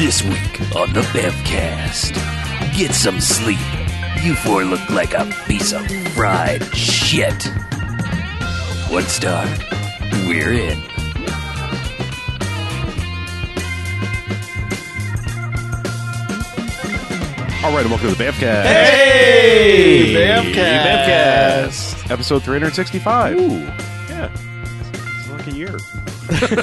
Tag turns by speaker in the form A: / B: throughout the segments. A: This week on the Bevcast, get some sleep. You four look like a piece of fried shit. One star. We're in.
B: All right, and welcome to the Bamcast.
C: Hey,
B: Bamcast. Episode 365.
C: Ooh.
B: Yeah. It's like a year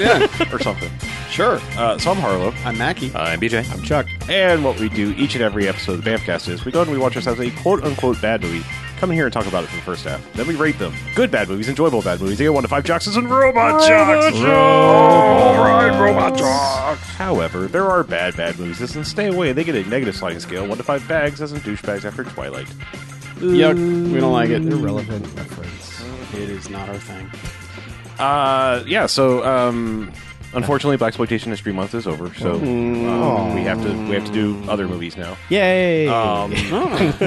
C: Yeah,
B: or something.
C: sure.
B: Uh, so I'm Harlow.
C: I'm Mackie.
D: I'm BJ.
C: I'm Chuck.
B: And what we do each and every episode of the Bamcast is we go and we watch ourselves a quote unquote bad movie, come in here and talk about it for the first half. Then we rate them. Good bad movies, enjoyable bad movies. They get one to five jocks and robot jocks. All right, robot jocks. However, there are bad bad movies. This and stay away. They get a negative sliding scale, one to five bags, as in douchebags after Twilight.
C: Yuck. We don't like it. Irrelevant reference. Mm. It is not our thing.
B: Uh, yeah. So, um, unfortunately, Black Exploitation History Month is over, so um,
D: Oh.
B: we have to we have to do other movies now.
D: Yay!
C: Oh,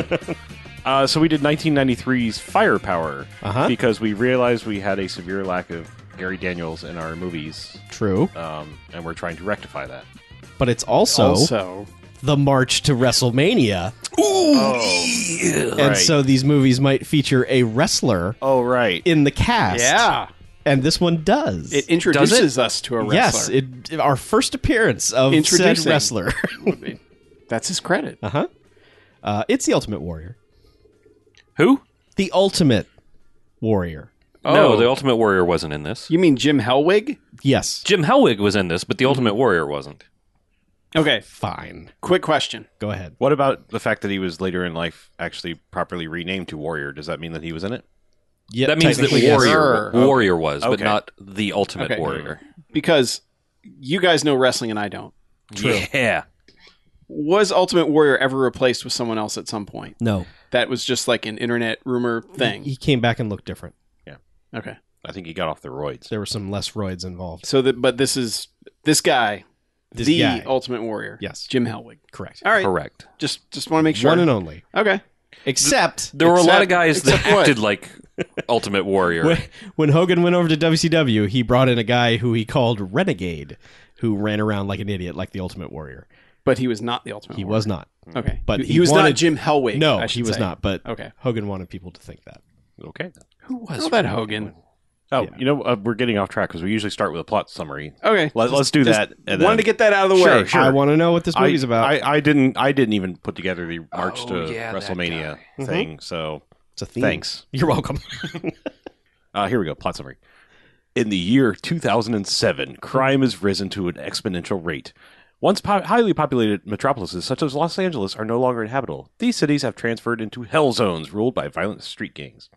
B: Um, uh, so we did 1993's Firepower
D: Uh-huh.
B: because we realized we had a severe lack of Gary Daniels in our movies,
D: True,
B: um, and we're trying to rectify that.
D: but it's also,
C: Also,
D: the march to WrestleMania, and
B: Right.
D: Oh. so these movies might feature a wrestler
B: oh right,
D: in the cast.
C: yeah,
D: and this one does.
C: it introduces us to a wrestler.
D: yes, it our first appearance of said
C: Introducing.
D: wrestler.
C: that's his credit.
D: uh-huh. Uh It's the Ultimate Warrior,
E: Who?
D: the Ultimate Warrior.
E: No, the Ultimate Warrior wasn't in this.
C: You mean Jim Hellwig?
D: Yes,
E: Jim Hellwig was in this, but the Ultimate Warrior wasn't.
C: Okay,
D: fine.
C: quick question.
D: Go ahead.
B: what about the fact that he was later in life actually properly renamed to Warrior? Does that mean that he was in it?
D: Yeah,
E: That means that
D: technically, yes.
E: Warrior
C: Sure.
E: Warrior was, but
B: Okay.
E: not the Ultimate
C: Okay.
E: Warrior.
C: Because you guys know wrestling and I don't.
E: Yeah.
C: Was Ultimate Warrior ever replaced with someone else at some point?
D: No,
C: That was just like an internet rumor thing.
D: he came back and looked different.
C: Okay.
B: I think he got off the roids.
D: There were some less roids involved.
C: So that, but this is this guy,
D: This
C: the
D: guy.
C: Ultimate Warrior.
D: Yes.
C: Jim Hellwig.
D: Correct.
C: All right.
E: Correct.
C: Just just want to make sure.
D: One and only.
C: okay.
D: Except
E: There were a lot of
C: Except-
E: guys that
C: except what?
E: acted like Ultimate Warrior.
D: when, when Hogan went over to WCW, he brought in a guy who he called Renegade, who ran around like an idiot, like the Ultimate Warrior.
C: But he was not the Ultimate
D: He
C: Warrior.
D: was not.
C: Okay.
D: but
C: he,
D: he
C: was not
D: wanted-
C: a Jim Hellwig.
D: No,
C: I
D: he
C: should
D: was
C: say.
D: not. But
C: Okay.
D: Hogan wanted people to think that.
B: Okay.
E: Who was
C: Oh, that Hogan.
B: Oh, you know uh, we're getting off track because we usually start with a plot summary.
C: Okay.
B: Let, us do
C: just
B: that. and then-
C: wanted to get that out of the way.
B: Sure, sure.
D: I want to know what this
B: I-
D: movie's about.
B: I, I didn't. I didn't even put together the March
E: Oh,
B: to
E: yeah, that
B: WrestleMania
C: Mm-hmm.
B: thing. So
D: it's a theme.
B: thanks.
D: You're welcome.
B: Uh, here we go. Plot summary. In the year 2007, crime has risen to an exponential rate. Once po- highly populated metropolises such as Los Angeles are no longer inhabitable. These cities have transferred into hell zones ruled by violent street gangs.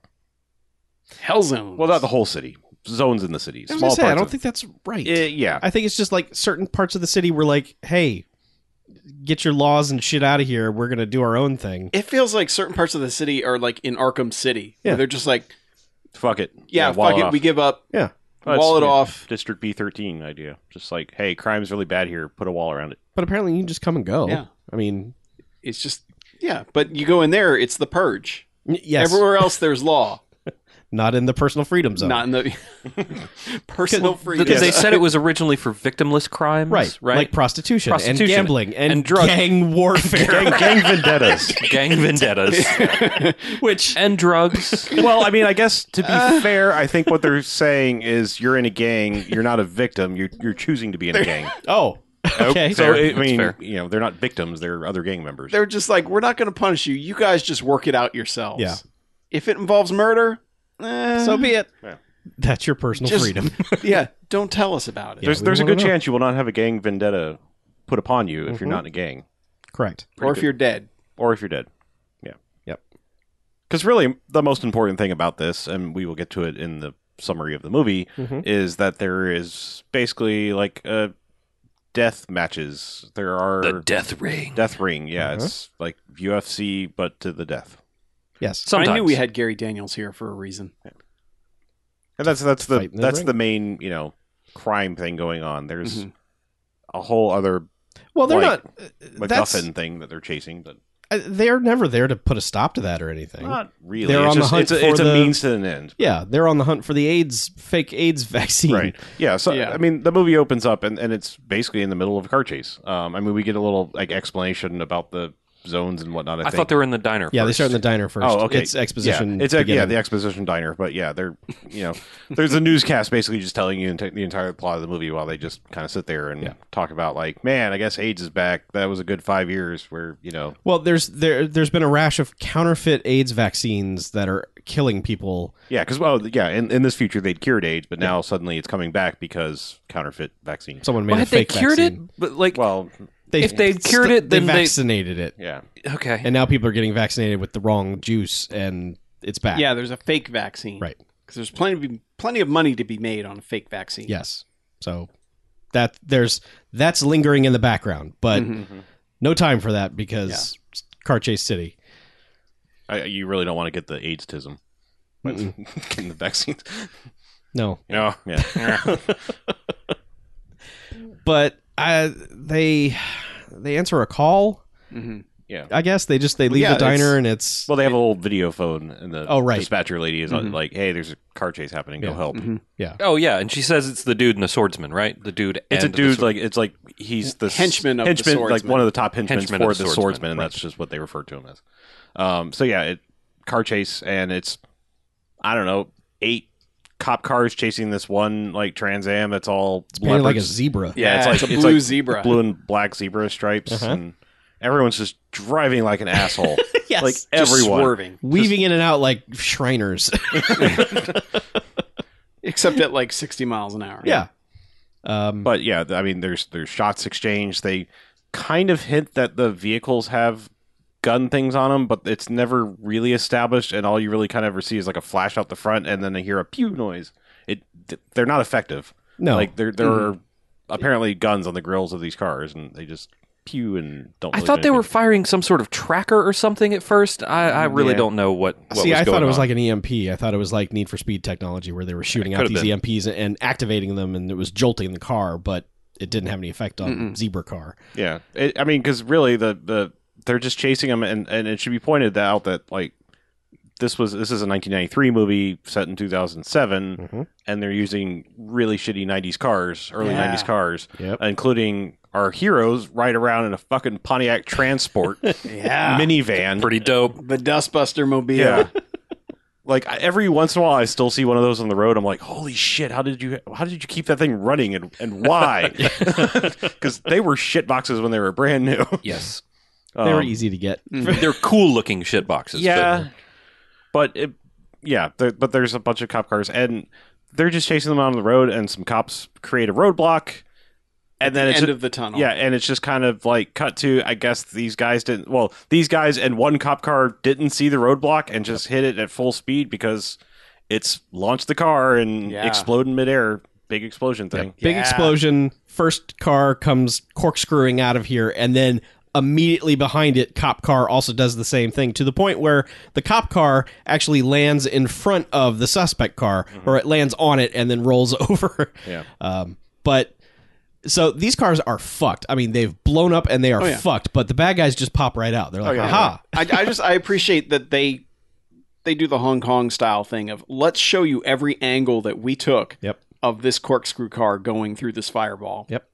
C: Hell Zone.
B: Well, not the whole city. Zones in the city.
D: I was
B: Small
D: gonna say, I
B: parts
D: don't
B: of-
D: think that's right.
B: Eh, yeah.
D: I think it's just like certain parts of the city were like, "Hey, get your laws and shit out of here. We're gonna do our own thing."
C: It feels like certain parts of the city are like in Arkham City.
D: Yeah.
C: Where they're just like,
B: Fuck it.
C: yeah,
B: wall
C: fuck it,
B: off.
C: we give up.
D: Yeah.
B: Well, it's-
C: wall it
B: yeah,
C: off.
B: District B13 idea. Just like, hey, crime's really bad here. Put a wall around it.
D: But apparently, you can just come and go.
C: Yeah.
D: I mean,
C: It's just yeah. But you go in there, it's the purge.
D: y- yes,
C: Everywhere else there's law.
D: not in the personal freedom zone.
C: Not in the personal freedom.
E: Because they said it was originally for victimless crimes,
D: Right,
E: Right.
D: Like prostitution, and
E: Prostitution
D: gambling and,
E: and drug-
D: gang warfare,
B: Gang vendettas.
E: gang vendettas
D: which
E: and drugs.
B: well, I mean, I guess to be fair, I think what they're saying is you're in a gang. You're not a victim. You're you're choosing to be in a gang.
D: oh, okay,
B: So I
E: That's
B: mean,
E: fair.
B: you know, they're not victims. They're other gang members.
C: they're just like, we're not going to punish you. You guys just work it out yourselves.
D: Yeah.
C: If it involves murder, eh,
D: so be it.
B: Yeah.
D: That's your personal
C: Just-
D: freedom.
C: yeah, don't tell us about it.
D: Yeah.
B: there's
D: we
B: there's a
D: wanna
B: good
D: know.
B: chance you will not have a gang vendetta put upon you if you're not in a gang
D: Correct.
C: or if you're dead.
B: or if you're dead. Yeah.
D: Yep.
B: Because really, the most important thing about this, and we will get to it in the summary of the movie,
D: Mhm.
B: is that there is basically like uh, death matches. There are
E: the death ring.
B: death ring. Yeah,
D: Uh-huh.
B: it's like UFC, but to the death.
D: Yes.
E: Sometimes.
C: I knew we had Gary Daniels here for a reason.
B: And that's that's the
D: Fight in the
B: that's
D: ring.
B: the main you know crime thing going on. There's a whole other
D: Well, they're
B: Like
D: not. uh, That's,
B: MacGuffin thing that they're chasing. But
D: I, they're never there to put a stop to that or anything.
B: Not really.
D: They're
B: it's
D: on the
B: just-
D: hunt
B: it's a,
D: for
B: it's
D: the-
B: a means to an end.
D: yeah, they're on the hunt for the AIDS fake AIDS vaccine.
B: Right. Yeah. So
C: Yeah.
B: I mean, the movie opens up and, and it's basically in the middle of a car chase. Um, I mean, we get a little like explanation about the zones and whatnot. I,
E: I
B: think.
E: thought they were in the diner.
D: Yeah, they
E: first.
D: start in the diner first.
B: Oh, okay.
D: It's exposition.
B: Yeah, it's a, yeah,
D: beginning.
B: the exposition diner. But yeah, they're you know, there's a newscast basically just telling you enti- the entire plot of the movie while they just kind of sit there and talk about like, man, I guess AIDS is back. That was a good five years where you know,
D: Well, there's there there's been a rash of counterfeit AIDS vaccines that are killing people.
B: yeah, because well, yeah, in, in this future they'd cured AIDS, but now suddenly it's coming back because counterfeit vaccines.
D: Someone made a
E: Well, had they
D: fake
E: cured
D: vaccine.
E: it? But like,
B: Well,
D: They,
E: If they cured it,
D: they
E: then they-
D: vaccinated it,
B: yeah,
E: okay.
D: and now people are getting vaccinated with the wrong juice, and it's back.
C: Yeah, there's a fake vaccine.
D: Right.
C: Because there's plenty of, plenty of money to be made on a fake vaccine.
D: Yes. So that there's that's lingering in the background, but
C: Mm-hmm,
D: no time for that because car chase city.
B: I, you really don't want to get the AIDSism. Getting the vaccines.
D: No,
B: No, yeah,
D: but I they they answer a call.
C: mm-hmm.
B: yeah.
D: I guess they just they leave
B: yeah,
D: the diner
B: it's-
D: and it's
B: Well, they have a little video phone, and the
D: Oh, right. Mm-hmm.
B: dispatcher lady is like, "Hey, there's a car chase happening. Go
D: Yeah.
B: help."
E: Oh yeah, and she says it's the dude and the swordsman, right? The dude.
B: It's
E: and
B: a
E: the
B: dude
E: sword-
B: like it's like he's the s-
C: Henchman of the
B: henchman, like
C: swordsman.
B: one of the top henchmen
E: Henchman
B: for
E: of the
B: the
E: swordsman,
B: swordsman, and that's just what they refer to him as. Um, so yeah, it car chase, and it's I don't know eight cop cars chasing this one like Trans Am that's all
D: painted like a
B: leopards.
D: zebra.
B: Yeah, it's like
C: a blue
B: like
C: zebra.
B: blue and black zebra stripes,
D: Uh-huh.
B: and everyone's just driving like an asshole.
D: Yes.
B: like
C: Just
B: everyone.
C: swerving.
D: Weaving in and out like Shriners.
C: Except at like 60 miles an hour.
D: yeah. Um,
B: But yeah, th- I mean, there's there's shots exchanged. They kind of hint that the vehicles have gun things on them, but it's never really established. And all you really kind of ever see is like a flash out the front, and then they hear a pew noise. It th- they're not effective.
D: no,
B: Like there there are apparently guns on the grills of these cars, and they just pew and don't.
E: I
B: really
E: thought
B: do
E: they were
B: anything.
E: firing some sort of tracker or something at first. I, I really
B: Yeah.
E: don't know what. what
D: Mm, See,
E: was
D: I thought
E: going
D: it was
E: on.
D: like an EMP. I thought it was like Need for Speed technology where they were shooting out
E: could've
D: these
E: been.
D: EMPs and activating them, and it was jolting the car, but it didn't have any effect on zebra car.
B: Yeah, it, I mean, because really, the the they're just chasing him, and and it should be pointed out that like this was this is a 1993 movie set in 2007, and they're using really shitty 90s cars, early
C: Yeah.
B: 90s cars,
D: Yep.
B: including our heroes ride around in a fucking Pontiac Transport
C: Yeah.
B: minivan.
E: pretty dope.
C: the Dustbuster mobile.
B: yeah. Like I- every once in a while, I still see one of those on the road. I'm like, "Holy shit! How did you? How did you keep that thing running? And and why? Because they were shit boxes when they were brand new.
E: Yes, Oh.
D: they were
B: Um,
D: easy to get.
E: they're cool looking shit boxes.
B: Yeah, but it, yeah, there, but there's a bunch of cop cars, and they're just chasing them on the road, and some cops create a roadblock, and then it's
C: End of the tunnel.
B: yeah, and it's just kind of like cut to I guess these guys didn't. Well, these guys and one cop car didn't see the roadblock and just hit it at full speed because it's launched the car and
C: Yeah.
B: explode in midair, big explosion thing.
D: Big
C: Yeah.
D: explosion. First car comes corkscrewing out of here, and then immediately behind it, cop car also does the same thing to the point where the cop car actually lands in front of the suspect car, or it lands on it and then rolls over.
B: Yeah.
D: Um, but so these cars are fucked. I mean, they've blown up and they are
C: yeah.
D: fucked. But the bad guys just pop right out. They're like,
B: yeah.
D: "Aha!"
C: Oh, I, I just I appreciate that they they do the Hong Kong style thing of let's show you every angle that we took
D: Yep.
C: of this corkscrew car going through this fireball.
D: Yep.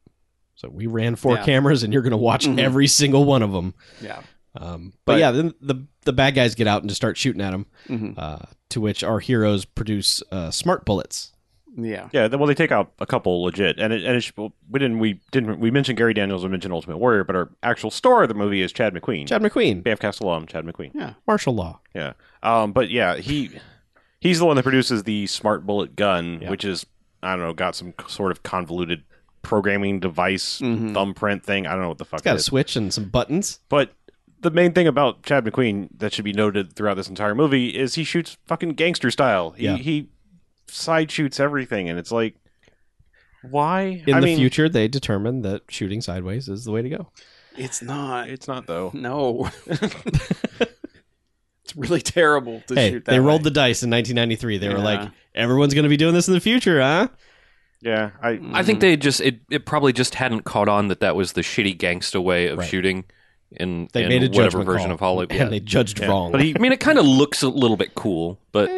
D: So we ran four
C: Yeah.
D: cameras, and you're going to watch every single one of them.
C: Yeah.
D: Um, but,
C: But-
D: yeah, then the the bad guys get out and just start shooting at them.
C: Mhm.
D: Uh, to which our heroes produce uh, smart bullets.
C: Yeah.
B: Yeah, then, well, they take out a couple legit, and it, and it's, well, we didn't we didn't we mentioned Gary Daniels and mentioned Ultimate Warrior, but our actual star of the movie is Chad McQueen,
D: Chad McQueen,
B: Bamfcast alum Chad McQueen.
D: martial law.
B: Yeah, um, but yeah, he he's the one that produces the smart bullet gun, which is I don't know, got some c- sort of convoluted programming device thumbprint thing. I don't know what the fuck
D: Mm-hmm. Got
B: it
D: a
B: is.
D: switch and some buttons.
B: But the main thing about Chad McQueen that should be noted throughout this entire movie is he shoots fucking gangster style. He,
D: Yeah.
B: he side shoots everything, and it's like, why?
D: In
B: I
D: the
B: mean,
D: future, they determined that shooting sideways is the way to go.
C: It's not.
B: it's not though.
C: No. it's really terrible to
D: Hey,
C: shoot that.
D: they rolled
C: way.
D: the dice in 1993. They were
C: Yeah.
D: like, "Everyone's going to be doing this in the future, huh?"
B: Yeah, I
D: Mm-hmm.
E: I think they just it, it probably just hadn't caught on that that was the shitty gangsta way of shooting, in,
D: They
E: in
D: made a
E: whatever
D: judgment
E: version
D: call,
E: of Hollywood.
D: and
E: Yeah.
D: they judged wrong.
E: But he, I mean, it kind of looks a little bit cool, but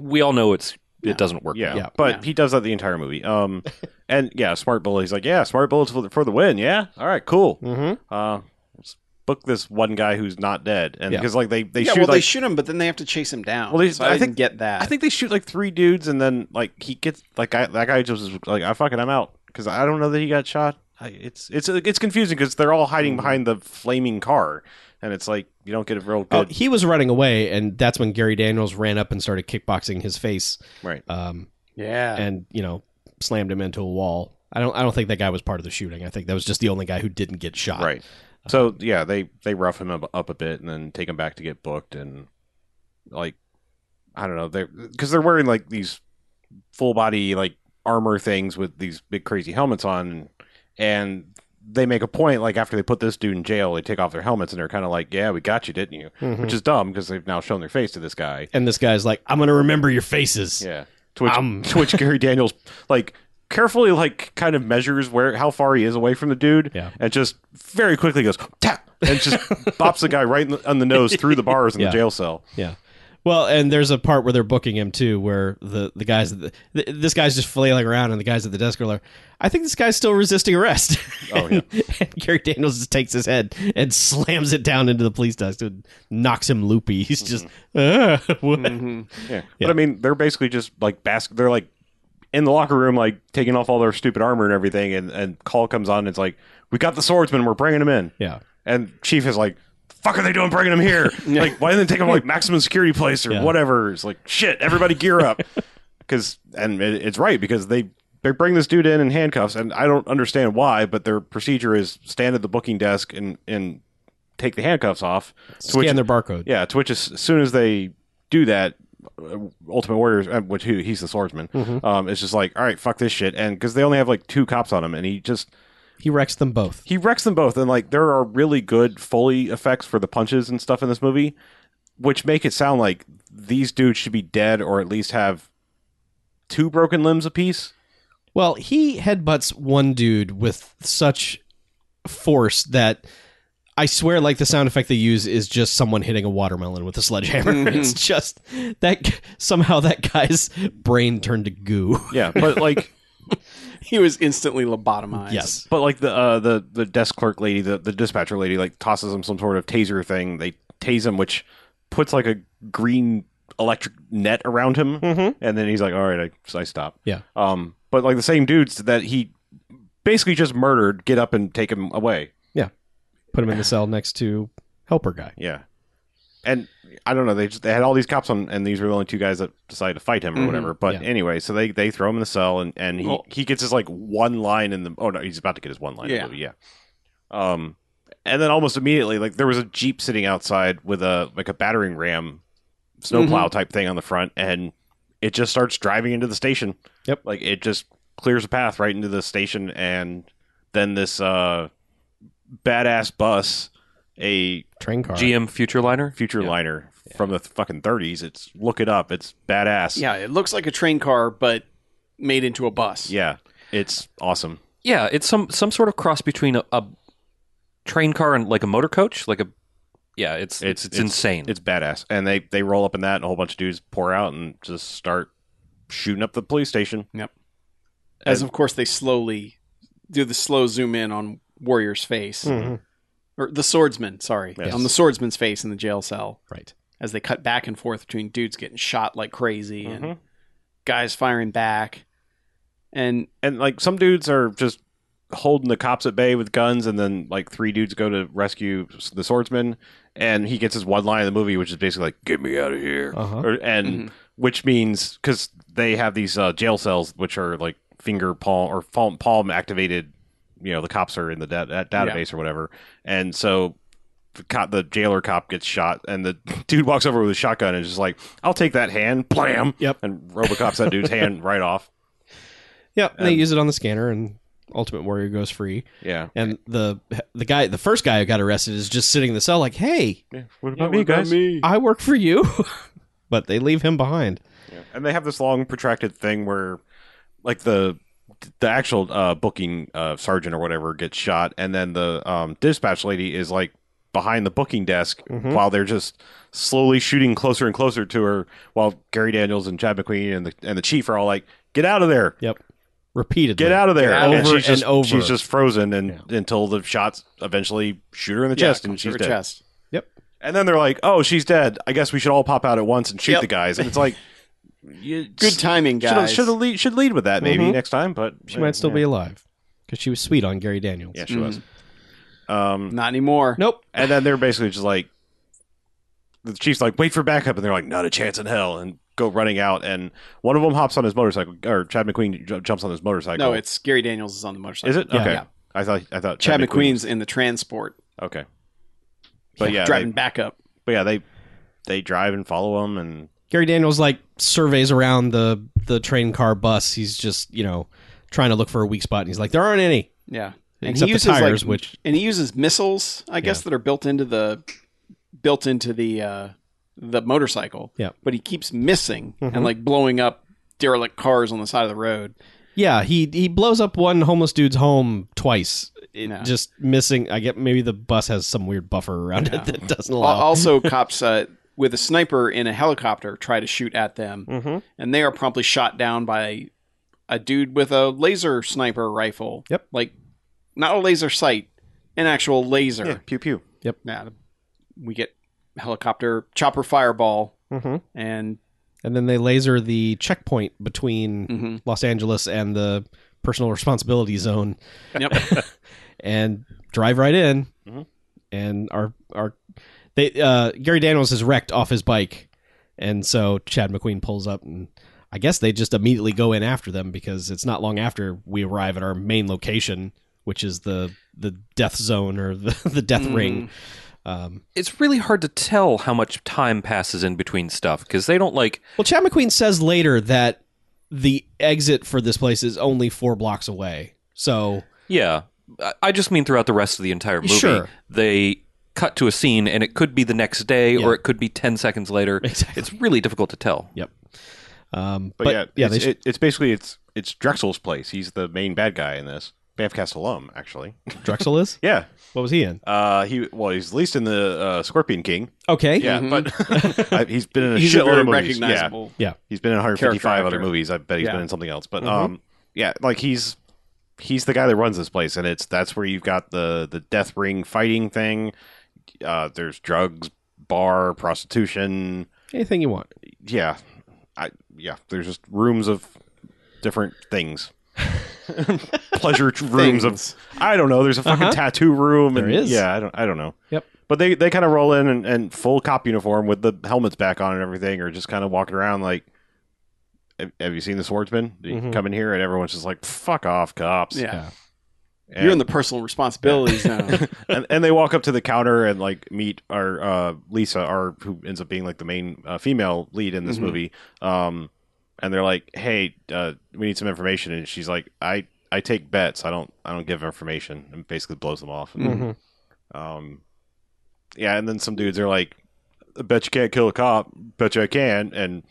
E: we all know it's it doesn't work.
B: Yeah,
D: Eh. Yeah.
B: but he does that the entire movie. Um, and yeah, smart bullet. He's like, yeah, smart bullets for the, for the win. Yeah, all right, cool. Mm-hmm. Uh, let's book this one guy who's not dead, and
D: Yeah.
B: because like they they
C: yeah,
B: shoot
C: well, they
B: like
C: shoot him, but then they have to chase him down.
B: Well, they-
C: so
B: I
C: I,
B: think-
C: didn't get that.
B: I think they shoot like three dudes, and then like he gets like I, that guy just was like, I fucking I'm out because I don't know that he got shot. I, it's it's it's confusing because they're all hiding behind the flaming car, and it's like you don't get a real
D: Mm-hmm. Oh,
B: good
D: he was running away, and that's when Gary Daniels ran up and started kickboxing his face,
B: right.
D: um,
C: yeah,
D: and you know slammed him into a wall. I don't. I don't think that guy was part of the shooting. I think that was just the only guy who didn't get shot.
B: Right. So yeah, they they rough him up, up a bit and then take him back to get booked and like I don't know they because they're wearing like these full body like armor things with these big crazy helmets on and they make a point like after they put this dude in jail they take off their helmets and they're kind of like yeah we got you didn't you which is dumb because they've now shown their face to this guy
D: And this guy's like, "I'm gonna remember your faces."
B: yeah to which,
D: Um.
B: to which Gary Daniels like carefully like kind of measures where how far he is away from the dude
D: Yeah.
B: and just very quickly goes tap and just bops the guy right in the, on the nose through the bars in
D: Yeah.
B: the jail cell.
D: Yeah. Well, and there's a part where they're booking him too, where the the guys, at the, th this guy's just flailing around, and the guys at the desk are like, "I think this guy's still resisting arrest."
B: Oh,
D: and, and Gary Daniels just takes his head and slams it down into the police desk and knocks him loopy. He's just, "Ugh,
B: Mm-hmm.
D: what?"
B: Yeah. But I mean, they're basically just like basket. They're like in the locker room, like taking off all their stupid armor and everything. And, and call comes on. And it's like, we got the swordsman. We're bringing him in.
D: Yeah.
B: And chief is like, fuck are they doing bringing him here? Like, why didn't they take him like maximum security place or
D: Yeah.
B: whatever? It's like, shit, everybody gear up. Because and it, it's right because they. They bring this dude in in handcuffs, and I don't understand why, but their procedure is stand at the booking desk and and take the handcuffs off. to which-
D: Scan their barcode.
B: yeah, to which as soon as they do that, uh, Ultimate Warriors, uh, which who he's the swordsman,
D: Mm-hmm.
B: um, it's just like, all right, fuck this shit, and because they only have like two cops on him, and he just
D: He wrecks them both.
B: he wrecks them both, and like there are really good Foley effects for the punches and stuff in this movie, which make it sound like these dudes should be dead or at least have two broken limbs apiece.
D: Well, he headbutts one dude with such force that I swear, like the sound effect they use is just someone hitting a watermelon with a sledgehammer. It's just that somehow that guy's brain turned to goo.
B: Yeah, but like.
C: he was instantly lobotomized.
D: yes.
B: But like the uh, the the desk clerk lady, the, the dispatcher lady, like tosses him some sort of taser thing. They tase him, which puts like a green electric net around him, and then he's like, "All right, I, I stop."
D: Yeah.
B: Um, but like the same dudes that he basically just murdered, get up and take him away.
D: Put him in the cell next to helper guy.
B: Yeah. And I don't know. They just, they had all these cops on, and these were the only two guys that decided to fight him or whatever. But
D: Mm-hmm. Yeah.
B: anyway, so they they throw him in the cell, and and he, he gets his like one line in the. Oh no, he's about to get his one line. I
C: Yeah.
B: believe, yeah. Um, and then almost immediately, like there was a jeep sitting outside with a like a battering ram,
D: Mm-hmm.
B: snowplow type thing on the front, and it just starts driving into the station.
D: Yep.
B: Like it just clears a path right into the station, and then this uh badass bus, a
D: Train car.
E: GM Future Liner.
B: future liner from the th- fucking 30s. It's look it up. It's badass.
C: Yeah, it looks like a train car, but made into a bus.
B: Yeah. It's awesome.
E: Yeah, it's some some sort of cross between a, a train car and like a motor coach, like a yeah. It's it's, it's, insane.
B: It's badass. And they they roll up in that and a whole bunch of dudes pour out and just start shooting up the police station.
C: As of course they slowly do the slow zoom in on Warrior's face.
D: Mm-hmm.
C: Or the swordsman, sorry.
B: Hmm. Yes.
C: On the swordsman's face in the jail cell
D: Right.
C: as they cut back and forth between dudes getting shot like crazy and
B: Mm-hmm.
C: guys firing back. And
B: And like some dudes are just holding the cops at bay with guns and then like three dudes go to rescue s- the swordsman and he gets his one line in the movie which is basically like get me out of here
D: Uh-huh.
B: Or- and which means because they have these uh, jail cells which are like finger palm or palm, palm activated you know the cops are in the da- that database or whatever and so the, cop, the jailer cop gets shot and the dude walks over with a shotgun and is just like i'll take that hand blam
D: Yep.
B: and robocops that dude's hand right off
D: Yep. And they use it on the scanner, and Ultimate Warrior goes free.
B: yeah
D: And the the guy, the first guy who got arrested, is just sitting in the cell, like, "Hey,
B: what about me guys
D: I work for you," but they leave him behind.
B: And they have this long protracted thing where like the the actual uh, booking uh, sergeant or whatever gets shot and then the um, dispatch lady is like behind the booking desk
D: Mhm.
B: while they're just slowly shooting closer and closer to her. While Gary Daniels and Chad McQueen and the and the chief are all like, "Get out of there!
D: Yep. Repeatedly.
B: Get out of there!"
D: Over
B: she's just,
D: and over.
B: She's just frozen, and until the shots eventually shoot her in the chest,
C: Yeah,
B: and she's
C: her
B: dead.
C: chest.
B: And then they're like, "Oh, she's dead. I guess we should all pop out at once and shoot
C: Yep.
B: the guys." And it's like, you,
C: Good timing, guys.
B: Should lead, should lead with that maybe
D: Mhm.
B: next time, but
D: She might still be alive because she was sweet on Gary Daniels.
B: Yeah, she was. Um,
C: Not anymore.
D: Nope.
B: and then they're basically just like, the chief's like, "Wait for backup," and they're like, "Not a chance in hell," and go running out. And one of them hops on his motorcycle, or Chad McQueen j- jumps on his motorcycle.
C: No, it's Gary Daniels is on the motorcycle.
B: is it
D: Yeah.
B: okay?
C: Yeah.
B: I thought I thought
C: Chad
B: McQueen-
C: McQueen's in the transport,
B: Okay, but yeah,
C: driving
B: they,
C: back up.
B: but yeah, they they drive and follow him, and
D: Gary Daniels like surveys around the the train car bus. He's just you know trying to look for a weak spot, and he's like, there aren't any.
C: Yeah,
D: Except the tires, which-
C: and he uses missiles, I guess, that are built into the built into the uh, the motorcycle.
D: Yeah. Mm-hmm.
C: but he keeps missing and like blowing up derelict cars on the side of the road.
D: Yeah, he he blows up one homeless dude's home twice, It-
C: No.
D: just missing. I get maybe the bus has some weird buffer around it that doesn't
C: Al-
D: allow.
C: Also, cops uh, with a sniper in a helicopter try to shoot at them,
D: Mm-hmm.
C: and they are promptly shot down by a dude with a laser sniper rifle.
D: Yep.
C: like not a laser sight, an actual laser.
B: yeah, pew pew.
C: Yeah, we get helicopter chopper fireball
D: Mhm.
B: Mm-hmm.
C: and
D: and then they laser the checkpoint between
C: Mhm.
D: Los Angeles and the personal responsibility zone,
C: yep.
D: and drive right in.
B: Mhm.
D: And our our they uh, Gary Daniels is wrecked off his bike, and so Chad McQueen pulls up, and I guess they just immediately go in after them because it's not long after we arrive at our main location, which is the the death zone or the, the death
B: Mm-hmm.
D: ring. Um,
E: It's really hard to tell how much time passes in between stuff because they don't like.
D: well, Chad McQueen says later that the exit for this place is only four blocks away, so
E: Yeah, I- I just mean throughout the rest of the entire movie,
D: Sure.
E: they cut to a scene and it could be the next day
D: Yeah.
E: or it could be ten seconds later.
D: Exactly.
E: It's really difficult to tell.
D: um,
B: But, yeah,
D: yeah,
B: it's,
D: they sh-
B: it, it's basically it's it's Drexel's place. He's the main bad guy in this. Banffcast alum, actually.
D: Drexel is.
B: Yeah.
D: What was he in?
B: Uh, he well, he's at least in the uh, Scorpion King.
D: Okay,
B: Yeah, Mm-hmm. but I, he's been in a
C: Mm-hmm. He's a
B: shitload
C: very
B: of movies. Yeah,
C: recognizable.
B: he's been in 155
C: character
B: other
C: actor.
B: movies. I bet he's
C: Yeah. Mm-hmm.
B: been in something else. But um, yeah, like he's he's the guy that runs this place, and it's that's where you've got the the death ring fighting thing. Uh, there's drugs, bar, prostitution.
D: anything you want.
B: Yeah, I yeah. There's just rooms of different things. Pleasure tr- rooms of
C: Things.
B: I don't know. There's a fucking
D: Uh-huh.
B: tattoo room. And,
D: There is.
B: Yeah, I don't. I don't know.
D: Yep.
B: But they, they kind of roll in and, and full cop uniform with the helmets back on and everything, or just kind of walking around like, have, have you seen the swordsman? You
D: Mhm.
B: come in here and everyone's just like, fuck off, cops.
C: yeah.
D: Yeah.
B: And,
C: You're in the personal responsibility zone.
B: and, and they walk up to the counter and like meet our uh, Lisa, our who ends up being like the main uh, female lead in this
D: Mm-hmm.
C: Mhm.
B: movie. Um, and they're like, hey, uh, we need some information, and she's like, I. I take bets. I don't. I don't give information, and basically blows them off.
D: Mm-hmm.
C: Mhm.
B: Um, yeah, and then some dudes are like, "I bet you can't kill a cop. Bet you I can," and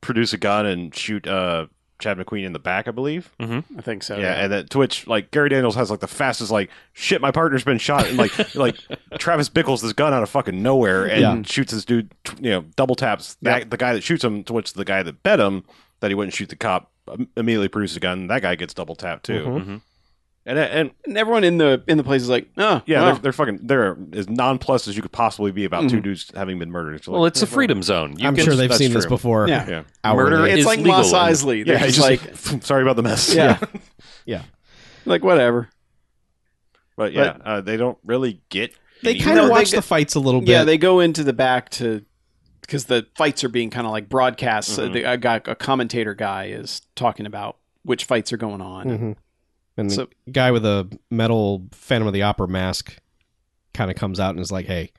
B: produce a gun and shoot uh, Chad McQueen in the back, I believe.
C: I think so.
B: yeah, and that to which like Gary Daniels has like the fastest like shit. My partner's been shot, and like like Travis Bickles this gun out of fucking nowhere and
D: Yeah.
B: shoots this dude. tw- You know, double taps that, the guy that shoots him. To which the guy that bet him that he wouldn't shoot the cop im- immediately produces a gun. That guy gets double tapped too.
D: Mhm.
E: Mhm.
B: And and
C: And everyone in the in the place is like, oh,
B: yeah,
C: wow.
B: they're, they're fucking. They're as nonplussed as you could possibly be about two dudes having been murdered. It's like,
E: Well, it's a freedom zone. You
D: I'm
E: can
D: sure they've
B: that's
D: seen this
B: true.
D: before.
C: Yeah.
B: yeah,
D: Hourly.
E: Murder
C: it's
E: is
C: like
E: legal
C: Moss
E: in-
C: Isley. They're
B: yeah.
C: just,
B: Just
C: like,
B: like, sorry about the mess.
C: yeah,
D: Yeah.
C: like whatever.
B: but yeah, uh, they don't really get.
D: They
B: any-
D: kind
C: No,
D: of
C: they
D: watch
C: get-
D: the fights a little bit.
C: Yeah, they go into the back to because the fights are being kind of like broadcast. So
B: Mhm.
C: the, a guy, a commentator guy, is talking about which fights are going on.
D: Mhm. And
C: So-
D: the guy with a metal Phantom of the Opera mask kind of comes out and is like, "Hey,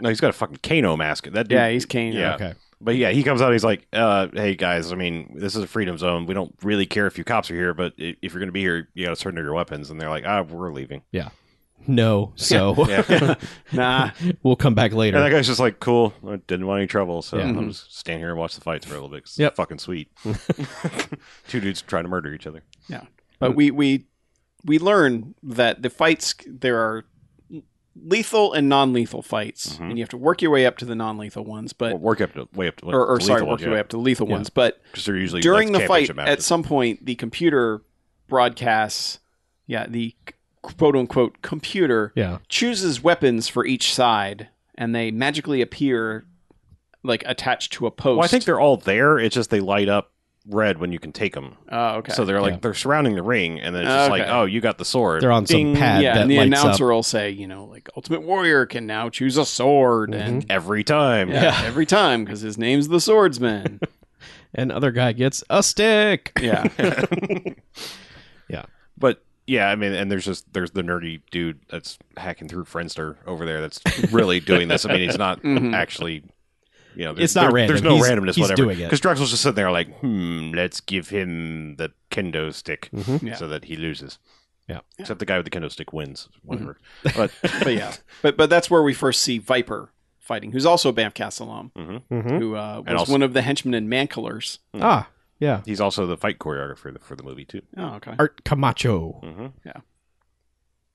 B: No, he's got a fucking Kano mask. That dude,
C: Yeah, he's Kane.
B: Yeah.
D: okay,
B: But yeah, he comes out. He's like, uh, "Hey guys, I mean, this is a freedom zone. We don't really care if you cops are here, but i- if you're going to be here, you got to surrender your weapons." And they're like, "Ah, we're leaving."
D: no, so
B: Yeah. and
C: Nah,
D: we'll come back later."
B: that guy's just like, "Cool, I didn't want any trouble, so
D: Yeah.
B: I'm just stand here and watch the fights for a little bit." 'cause it's
D: Yep.
B: fucking sweet. Two dudes trying to murder each other.
C: but we we we learn that the fights there are lethal and non-lethal fights, and you have to work your way up to the non-lethal ones, but
B: Well, work up to way up to
C: Uh, or, or sorry, work your way up to lethal ones, but
B: because they're usually
C: during
B: like
C: the fight
B: championship
C: at
B: matches.
C: some point the computer broadcasts yeah the quote unquote computer
D: Yeah.
C: chooses weapons for each side and they magically appear like attached to a post
B: Well, I think they're all there. It's just they light up red when you can take them.
C: oh okay
B: So they're like
D: Yeah.
B: they're surrounding the ring, and then it's just like,
C: Okay.
B: oh, you got the sword.
D: They're on some
B: Ding.
D: pad
C: yeah
D: that
C: and the
D: lights
C: announcer
D: up.
C: will say you know like ultimate warrior can now choose a sword
B: Mm-hmm.
C: and
B: every time.
C: yeah, every time because his name's the swordsman
D: And other guy gets a stick.
C: yeah
B: But yeah, I mean, and there's just there's the nerdy dude that's hacking through Friendster over there that's really doing this. I mean, he's not actually. You know, there's-
D: It's not
B: there- There's
D: random.
B: no
D: He's-
B: randomness.
D: he's
B: whatever.
D: doing it.
B: because Drexel's just sitting there like, hmm, let's give him the kendo stick
C: Yeah.
B: so that he loses.
D: Mm-hmm. Yeah. Mm-hmm.
B: Except the guy with the kendo stick wins. Whatever. But
C: but yeah but but that's where we first see viper fighting who's also a banffcast alum
B: Mm-hmm.
D: Mhm.
C: who uh, was
B: also-
C: one of the henchmen in mancolars
D: Ah, yeah.
B: he's also the fight choreographer for the movie too.
C: oh okay
D: Art Camacho. I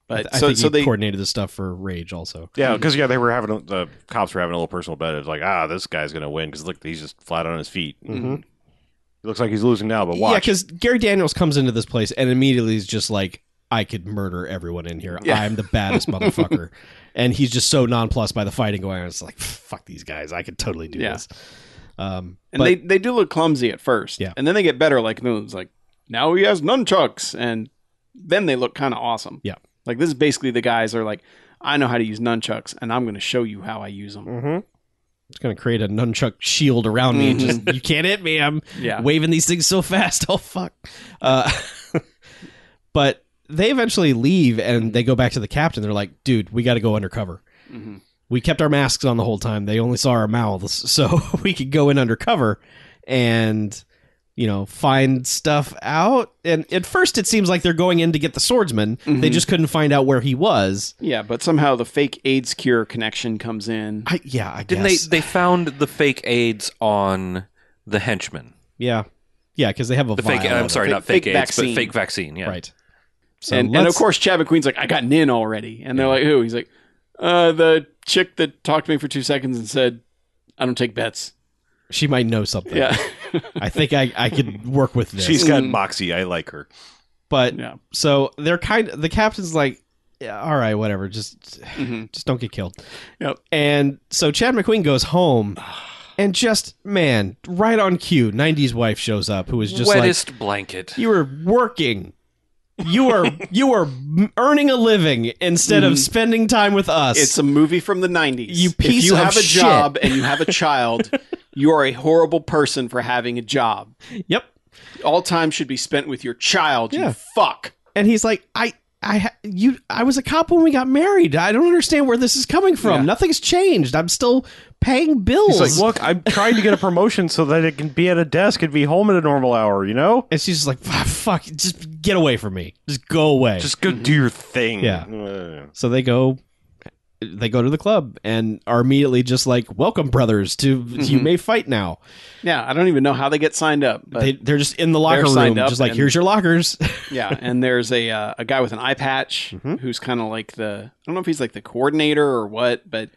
C: but
D: th- I
C: so
D: think
C: so
D: he
C: they
D: coordinated this stuff for Rage also.
B: Yeah, because yeah, they were having a, the cops were having a little personal bet. It's like, ah, this guy's gonna win because look, he's just flat on his feet.
C: Mm-hmm.
D: Mhm.
B: He looks like he's losing now, but
D: Yeah,
B: watch.
D: because Gary Daniels comes into this place and immediately is just like, I could murder everyone in here.
C: Yeah.
D: I'm the baddest motherfucker. And he's just so nonplussed by the fighting going on. It's like, fuck these guys. I could totally do
C: Yeah.
D: this. Um,
C: and
D: but-
C: they they do look clumsy at first
D: Yeah.
C: and then they get better like no, it's like now he has nunchucks and then they look kind of awesome
D: Yeah.
C: like this is basically the guys are like i know how to use nunchucks and i'm going to show you how i use them
D: Mm-hmm. It's gonna create a nunchuck shield around me. and Just you can't hit me. I'm
C: Mm-hmm. Yeah.
D: waving these things so fast. Oh fuck! Uh, but they eventually leave and they go back to the captain. They're like, "Dude, we got to go undercover.
C: Mhm.
D: We kept our masks on the whole time. They only saw our mouths, so we could go in undercover and." You know, find stuff out. And at first, it seems like they're going in to get the swordsman. They just couldn't find out where he was.
C: yeah but somehow the fake aids cure connection comes in
D: I, yeah, I
E: Didn't
D: guess.
E: they? They found the fake AIDS on the henchman.
D: yeah, yeah, because they have a
E: The fake.
D: vial of
E: I'm
D: it.
E: sorry,
C: Fake-
E: not fake,
C: fake
E: AIDS,
C: vaccine.
E: but fake vaccine. Yeah.
D: Right. So
C: and, and
D: let's-
C: of course chad mcqueen's like i got nin already and they're like who he's like uh the chick that talked to me for two seconds and said i don't take bets
D: she might know something.
C: yeah
D: I think I, I could work with this.
B: She's got moxie. I like her.
D: but
C: yeah
D: so they're kind the captain's like, yeah, all right, whatever, just
C: Mhm.
D: just don't get killed.
C: Yep.
D: And so Chad McQueen goes home and just man, right on cue, 90s wife shows up who is just like
E: Wettest blanket.
D: you were working. You were you were m- earning a living instead of spending time with us.
C: Mm-hmm. It's a movie from the 90s.
D: You
C: if
D: piece
C: you
D: of
C: have a
D: shit.
C: job and you have a child, you are a horrible person for having a job.
D: yep.
C: All time should be spent with your child,
D: Yeah.
C: you fuck.
D: and he's like i i ha- you i was a cop when we got married i don't understand where this is coming from
C: Yeah.
D: nothing's changed i'm still paying bills
B: He's like, look, I'm trying to get a promotion so that it can be at a desk and be home at a normal hour. You know,
D: and she's just like "Ah, fuck just get away from me just go away
B: just go do your thing.
D: Mm-hmm. Yeah.
B: Uh,
D: so they go they go to the club and are immediately just like welcome brothers to you may fight now
C: Yeah, I don't even know how they get signed up. Mm-hmm. But
D: they, they're just in the locker
C: They're
D: room
C: signed up
D: just like
C: and-
D: here's your lockers
C: yeah, and there's a uh, a guy with an eye patch
D: Mm-hmm.
C: who's kind of like the I don't know if he's like the coordinator or what, but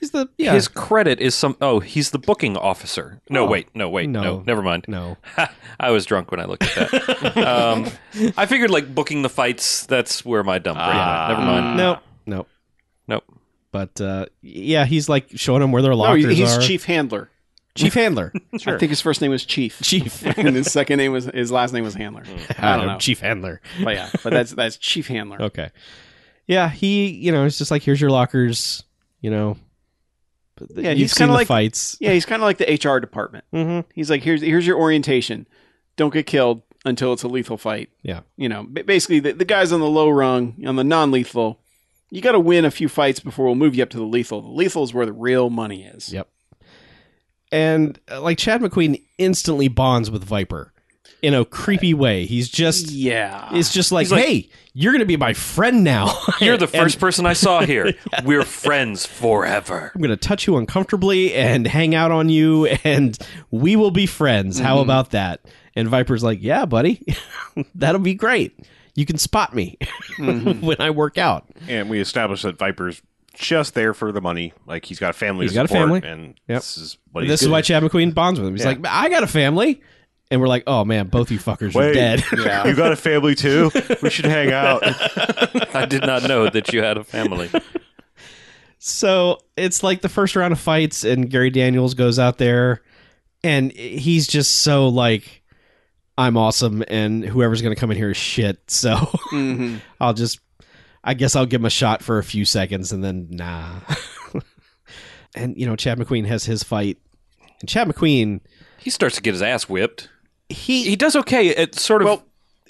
D: he's the yeah Oh.
E: His credit is some. Oh, he's the booking officer. No, wait, no, wait,
D: No.
E: no, never mind.
D: no
E: I was drunk when I looked at that. um, I figured like booking the fights. That's where my dumb brain. went.
B: Ah.
E: never mind.
D: no no
E: Nope.
D: but uh, yeah he's like showing them where their
C: no,
D: lockers
C: he- he's
D: are
C: chief handler.
D: chief handler
C: I think his first name was Chief,
D: chief Mm.
C: and his second name was his last name was Handler. I don't know,
D: chief handler
C: but yeah, but that's that's Chief Handler.
D: Okay. Yeah, he, you know, it's just like here's your lockers, you know. But th-
C: Yeah,
D: you've
C: he's
D: seen
C: kinda
D: the
C: like-
D: fights.
C: Yeah, he's kind of like the HR department.
D: Mm-hmm.
C: He's like, here's here's your orientation. Don't get killed until it's a lethal fight.
D: Yeah.
C: You know, ba- basically the, the guys on the low rung, on the non lethal, you got to win a few fights before we'll move you up to the lethal. The lethal is where the real money is.
D: Yep. And uh, like Chad McQueen instantly bonds with Viper in a creepy way. He's just
C: Yeah.
D: it's just like,
E: He's like-
D: "Hey, you're going to be my friend now.
E: You're the
D: And
E: first person I saw here. We're friends forever.
D: I'm going to touch you uncomfortably and hang out on you and we will be friends.
E: Mm-hmm.
D: How about that?" And Viper's like, "Yeah, buddy. That'll be
E: Mm-hmm.
D: great. You can spot me when I work out."
B: and we established that Viper's just there for the money. Like he's got a family.
D: He's
B: to
D: got a
B: support,
D: family.
B: and
D: Yep.
B: this is what
D: And
B: he's
D: this is
B: doing.
D: why Chad McQueen bonds with him. He's
B: Yeah.
D: like, I got a family. And we're like, oh man, both you fuckers are
B: Wait.
D: dead.
C: Yeah.
B: You got a family too. we should hang out.
E: I did not know that you had a family.
D: so it's like the first round of fights, and Gary Daniels goes out there, and he's just so like, I'm awesome, and whoever's going to come in here is shit. So
C: Mhm.
D: I'll just, I guess I'll give him a shot for a few seconds, and then nah. and you know, Chad McQueen has his fight, and Chad McQueen,
E: He starts to get his ass whipped.
D: he,
E: He does okay. It's sort of.
C: Well,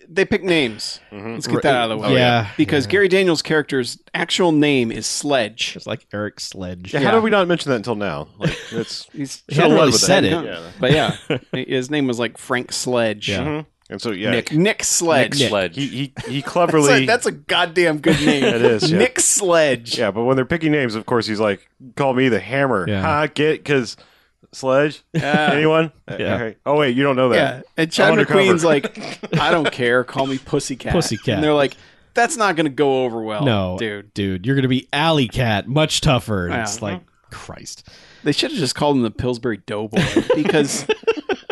C: they pick names.
B: Mm-hmm.
C: Let's get that out of the way.
D: Oh, yeah.
C: Because Gary Daniels' character's actual name is Sledge.
D: just like Eric Sledge.
B: Yeah, How did we not mention that until now? Like it's
C: He's
D: He hadn't really said it.
C: No. But yeah, his name was like Frank Sledge.
D: Yeah.
B: Mhm. and so yeah,
E: Nick.
C: Nick Sledge.
E: Nick Sledge.
B: he he he
C: That's,
B: cleverly
C: a, that's a goddamn good name.
B: It is, yeah.
C: Nick Sledge.
B: yeah. But when they're picking names, of course he's like, "Call me the Hammer."
D: Yeah.
B: Huh? Get because sledge anyone?
D: Yeah.
B: Okay. Oh wait, you don't know
C: Yeah.
B: that.
C: And Chad
B: I'm undercover.
C: McQueen's like, I don't care. Call me Pussycat.
D: Pussycat.
C: And they're like, that's not going to go over well.
D: No,
C: Dude.
D: dude, you're gonna be Alley Cat, much tougher. And
C: Yeah.
D: It's like Christ.
C: They should have just called him the Pillsbury Doughboy because,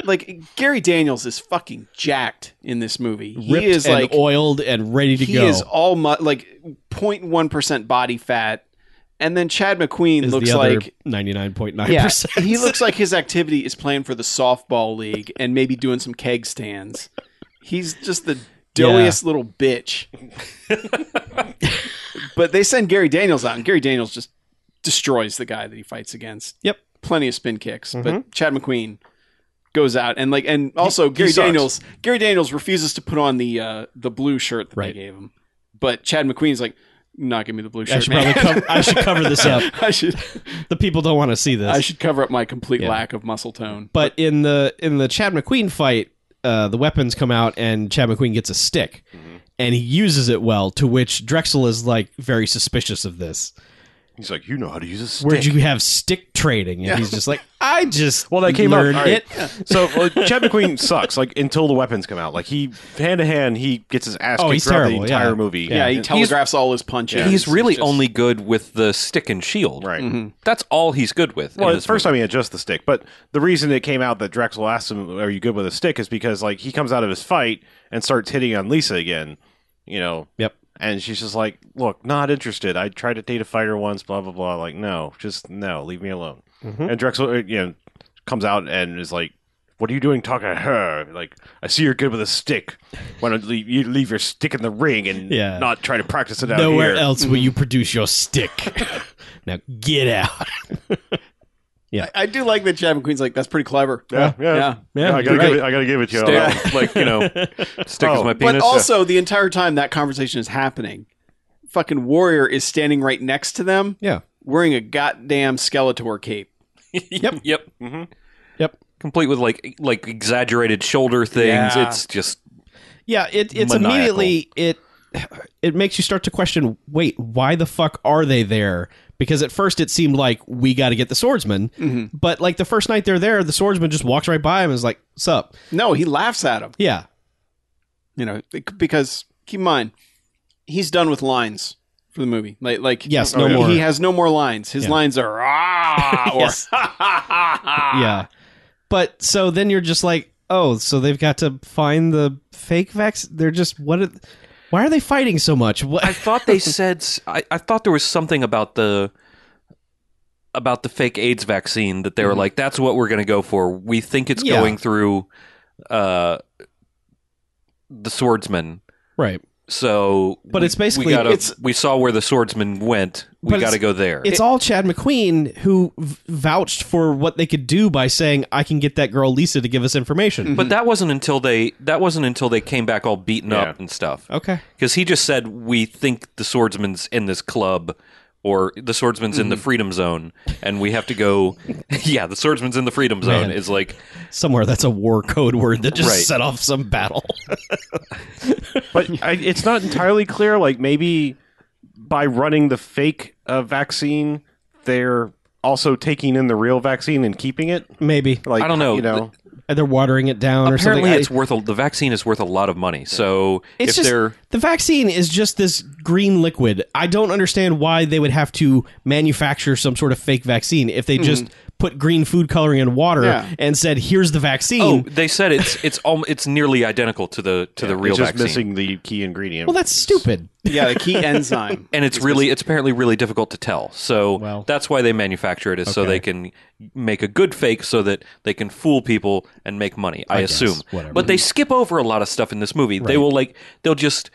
C: like, Gary Daniels is fucking jacked in this movie. he
D: Ripped
C: is
D: and
C: like
D: oiled and ready to
C: he
D: go.
C: is all mu- like 0.1 percent body fat, and then Chad McQueen
D: is
C: looks
D: the other
C: like.
D: ninety nine point nine
C: Yeah,
D: percent.
C: he looks like his activity is playing for the softball league and maybe doing some keg stands. He's just the doughiest little bitch. but they send Gary Daniels out, and Gary Daniels just destroys the guy that he fights against
D: Yep.
C: plenty of spin kicks,
D: Mm-hmm.
C: but Chad McQueen goes out and like and also Gary
B: sucks.
C: Daniels Gary Daniels refuses to put on the uh the blue shirt that
D: Right.
C: they gave him. But Chad McQueen's like, not give me the blue
D: I
C: shirt.
D: should
C: man."
D: probably cover, I should cover this up.
C: I should
D: The people don't want to see
C: I
D: this.
C: should cover up my complete
D: Yeah.
C: lack of muscle tone.
D: but in the in the Chad McQueen fight, uh, the weapons come out and Chad McQueen gets a stick,
B: Mm-hmm.
D: and he uses it well. To which Drexel is like very suspicious of this.
B: He's like, "You know how to use a stick."
D: Where'd you have stick trading? And he's just like, I just
B: Well, that came up.
D: learned
B: All right.
D: it.
B: So well, Chad McQueen sucks. Like until the weapons come out, like he hand to hand, he gets his ass
D: Oh,
B: kicked
D: he's
B: throughout
D: terrible,
B: the
D: yeah.
B: entire movie.
C: yeah, he
B: And-
C: telegraphs all his punches.
E: he's really
C: just-
E: only good with the stick and shield.
B: right.
C: Mm-hmm.
E: That's all he's good with. in
B: Well,
E: this
B: at first
E: movie.
B: time he had just the stick, but the reason it came out that Drexel asked him, "Are you good with a stick?" is because like he comes out of his fight and starts hitting on Lisa again. You know.
D: Yep.
B: And she's just like, "Look, not interested. I tried to date a fighter once. Blah blah blah. Like, no, just no. Leave me alone." And Drexel, uh, you know, comes out and is like, "What are you doing talking to her? Like, I see you're good with a stick. Why don't leave, you leave your stick in the ring and
D: Yeah.
B: not try to practice it out
D: Nowhere
B: here?" Mm-hmm.
D: else will you produce your stick. now get out.
C: I do like that Chad McQueen's like, that's pretty clever.
B: Yeah, yeah, yeah.
C: Yeah.
B: I gotta
D: right.
B: give it. I gotta give it to you. on
E: Stick-
B: that one.
E: like you know, stick
B: Oh.
E: is my
B: But
C: But
E: penis.
C: also the entire time that conversation is happening, fucking Warrior is standing right next to them
D: Yeah.
C: wearing a goddamn Skeletor cape.
E: yep, yep,
B: Mm-hmm.
D: Yep.
E: complete with like like exaggerated shoulder things.
C: Yeah.
E: It's just
D: Yeah, it, it's
E: Maniacal.
D: immediately it it makes you start to question. Wait, why the fuck are they there? Because at first it seemed like we got to get the swordsman,
E: Mm-hmm.
D: but like the first night they're there, the swordsman just walks right by him and is like, "Sup?"
C: No, he laughs at him.
D: Yeah,
C: you know, bec- because keep in mind, he's done with lines for the movie. Like, like
D: Yes,
C: he-
D: no
C: he,
D: more.
C: has no more lines. His
D: Yeah.
C: lines are ah or
D: Yes.
E: Ah.
D: yeah. But so then you're just like, "Oh, so they've got to find the fake vax? They're just what? Are, why are they fighting so much? What?
E: I thought they said s- I, I thought there was something about the about the fake AIDS vaccine that they were like, that's what we're going to go for. We think it's
D: Mm-hmm. Yeah.
E: going through uh, the swordsman.
D: right?
E: So,
D: But
E: we-
D: it's basically-
E: we, gotta,
D: it's-
E: we saw where the swordsman went. We
D: But
E: got to
D: it's-
E: go there.
D: It's all Chad McQueen who v- vouched for what they could do by saying, "I can get that girl Lisa to give us information."
E: but that wasn't until they that wasn't until they came back all beaten
B: Yeah.
E: up and stuff.
D: okay.
E: because he just said we think the swordsman's in this club or the swordsman's in the
D: Mm-hmm.
E: freedom zone and we have to go yeah the swordsman's in the freedom zone
D: Man.
E: is like
D: somewhere that's a war code word that just
E: Right.
D: set off some battle.
B: but I, it's not entirely clear. Like maybe by running the fake uh, vaccine, they're also taking in the real vaccine and keeping it.
D: Maybe
B: Like
E: I don't know.
B: you know,
D: they're watering it down or
E: apparently
D: something.
E: it's worth a, the vaccine is worth a lot of money so
D: It's
E: if
D: just-
E: they're
D: The vaccine is just this green liquid. I don't understand why they would have to manufacture some sort of fake vaccine if they just
E: Mm-hmm.
D: put green food coloring in water
C: Yeah.
D: and said, "Here's the vaccine."
E: Oh, they said it's it's al- it's nearly identical to the to the real
B: it's just missing
E: vaccine.
B: the key ingredient.
D: well, that's stupid.
C: Yeah, the key enzyme.
E: and it's really it's apparently really difficult to tell. So
D: Well.
E: that's why they manufacture it is so they can make a good fake so that they can fool people and make money. I,
D: guess,
E: assume.
D: whatever.
E: But they skip over a lot of stuff in this movie. They will like they'll just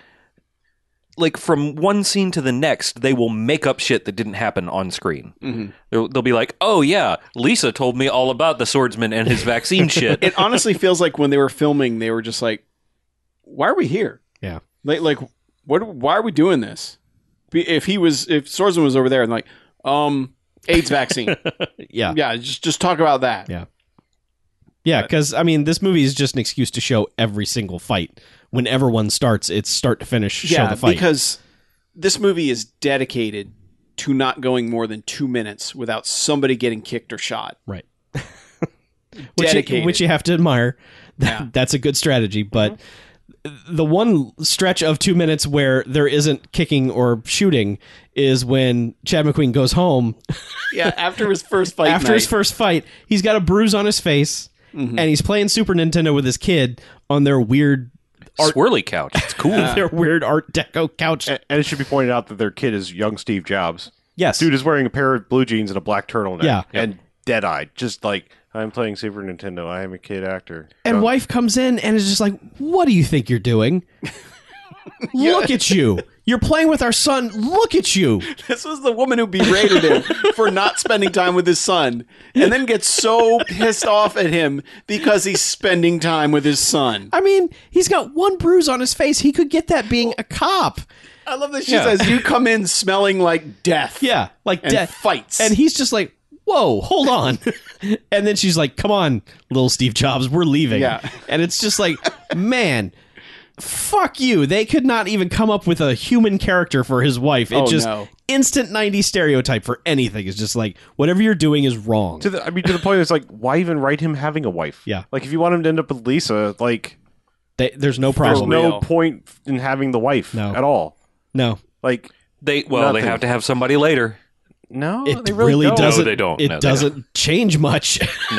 E: like from one scene to the next, they will make up shit that didn't happen on screen. They'll, they'll be like, "Oh yeah, Lisa told me all about the swordsman and his vaccine shit."
C: It honestly feels like when they were filming, they were just like, "Why are we here?
D: Yeah.
C: Like, like what? Why are we doing this? Be- If he was, if Swordsman was over there, and like, um, AIDS vaccine.
D: Yeah.
C: yeah, just just talk about that.
D: Yeah. Yeah, because I mean, this movie is just an excuse to show every single fight. Whenever one starts, it's start to finish, show the fight.
C: because this movie is dedicated to not going more than two minutes without somebody getting kicked or shot.
D: right. which, you,
C: Dedicated.
D: which you have to admire. That,
C: Yeah.
D: That's a good strategy. But the one stretch of two minutes where there isn't kicking or shooting is when Chad McQueen goes home
C: yeah, after his first fight,
D: after his
C: night.
D: first fight. He's got a bruise on his face, and he's playing Super Nintendo with his kid on their weird,
E: Swirly couch. It's cool.
D: their weird Art Deco couch.
B: A- and it should be pointed out that their kid is young Steve Jobs.
D: Yes,
B: Dude is wearing a pair of blue jeans and a black turtleneck.
D: Yeah.
B: And dead eyed. Just like, I'm playing Super Nintendo. I am a kid actor.
D: And
B: Young-
D: wife comes in and is just like, "What do you think you're doing? Look at you! You're playing with our son. Look at you!"
C: This was the woman who berated him for not spending time with his son and then gets so pissed off at him because he's spending time with his son.
D: I mean, he's got one bruise on his face. He could get that being a cop.
C: I love that she
E: Yeah.
C: says, You come in smelling like death.
D: Yeah, like
C: And
D: death
C: fights.
D: And he's just like, "Whoa, hold on!" and then she's like, "Come on, little Steve Jobs, we're leaving."
C: Yeah.
D: and it's just like, man. Fuck you. They could not even come up with a human character for his wife. It
C: Oh,
D: just
C: no.
D: instant 90 stereotype for anything. It's just like whatever you're doing is wrong.
B: To the, I mean, to the point, it's like, why even write him having a wife?
D: Yeah.
B: Like, if you want him to end up with Lisa, like,
D: They, there's no
B: there's
D: problem.
B: no
C: real.
B: point in having the wife
D: No.
B: at all.
D: No,
B: Like,
E: They well, they
B: Nothing.
E: have to have somebody later.
B: no,
D: it
B: they
D: Oh, really,
B: really, don't.
D: doesn't.
E: they don't.
D: It
E: No, they
D: doesn't change much.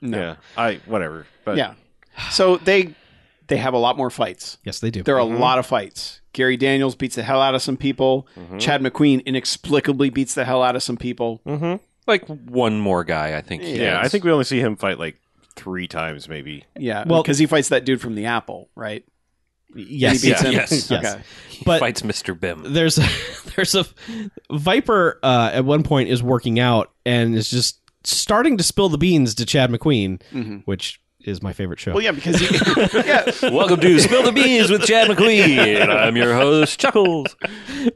B: Yeah. I, whatever. But
C: Yeah. So they they have a lot more fights.
D: yes, they do.
C: There are a lot of fights. Gary Daniels beats the hell out of some people. Chad McQueen inexplicably beats the hell out of some people.
E: Like one more guy, I think.
B: Yeah. I think we only see him fight like three times, maybe.
C: Yeah.
D: Well-
C: Well, because he fights that dude from the apple, right?
D: yes,
C: He beats
E: Yeah,
C: him.
E: yes.
D: Yes.
C: Okay.
D: but
E: fights Mr. Bim.
D: there's there's a Viper uh, at one point is working out and is just starting to spill the beans to Chad McQueen,
E: Mm-hmm.
D: which is my favorite show.
C: Well, yeah, because he, yeah,
E: Welcome to Spill the Beans with Chad McQueen. I'm your host, Chuckles.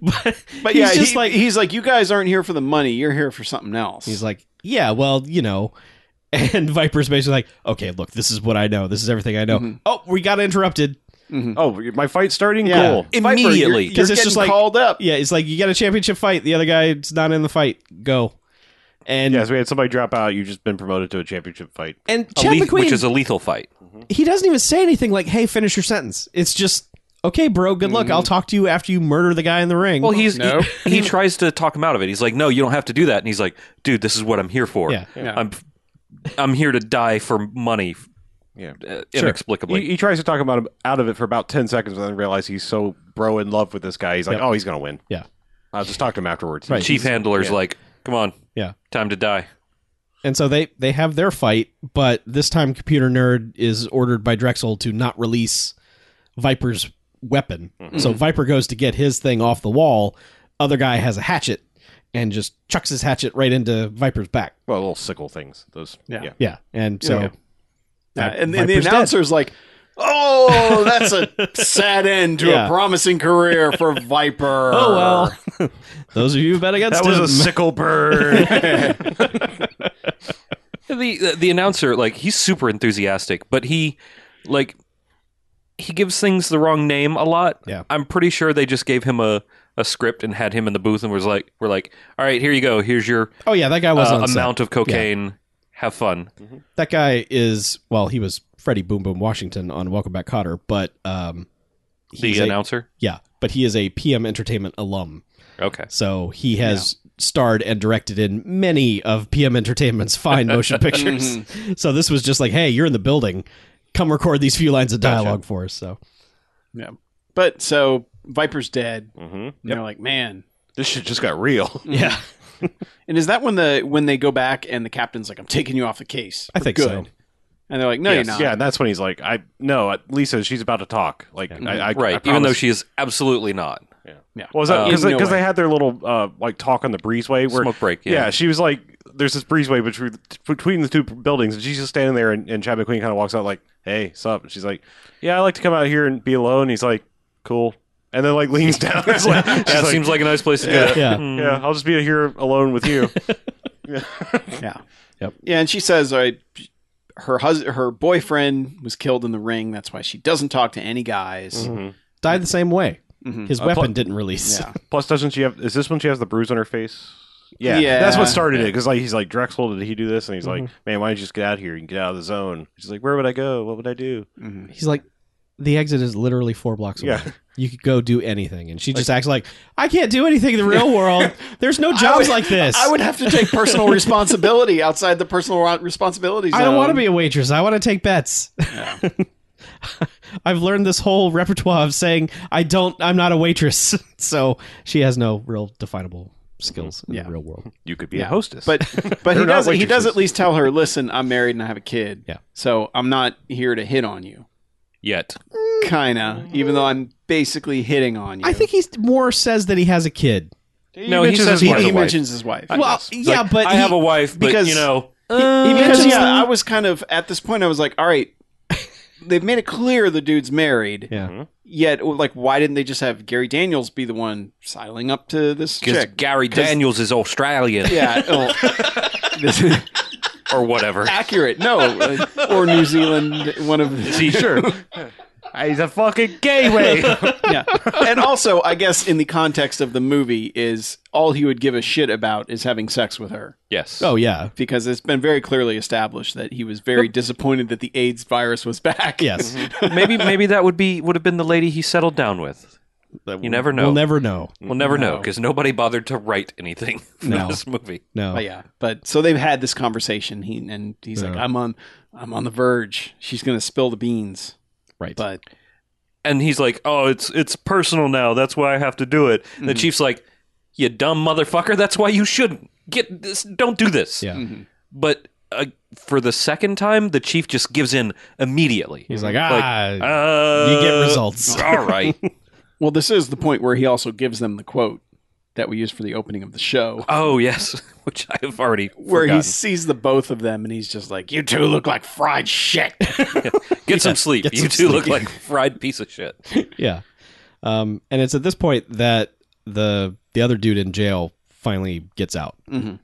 C: But
D: He's
C: yeah,
D: just
C: he-
D: like-
C: he's like, you guys aren't here for the money. You're here for something else.
D: He's like, yeah, well, you know. And Viper's basically like, okay, look, this is what I know. This is everything I know.
E: Mm-hmm.
D: Oh, we got interrupted. Mm.
B: Oh, my fight starting?
C: Yeah.
B: Cool.
E: Immediately.
C: Viper, you're, you're
D: 'Cause it's
C: getting
D: just like-
C: called up.
D: Yeah, it's like you got a championship fight. The other guy's not in the fight. Go. And
B: Yeah, so we had somebody drop out. You've just been promoted to a championship fight.
D: and
E: A
D: Chad
E: leth-
D: McQueen,
E: which is a lethal fight.
D: he doesn't even say anything like, "Hey, finish your sentence." It's just, "Okay, bro, good luck. I'll talk to you after you murder the guy in the ring."
E: Mm-hmm. Well, he's he, he tries to talk him out of it. He's like, "No, you don't have to do that." And he's like, "Dude, this is what I'm here for.
D: Yeah.
C: Yeah.
E: I'm I'm here to die for money."
B: Yeah.
E: uh,
D: Sure.
E: inexplicably.
B: He, he tries to talk about him out of it for about ten seconds, and then realize he's so bro in love with this guy. He's like, "Oh, he's gonna win."
D: yeah,
B: I'll just talk to him afterwards.
D: Right.
E: Chief Handler's like, "Come on,
D: yeah.
E: time to die."
D: And so they they have their fight, but this time, Computer Nerd is ordered by Drexel to not release Viper's weapon. So Viper goes to get his thing off the wall. Other guy has a hatchet and just chucks his hatchet right into Viper's back.
B: Well, little sickle things. Those. Yeah.
C: Yeah.
D: Yeah, and so.
C: Yeah. Yeah,
D: Vi-
C: Uh, And, and the
D: Viper's dead.
C: announcer's like, oh, that's a sad end to
D: Yeah.
C: a promising career for Viper.
D: Oh well, those of you who bet against
B: That was
D: him.
B: a sickle burn.
E: The, the the announcer like he's super enthusiastic, but he like he gives things the wrong name a lot.
D: Yeah.
E: I'm pretty sure they just gave him a, a script and had him in the booth and was like, "We're like, all right, here you go. Here's your
D: oh yeah, that guy was
E: uh,
D: on set.
E: amount of cocaine. Have fun."
D: that guy is well he was freddie boom boom washington on welcome back cotter but um
E: the
D: he's a-
E: announcer.
D: yeah, but he is a PM Entertainment alum.
E: Okay.
D: So he has starred and directed in many of PM Entertainment's fine motion pictures.
C: Mm-hmm.
D: So this was just like, hey, you're in the building. Come record these few lines of dialogue for us. So
C: Yeah. But so Viper's dead.
B: Mm-hmm.
C: And they're like, man.
B: This shit just got real.
D: yeah,
C: And is that when the when they go back and the captain's like, I'm taking you off the case.
D: I
C: for
D: think
C: good.
D: so.
C: And they're like, No,
B: Yes.
C: you're not.
B: Yeah, and that's when he's like, "I no, uh, Lisa, she's about to talk." Like, I, I,
E: right.
B: I
E: Even though
B: promise.
E: she is absolutely not.
C: Yeah.
B: Well, was that
E: Uh,
B: because
C: in
B: they,
C: no
B: 'cause they
C: way.
B: had their little uh, like talk on the breezeway where
E: Smoke break, yeah.
B: she was like, "There's this breezeway between between the two buildings," and she's just standing there, and, and Chad McQueen kind of walks out like, "Hey, sup?" And she's like, "Yeah, I like to come out here and be alone." And he's like, "Cool," and then like leans down. It's like, she's
E: That
B: like,
E: seems like a nice place to do Hmm. that.
D: yeah.
B: "Yeah, I'll just be here alone with you."
C: Yeah.
D: Yep.
C: Yeah, and she says uh, her hus- her boyfriend was killed in the ring. That's why she doesn't talk to any guys.
E: Mm-hmm.
D: Died the same way. His
B: pl-
D: weapon didn't release.
C: Mm-hmm. Uh, Yeah.
B: Plus, doesn't she have? Is this when she has the bruise on her face? Yeah, Mm-hmm.
C: Yeah.
B: that's what started it. Because like he's like Drexel, did he do this? And he's like, "Man, why don't you just get out here and get out of the zone?" She's like, "Where would I go? What would I do?"
D: He's like, the exit is literally four blocks away.
B: Yeah.
D: You could go do anything. And she just acts like, I can't do anything in the real world. There's no
C: I
D: jobs
C: would-
D: like this.
C: I would have to take personal responsibility outside the personal ro- responsibility zone.
D: I don't want to be a waitress. I want to take bets. I've learned this whole repertoire of saying I don't. I'm not a waitress, so she has no real definable skills in
C: Yeah.
D: the real world.
B: You could be a hostess,
C: But but he
B: They're not
C: does he does
B: waitresses.
C: at least tell her, listen, I'm married and I have a kid.
D: Yeah.
C: So I'm not here to hit on you.
E: Yet.
C: Kinda. Even though I'm basically hitting on you.
D: I think he's more says that he has a kid.
E: No, he
B: mentions
E: says
B: his
C: he,
E: has
B: wife.
E: a
C: he
E: wife.
C: mentions his wife.
D: well,
E: It's
D: yeah,
E: like,
D: but
E: I
D: he-
E: have a wife, but
C: because-
E: you know,
D: he, he
C: because
D: mentions
C: yeah, I
D: that-
C: was kind of at this point I was like, all right, they've made it clear the dude's married.
D: yeah.
C: Yet oh, like why didn't they just have Gary Daniels be the one sidling up to this
E: because
C: chick?
E: Gary Daniels is Australian
C: yeah. well, this is
E: or whatever.
C: accurate. No. uh, Or New Zealand one of the
B: sure. He's a fucking gay way.
C: yeah. And also, I guess in the context of the movie is all he would give a shit about is having sex with her
E: Yes.
D: Oh yeah.
C: because it's been very clearly established that he was very disappointed that the AIDS virus was back.
D: Yes.
E: maybe maybe that would be would have been the lady he settled down with. You never know.
D: We'll never know.
E: We'll never know because nobody bothered to write anything for
D: No.
E: this movie.
D: No.
C: But yeah, but so they've had this conversation. He and he's like,
D: Yeah.
C: "I'm on, I'm on the verge. She's gonna spill the beans."
D: Right.
C: But
E: And he's like, "Oh, it's it's personal now. That's why I have to do it." And The
D: Mm.
E: chief's like, "You dumb motherfucker. That's why you shouldn't get this. Don't do this."
D: yeah.
E: But uh, for the second time, the chief just gives in immediately.
D: He's like ah.
E: uh,
D: you get results.
E: All right.
C: well, this is the point where he also gives them the quote that we used for the opening of the show,
E: oh yes, which I have already
C: where
E: forgotten.
C: he sees the both of them and he's just like, "You two look like fried shit."
E: Get some sleep.
D: get
E: you
D: some
E: two look
D: sleep.
E: like fried piece of shit.
D: Yeah. Um, and it's at this point that the the other dude in jail finally gets out.
C: Mhm.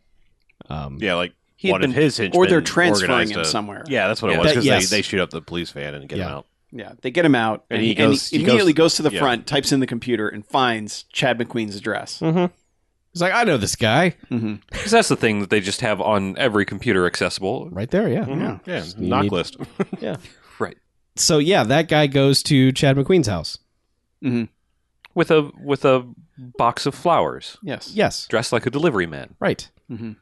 D: Um,
B: yeah, like
E: He had
B: one
E: been-
B: of his henchmen
C: or they're transferring
B: organized
C: him
B: a-
C: somewhere.
B: Yeah, that's what
E: Yeah.
B: it was.
D: That-
B: Because
D: yes.
B: they, they shoot up the police van and get him
D: Yeah.
B: out.
C: Yeah, they get him out, and,
B: And he
C: he, and
B: goes-
C: he
B: he
C: immediately
B: goes-
C: goes, to the
B: yeah.
C: front, types in the computer, and finds Chad McQueen's address.
D: He's like, I know this guy
C: Mm-hmm.
E: Because that's the thing that they just have on every computer accessible.
D: right there. Mm-hmm. Yeah.
C: Mm-hmm.
B: Yeah,
D: you
B: knock
D: need-
B: list.
E: Right.
D: So yeah, that guy goes to Chad McQueen's house.
E: With a with a box of flowers,
C: Yes.
D: Yes.
E: dressed like a delivery man.
D: Right.
C: Mhm.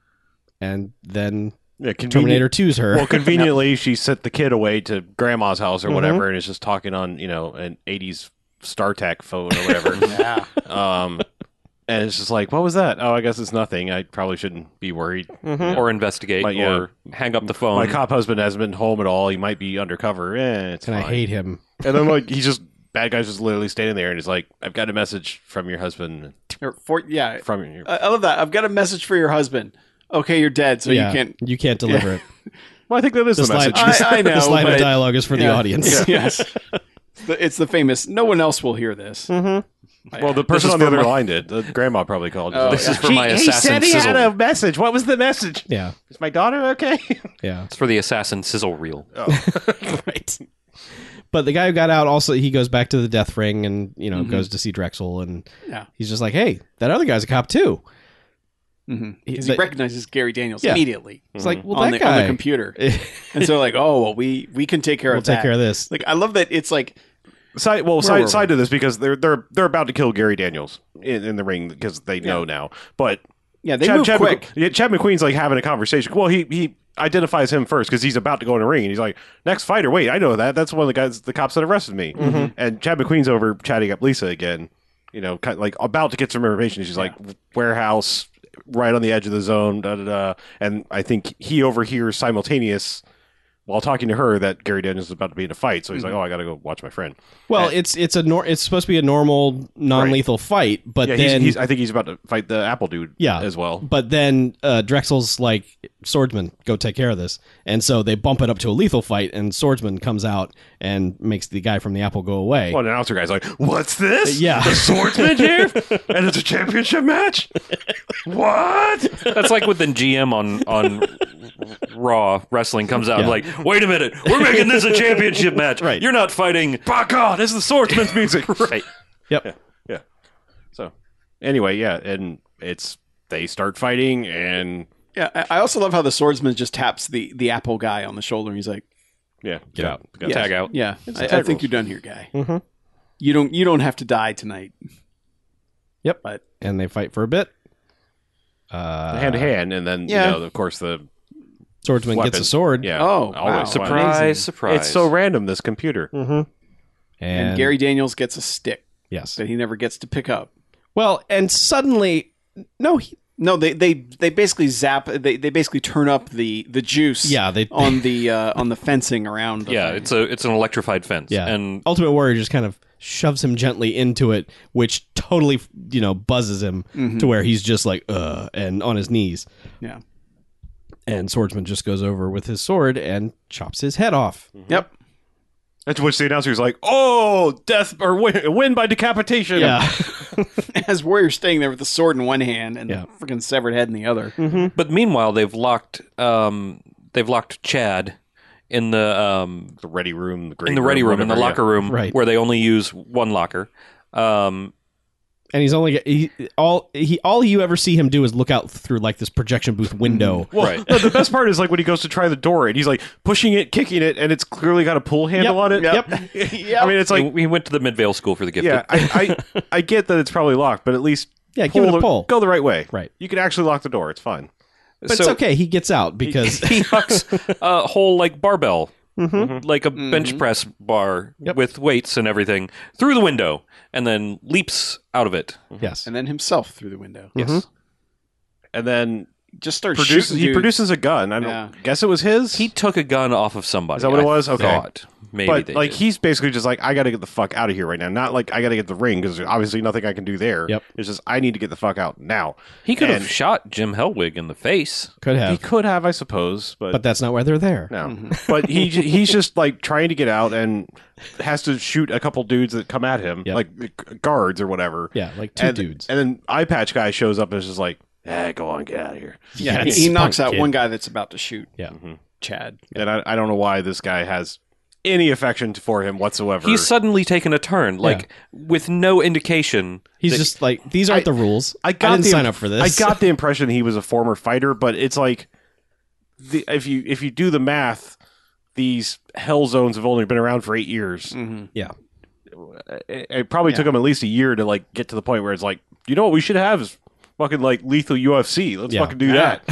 D: And then
B: Yeah, convenient-
D: Terminator 2's her.
B: Well, conveniently, she sent the kid away to grandma's house or whatever, and is just talking on you know an '80s StarTAC phone or whatever. yeah. Um, and it's just like, what was that? Oh, I guess it's nothing. I probably shouldn't be worried.
E: Or investigate,
B: Like, yeah.
E: or hang up the phone.
B: My cop husband hasn't been home at all. He might be undercover. Eh, it's
D: and I
B: fine.
D: hate him.
B: And then like he's just bad guys just literally standing there and he's like, I've got a message from your husband.
C: Or for- yeah.
B: From your
C: I, I love that. I've got a message for your husband. Okay, you're dead, so
D: yeah.
C: you can't.
D: You can't deliver it.
B: well, I think that is
D: This
B: the
D: line,
B: message.
C: I- I know,
D: this line
C: but-
D: of dialogue is for the
C: Yeah.
D: audience.
C: yes. It's the- It's the famous. No one else will hear this.
B: Mm-hmm. well, the person
E: is
B: on the
E: for
B: other
E: my-
B: line did. The grandma probably called.
C: Oh,
E: this
C: yeah.
E: is for my assassin sizzle.
B: message. What was the message?
D: Yeah.
B: Is my daughter okay?
D: Yeah.
E: It's for the assassin sizzle reel.
B: Oh.
D: right. But the guy who got out also he goes back to the death ring and you know goes to see Drexel and
C: Mm-hmm. Yeah.
D: he's just like, hey, that other guy's a cop too.
C: Mhm.
D: He-
C: 'Cause he
D: that-
C: recognizes Gary Daniels
D: Yeah.
C: immediately
D: it's like, well,
C: Mm-hmm. on,
D: that
C: the, on the
D: guy.
C: computer, and so like, oh well, we we can take care
D: We'll
C: of that.
D: take care of this.
C: Like, I love that it's like
B: side well
D: were
B: side,
D: we?
B: side to this because they're they're they're about to kill Gary Daniels in, in the ring because they know now. But
C: Yeah, they move
B: Chad
C: quick.
B: McQu- yeah, Chad McQueen's like having a conversation. Well, he he identifies him first because he's about to go in the ring, and he's like, "Next fighter, wait, I know that. That's one of the guys, the cops that arrested me." And Chad McQueen's over chatting up Lisa again. You know, kind like about to get some information. She's like, "Warehouse, right on the edge of the zone." Da da da. And I think he overhears simultaneous. While talking to her, that Gary Daniels is about to be in a fight, so he's like, "Oh, I gotta go watch my friend."
D: Well, it's it's a nor- it's supposed to be a normal non-lethal fight, but
B: Yeah, he's,
D: then
B: he's, I think he's about to fight the Apple dude,
D: Yeah.
B: as well.
D: but then uh, Drexel's like swordsman, go take care of this, and so they bump it up to a lethal fight, and swordsman comes out and makes the guy from the apple go away.
B: Well, an announcer guy's like, "What's this?
D: Yeah.
B: the swordsman here, and it's a championship match. What?
E: That's like when the GM on on Raw wrestling comes out and like, wait a minute, we're making this a championship match.
D: Right.
E: You're not fighting.
B: By God, it's the swordsman's music."
E: Right.
D: Yep.
B: Yeah. So, anyway, yeah, and it's they start fighting, and
C: Yeah, I I also love how the swordsman just taps the the apple guy on the shoulder, and he's like,
B: yeah,
D: Get out.
B: Yeah.
C: yeah,
E: Tag out.
C: Yeah,
B: It's
C: I,
B: tag
C: I think
B: rules.
C: you're done here, guy.
B: Mm-hmm.
D: Mhm.
C: You don't you don't have to die tonight.
D: and they fight for a bit. Uh,
B: hand to hand, and then
C: Yeah.
B: you know, of course, the
D: swordsman gets
B: Weapon.
D: a sword,
B: yeah.
C: Oh, wow.
B: always
C: Surprise, Mm-hmm. Amazing.
E: Surprise, surprise.
B: It's so random. This computer.
D: and,
C: And, Gary Daniels gets a stick
D: yes,
C: that he never gets to pick up.
D: well, and suddenly, no, he,
C: No, they they they basically zap. They, they basically turn up the the juice.
D: yeah, they,
C: on the uh, on the fencing around. the
E: yeah,
C: thing.
E: it's a it's an electrified fence.
D: Yeah.
E: And
D: Ultimate Warrior just kind of shoves him gently into it, which totally, you know, buzzes him to where he's just like, uh, and on his knees.
C: Yeah.
D: And Swordsman just goes over with his sword and chops his head off.
B: Mm-hmm.
C: yep.
B: That's which the announcer is like, "Oh, death or win, win by decapitation."
D: Yeah.
C: As Warrior's staying there with the sword in one hand and
D: Yeah.
C: the freaking severed head in the other.
B: Mm-hmm.
E: but meanwhile they've locked um they've locked Chad in the um
B: the ready room, the
E: in
B: green
E: the ready room, in the
B: whatever, yeah.
E: locker room
D: Right.
E: where they only use one locker. Um
D: and he's only he, all he all you ever see him do is look out through like this projection booth window.
B: Well,
E: Right.
B: no, the best part is like when he goes to try the door and he's like pushing it, kicking it, and it's clearly got a pull handle on it.
D: Yep.
B: I mean, it's like,
E: he, he went to the Midvale School for the gifted.
B: yeah, I, I, I get that it's probably locked, but at least
D: Yeah, give it a
B: the-
D: pull.
B: Go the right way.
D: Right.
B: You can actually lock the door. It's fine.
D: But it's okay. He gets out because
E: he hucks a whole like barbell,
B: Mm-hmm.
E: like a bench press bar with weights and everything, through the window, and then leaps out of it.
B: Mm-hmm.
D: yes,
C: And then himself through the window.
B: Yes. And then
C: Just starts
B: Mm-hmm. produces
C: shooting.
B: he
C: dudes.
B: produces a gun. I don't
C: Yeah.
B: guess it was his.
E: He took a gun off of somebody.
B: Is that what it
E: I
B: was? Okay.
E: thought. Maybe
B: but
E: they
B: like
E: did.
B: he's basically just like I got to get the fuck out of here right now. Not like I got to get the ring because there's obviously nothing I can do there.
D: Yep.
B: It's just I need to get the fuck out now.
E: he could
B: and-
E: have shot Jim Helwig in the face.
D: could
B: He
D: have,
B: could have, I suppose, but
D: but that's not why they're there.
B: No, Mm-hmm. but he j- he's just like trying to get out and has to shoot a couple dudes that come at him,
D: Yep.
B: like g- guards or whatever.
D: Yeah, like two
B: and,
D: dudes.
B: And then eye patch guy shows up and is just like, "Ah, go on, get out of here."
C: Yeah,
D: Yes.
C: he, he knocks
D: Punk
C: out
D: kid.
C: one guy that's about to shoot
D: Yeah.
B: Mm-hmm.
C: Chad.
B: And I, I don't know why this guy has any affection for him whatsoever.
E: He's suddenly taken a turn, like with no indication.
D: He's
E: that-
D: just like these aren't
B: I-
D: the rules.
B: I got
D: didn't
B: the,
D: sign up for this.
B: I got the impression he was a former fighter, but it's like the, if you if you do the math, these hell zones have only been around for eight years.
D: yeah.
B: it, it probably took him at least a year to like get to the point where it's like, you know what we should have is fucking like lethal UFC. Let's
D: Yeah.
B: fucking do that.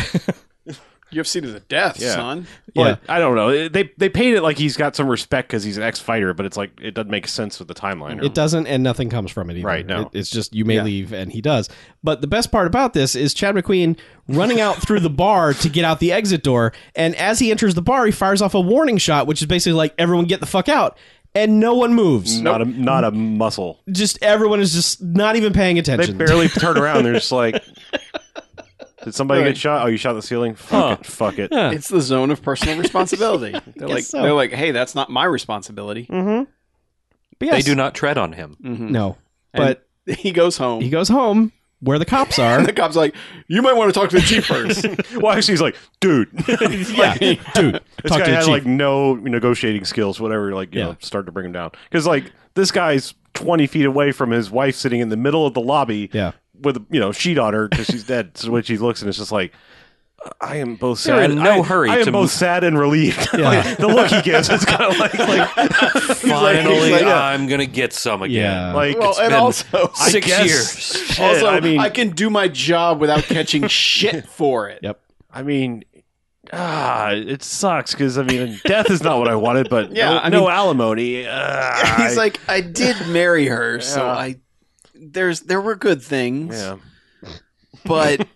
C: UFC to the death,
B: Yeah.
C: son.
B: But I don't know. It- They they paint it like he's got some respect because he's an ex fighter, but it's like it doesn't make sense with the timeline.
D: It doesn't, and nothing comes from it either.
B: Right, no.
D: It- it's just you may leave, and he does. But the best part about this is Chad McQueen running out through the bar to get out the exit door, and as he enters the bar, he fires off a warning shot, which is basically like, "Everyone, get the fuck out," and no one moves.
B: not a not a muscle.
D: Just everyone is just not even paying
B: They
D: attention.
B: barely turn around. They're just like, did somebody get shot? Oh, you shot the ceiling. Fuck it. Fuck it.
C: It's the zone of personal responsibility. they're like
D: so.
C: they're like, hey, that's not my responsibility.
B: Mm-hmm.
D: But
E: They
D: yes, Mm.
E: do not tread on him.
D: No, but
C: He goes home.
D: he goes home where the cops are.
C: and the cop's like, you might want to talk to the chief first. Oh,
B: Well, actually, he's like, dude, this
D: yeah, dude, talk
B: guy
D: to the
B: had
D: chief.
B: like no negotiating skills, whatever. Like, you
D: Yeah.
B: know, start to bring him down because like this guy's twenty feet away from his wife sitting in the middle of the lobby,
D: Yeah.
B: with you know sheet on her because she's dead. So when she looks and it's just like, I am both
E: They're
B: sad.
E: in no
B: I,
E: hurry
B: I am
E: to
B: both
E: move-
B: sad and relieved. like, the look he gives is kind of like, like,
E: Finally,
B: like, yeah.
E: I'm gonna get some again.
D: Yeah.
B: like
C: Well, and
E: been-
C: also,
B: I
E: Six
B: guess-
E: years.
B: shit,
C: also,
B: I mean,
C: I can do my job without catching shit for it.
D: Yep.
B: I mean, ah, it sucks because I mean, death is not what I wanted, but
C: Yeah,
B: no,
C: I
B: no
C: mean-
B: alimony. ah,
C: He's
B: I-
C: like, I did marry her, so
B: Yeah.
C: I there's there were good things,
B: yeah.
C: but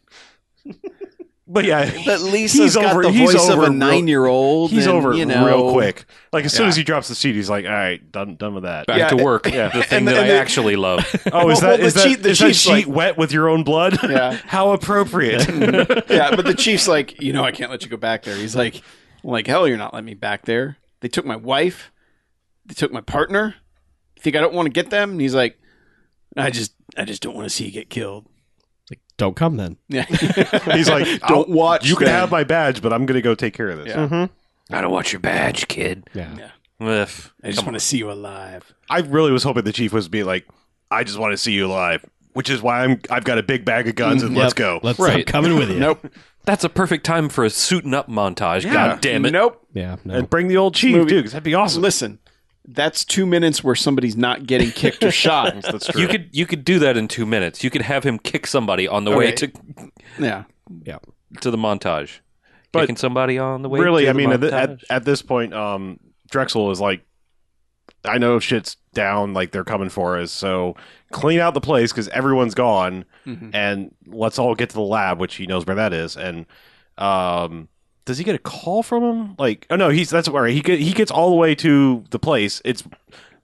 B: but yeah,
C: but Lisa's
B: He's
C: got
B: over-
C: the
B: he's
C: voice of
B: over
C: a
B: real-
C: nine year old.
B: he's over it
C: you know,
B: real quick. Like as soon
C: Yeah.
B: as he drops the sheet, he's like, "All right, done, done with that."
E: Back
C: Yeah,
E: to work.
B: yeah.
E: The thing
C: And the-
E: that
C: and
E: I
C: the-
E: actually love.
B: Oh, is
C: Well,
B: that
C: well,
B: is
C: the
B: that,
C: cheat- the
B: is that
C: cheat's
B: sheet
C: like-
B: wet with your own blood?
C: Yeah.
B: How appropriate.
C: yeah, but the chief's like, you know, I can't let you go back there. He's like, well, like hell, you're not letting me back there. They took my wife. They took my partner. You think I don't want to get them? And he's like, I just, I just don't want to see you get killed.
D: Like, don't come then.
C: Yeah,
B: he's like,
C: don't
B: "I'll-
C: watch.
B: You can
C: them."
B: have my badge, but I'm gonna go take care of this.
C: Yeah.
A: I don't want your badge, kid.
D: Yeah.
E: Ugh.
C: I just want to see you alive.
B: I really was hoping the chief was be like, "I just want to see you alive," which is why I'm I've got a big bag of guns
C: Mm,
B: and let's
D: Yep.
B: go.
D: Let's
E: Right.
D: I'm coming with you.
C: Nope.
E: That's a perfect time for a suiting up montage. God damn it.
C: Nope.
D: Yeah. No.
B: and bring the old chief too,
C: Movie-
B: because that'd be awesome.
C: Listen, that's two minutes where somebody's not getting kicked or shot.
B: That's true.
E: You could you could do that in two minutes. You could have him kick somebody on the way
C: Okay.
E: to
C: yeah.
D: yeah.
E: to the montage.
B: But
E: Kicking somebody on the way.
B: really,
E: to
B: I
E: the
B: mean, at, thi-
E: montage.
B: at, at this point, um, Drexel is like, I know shit's down, like they're coming for us, so clean out the place because everyone's gone,
C: Mhm.
B: and let's all get to the lab, which he knows where that is. And um, does he get a call from him? Like, oh no, he's that's all right. He get, he gets all the way to the place. It's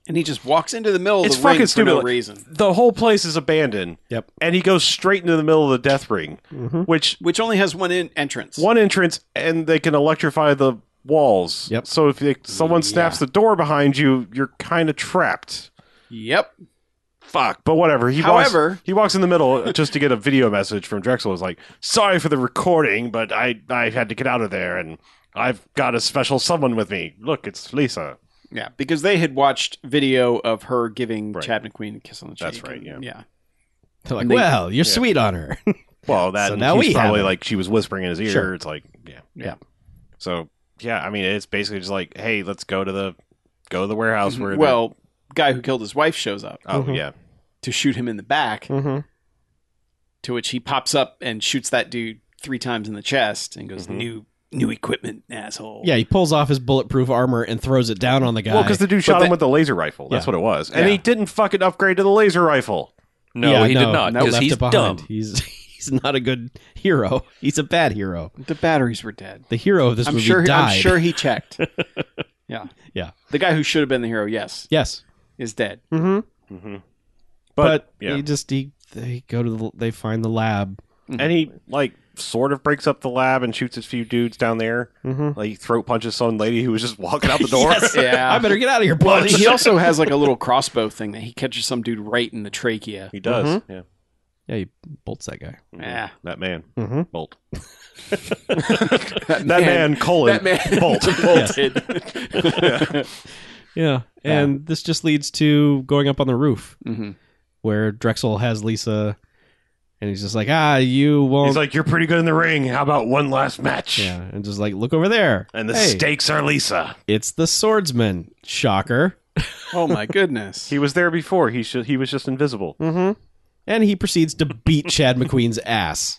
C: And he just walks into the middle of
B: It's
C: the ring
B: fucking
C: for
B: stupid.
C: no
B: Like-
C: reason,
B: the whole place is abandoned.
D: Yep.
B: and he goes straight into the middle of the death ring, which
C: which only has one in- entrance.
B: one entrance and they can electrify the walls.
D: Yep.
B: So if like, someone snaps the door behind you, you're kind of trapped.
C: Yep.
B: Fuck. But whatever. He
C: However-
B: walks, he walks in the middle just to get a video message from Drexel. Is like, sorry for the recording, but I I had to get out of there and I've got a special someone with me. Look, it's Lisa.
C: Yeah, because they had watched video of her giving
B: Right.
C: Chad McQueen a kiss on the cheek.
B: That's right, yeah.
C: Yeah.
D: They're like,
C: And they-
D: well, you're sweet on her.
B: Well, that
D: So
B: and
D: now
B: he's
D: we have
B: probably
D: it.
B: like she was whispering in his ear.
D: Sure.
B: It's like, yeah,
D: Yeah.
B: So yeah, I mean, it's basically just like, hey, let's go to the go to the warehouse where the-
C: Well, guy who killed his wife shows up
B: oh Hmm.
D: Mhm.
B: yeah,
C: to shoot him in the back,
D: mm-hmm.
C: to which he pops up and shoots that dude three times in the chest and goes,
B: Mhm.
C: "New, new equipment, asshole."
D: Yeah. He pulls off his bulletproof armor and throws it down on the guy.
B: Well, because the dude shot
C: But
B: him
C: the-
B: with the laser rifle. That's
D: Yeah.
B: what it was, and
C: Yeah.
B: he didn't fucking upgrade to the laser rifle.
E: no,
D: Yeah,
E: he did not
D: no,
E: because
D: left
E: he's
D: it behind.
E: dumb.
D: He's he's not a good hero. He's a bad hero.
C: the batteries were dead.
D: The hero of this
C: I'm
D: movie
C: sure.
D: died.
C: I'm sure he checked. yeah.
D: Yeah.
C: The guy who should have been the hero, yes,
D: Yes.
C: is dead.
D: Mm-hmm.
B: But,
D: But,
B: yeah,
D: he just he they go to the they find the lab.
C: Mm-hmm.
B: and he like sort of breaks up the lab and shoots a few dudes down there. Mm-hmm. Like he throat punches some lady who was just walking out the door.
C: Yeah.
D: I better get out of here,
C: well,
D: bloody.
C: he also has like a little crossbow thing that he catches some dude right in the trachea.
B: He does.
C: Mm-hmm.
B: Yeah,
D: yeah, he bolts that guy.
C: Yeah.
B: that man
C: Mm-hmm.
D: Mhm.
B: bolt. that man, colon
C: That man
B: bolt.
C: bolted.
D: Yeah, and this just leads to going up on the roof
C: Mhm.
D: where Drexel has Lisa, and he's just like, "Ah, you won't."
B: He's like, you're pretty good in the ring. How about one last match?
D: yeah, and just like, look over there.
B: And the
D: Hey,
B: stakes are Lisa.
D: It's the swordsman. Shocker.
C: Oh my goodness.
B: He was there before. He should. He was just invisible.
C: Mm.
D: And he proceeds to beat Chad McQueen's ass.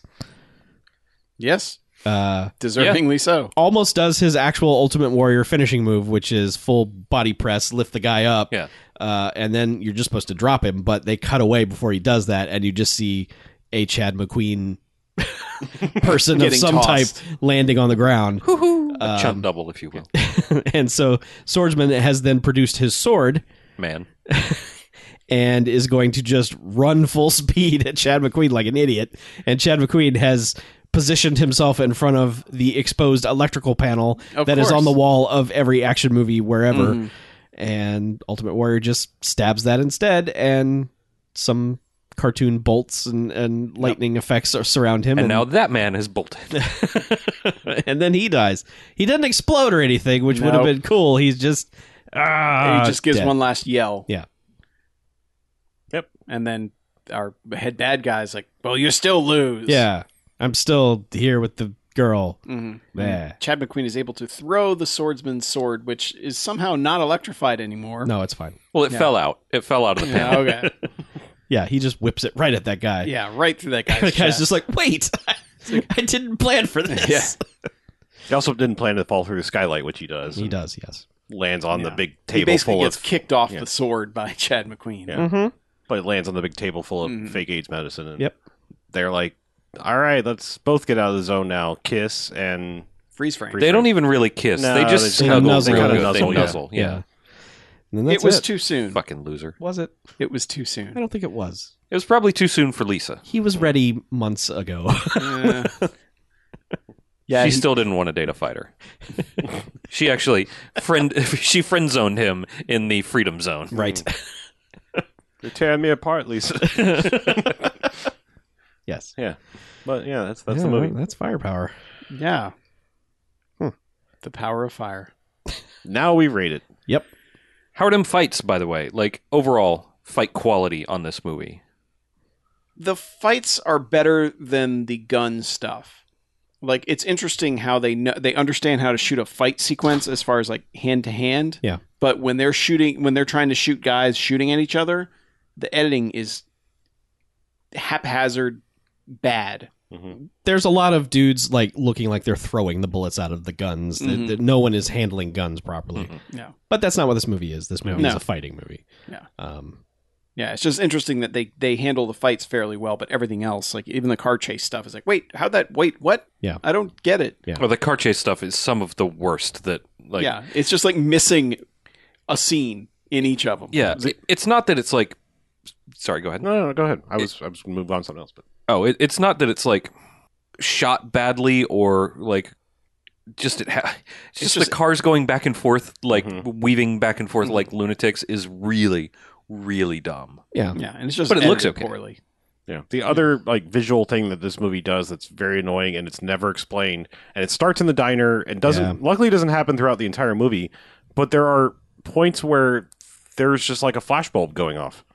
C: yes,
D: Uh,
C: deservingly so.
D: almost does his actual Ultimate Warrior finishing move, which is full body press, lift the guy up,
E: Yeah.
D: uh, and then you're just supposed to drop him. But they cut away before he does that, and you just see a Chad McQueen person of
C: Getting
D: some
C: tossed.
D: type landing on the ground.
E: a chun double, if you will.
D: and so Swordsman has then produced his sword
E: Man.
D: and is going to just run full speed at Chad McQueen like an idiot. And Chad McQueen has positioned himself in front of the exposed electrical panel that
C: Of course.
D: is on
C: Mm-hmm.
D: the wall of every action movie wherever. And Ultimate Warrior just stabs that instead, and some cartoon bolts and, and lightning effects are, surround him.
E: And now that man is bolted.
D: and then he dies. He doesn't explode or anything, which would have
C: Nope.
D: been cool. He's just ah,
B: Uh,
C: he just gives
D: dead.
C: one last yell.
D: Yeah.
B: Yep.
C: And then our head bad guy's like, "Well, you still lose."
D: Yeah, I'm still here with the girl.
C: Mhm.
D: Yeah.
C: Chad McQueen is able to throw the swordsman's sword, which is somehow not electrified anymore.
D: No, it's fine.
E: Well, it fell out. It fell out of the
C: Yeah,
E: panel.
C: okay.
D: Yeah, he just whips it right at that guy.
C: Yeah, right through that guy's
D: the guy's
C: chest.
D: just like, wait, I didn't plan for this.
C: Yeah.
B: He also didn't plan to fall through the skylight, which he does.
D: He does, yes.
B: lands on the
C: Yeah.
B: big
C: he
B: table
C: basically
B: full
C: gets
B: of,
C: kicked off
B: yeah.
C: the sword by Chad McQueen.
B: Yeah. but it lands on the big table full of fake AIDS medicine. And
D: Yep.
B: They're like, all right, let's both get out of the zone now. Kiss and
C: Freeze frame.
E: They don't even really kiss.
B: No,
E: they just
B: they
E: snuggle.
D: nuzzle.
E: They,
D: They kinda
E: nuzzle.
B: nuzzle,
E: They
B: yeah.
E: nuzzle. Yeah.
D: And then
C: it
D: that's
C: was too soon.
E: Fucking loser.
D: was it?
C: It was too
D: I
C: soon.
D: don't think it was.
E: It was probably too soon for Lisa.
D: He was ready months ago.
C: Yeah.
E: Yeah,
C: Yeah,
E: she
C: he-
E: still didn't want to date a fighter. she actually friend she friend zoned him in the freedom zone.
D: right.
B: You're tearing me apart, Lisa.
D: Yes.
B: yeah. But yeah, that's that's
D: Yeah,
B: the movie.
D: well, That's firepower.
C: yeah. The power of fire.
B: Now we rate it.
D: Yep.
E: Howard M fights, by the way, like overall fight quality on this movie.
C: The fights are better than the gun stuff. Like it's interesting how they know, they understand how to shoot a fight sequence as far as like hand to hand.
D: Yeah.
C: But when they're shooting, when they're trying to shoot guys shooting at each other, the editing is haphazard, bad.
B: Mm-hmm.
D: There's a lot of dudes like looking like they're throwing the bullets out of the guns. Th-
C: Mhm.
D: th- no one is handling guns properly.
C: No.
D: But that's not what this movie is. This movie is
C: No.
D: a fighting movie.
C: Yeah.
D: Um,
C: Yeah, it's just interesting that they they handle the fights fairly well, but everything else, like even the car chase stuff, is like, wait, how'd that? Wait, what?
D: Yeah.
C: I don't get it.
D: Yeah.
E: Or the car chase stuff is some of the worst that like
C: yeah, it's just like missing a scene in each of them.
E: Yeah, it- it's not that it's like sorry, go ahead.
B: No, no, no go ahead. I was I was gonna move on to something else, but
E: Oh, it, it's not that it's like shot badly or like just it ha- it's just,
C: just-
E: the cars going back and forth like
D: Mm-hmm.
B: Mhm.
E: weaving back and forth like lunatics is really really dumb.
D: yeah.
C: yeah, and it's just
E: But it looks
C: edited
E: okay.
C: poorly.
B: yeah. The other like visual thing that this movie does that's very annoying and it's never explained. And it starts in the diner and doesn't
D: Yeah.
B: luckily it doesn't happen throughout the entire movie, but there are points where there's just like a flashbulb going off.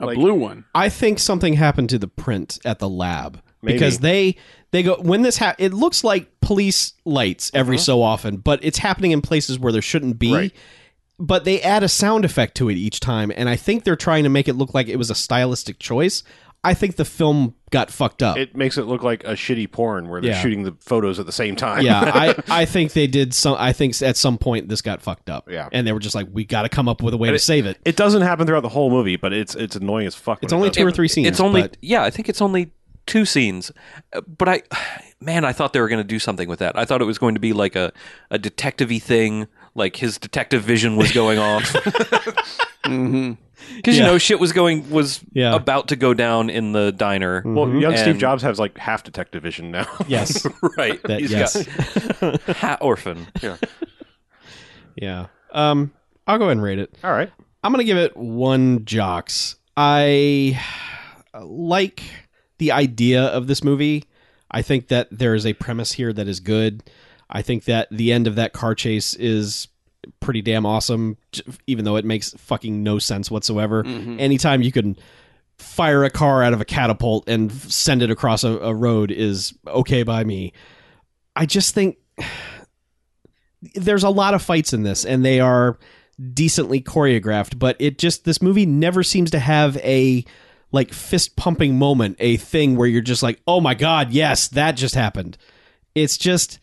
C: A
B: Like-
C: blue one.
D: I think something happened to the print at the lab
B: Maybe.
D: because they they go when this ha- it looks like police lights every so often, but it's happening in places where there shouldn't be.
B: Right.
D: But they add a sound effect to it each time, and I think they're trying to make it look like it was a stylistic choice. I think the film got fucked up.
B: It makes it look like a shitty porn where they're
D: Yeah.
B: shooting the photos at the same time.
D: yeah, I, I think they did some. I think at some point this got fucked up.
B: Yeah.
D: and they were just like, we got to come up with a way
B: And it-
D: to save it.
B: It doesn't happen throughout the whole movie, but it's it's annoying as fuck. when
D: It's
B: it
D: only
B: does
D: two or
B: happen.
D: three scenes.
E: It's only
D: but-
E: yeah, I think it's only two scenes. Uh, But I man, I thought they were going to do something with that. I thought it was going to be like a a detective-y thing, like his detective vision was going off.
C: hmm
E: Cuz
D: Yeah.
E: you know shit was going was
D: Yeah. Mm.
E: about to go down in the diner.
B: Well,
D: Mm-hmm.
B: young Steve
E: And-
B: Jobs has like half detective vision now.
D: yes,
E: right.
D: that,
E: He's
D: yes,
E: got hat orphan.
D: yeah. Um, I'll go ahead and rate it.
B: All right.
D: I'm gonna give it one jocks. I like the idea of this movie. I think that there is a premise here that is good. I think that the end of that car chase is pretty damn awesome, j- even though it makes fucking no sense whatsoever. Anytime you can fire a car out of a catapult and f- send it across a, a road is okay by me. I just think there's a lot of fights in this, and they are decently choreographed, but it just this movie never seems to have a like fist pumping moment, a thing where you're just like, "Oh my god, yes, that just happened." It's just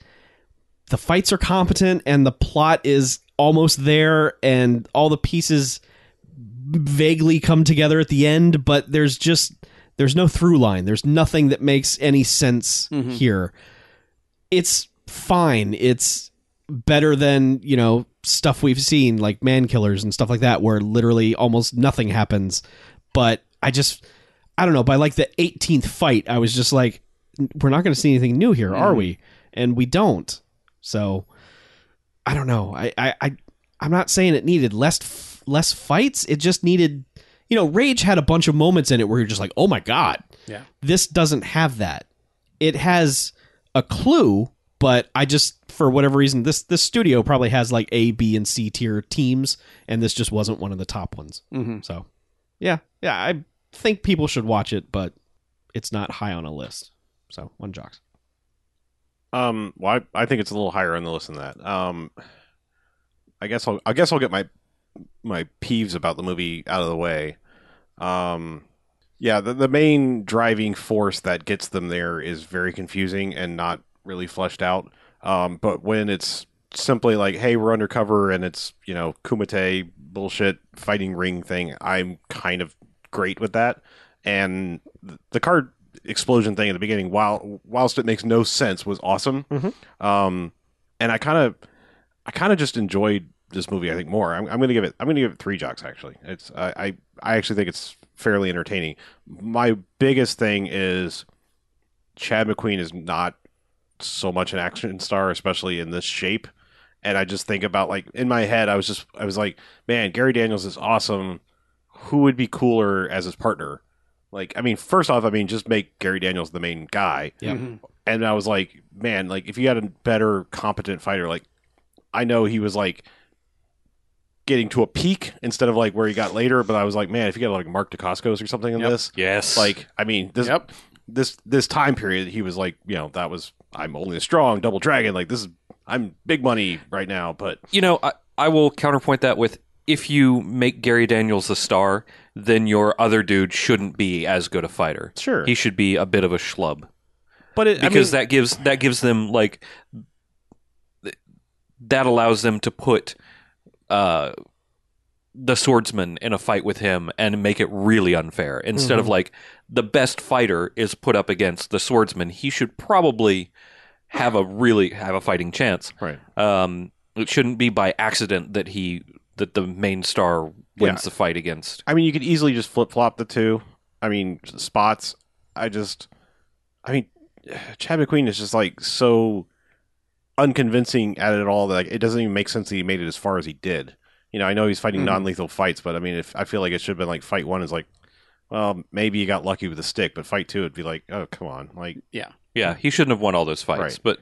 D: the fights are competent and the plot is almost there and all the pieces vaguely come together at the end, but there's just there's no through line. There's nothing that makes any sense here. It's fine. It's better than you know stuff we've seen like man killers and stuff like that where literally almost nothing happens but i just i don't know by like the 18th fight i was just like we're not going to see anything new here are we and we don't so i don't know i i, I i'm not saying it needed less f- less fights it just needed you know rage had a bunch of moments in it where you're just like oh my god
C: Yeah.
D: this doesn't have that it has a clue but i just for whatever reason this this studio probably has like a b and c tier teams and this just wasn't one of the top ones
C: hmm
D: so yeah yeah i think people should watch it but it's not high on a list so one jocks
B: Um, well, I, I think it's a little higher on the list than that. Um, I guess I'll I guess I'll get my my peeves about the movie out of the way. Um, yeah, the, the main driving force that gets them there is very confusing and not really fleshed out. Um, but when it's simply like, hey, we're undercover and it's you know Kumite bullshit fighting ring thing, I'm kind of great with that. And th- the card explosion thing at the beginning, while whilst it makes no sense, was awesome. Um, and I kind of, I kind of just enjoyed this movie. I think more. I'm, I'm going to give it. I'm going to give it three jocks. Actually, it's. I, I I actually think it's fairly entertaining. My biggest thing is Chad McQueen is not so much an action star, especially in this shape. And I just think about like in my head, I was just I was like, man, Gary Daniels is awesome. Who would be cooler as his partner? Like, I mean, first off, I mean, just make Gary Daniels the main guy.
D: Yeah.
C: Mm-hmm.
B: And I was like, man, like if you had a better competent fighter, like I know he was like getting to a peak instead of like where he got later, but I was like, man, if you got like Mark DeCoscos or something in
C: Yep.
B: this,
E: Yes.
B: like I mean, this
C: Yep.
B: this this time period, he was like, you know, that was I'm only a strong double dragon. Like this is I'm big money right now, but
E: you know, I, I will counterpoint that with if you make Gary Daniels the star, then your other dude shouldn't be as good a fighter.
B: Sure.
E: He should be a bit of a schlub.
B: but it,
E: because
B: I mean,
E: that gives that gives them like th- that allows them to put uh the swordsman in a fight with him and make it really unfair instead
B: Mm-hmm.
E: of like the best fighter is put up against the swordsman he should probably have a really have a fighting chance
B: right.
E: um it shouldn't be by accident that he that the main star wins
B: Yeah.
E: the fight against
B: I mean, you could easily just flip flop the two. I mean, spots. I just, I mean, Chad McQueen is just like so unconvincing at it all that like, it doesn't even make sense that he made it as far as he did. You know, I know he's fighting non lethal fights, but I mean, if I feel like it should have been like fight one is like, well, maybe you got lucky with the stick, but fight two would be like, oh, come on, like.
E: yeah he shouldn't have won all those fights
B: Right.
E: but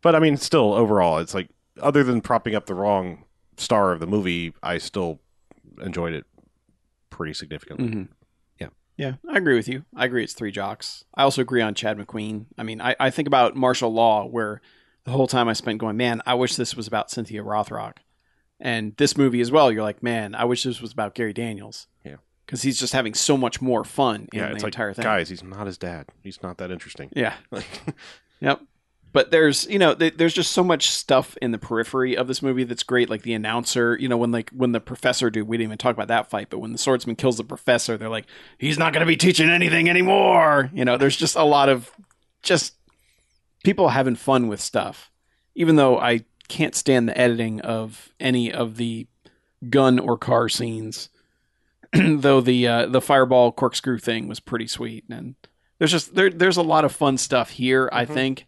B: But I mean, still, overall, it's like other than propping up the wrong star of the movie, I still enjoyed it pretty significantly.
C: Yeah, Mm-hmm. I agree with you. I agree it's three jocks. I also agree on Chad McQueen. I mean, I, I think about martial law where the whole time I spent going, man, I wish this was about Cynthia Rothrock. And this movie as well, you're like, man, I wish this was about Gary Daniels.
B: Yeah.
C: Because he's just having so much more fun in
B: yeah,
C: the
B: it's like
C: entire thing.
B: guys, he's not his dad. He's not that interesting.
C: Yeah.
B: Like,
C: Yep. But there's, you know, th- there's just so much stuff in the periphery of this movie that's great. Like the announcer, you know, when like when the professor dude, we didn't even talk about that fight, but when the swordsman kills the professor, they're like, he's not going to be teaching anything anymore. You know, there's just a lot of just people having fun with stuff. Even though I can't stand the editing of any of the gun or car scenes, though the uh, the fireball corkscrew thing was pretty sweet and there's just there there's a lot of fun stuff here. I think.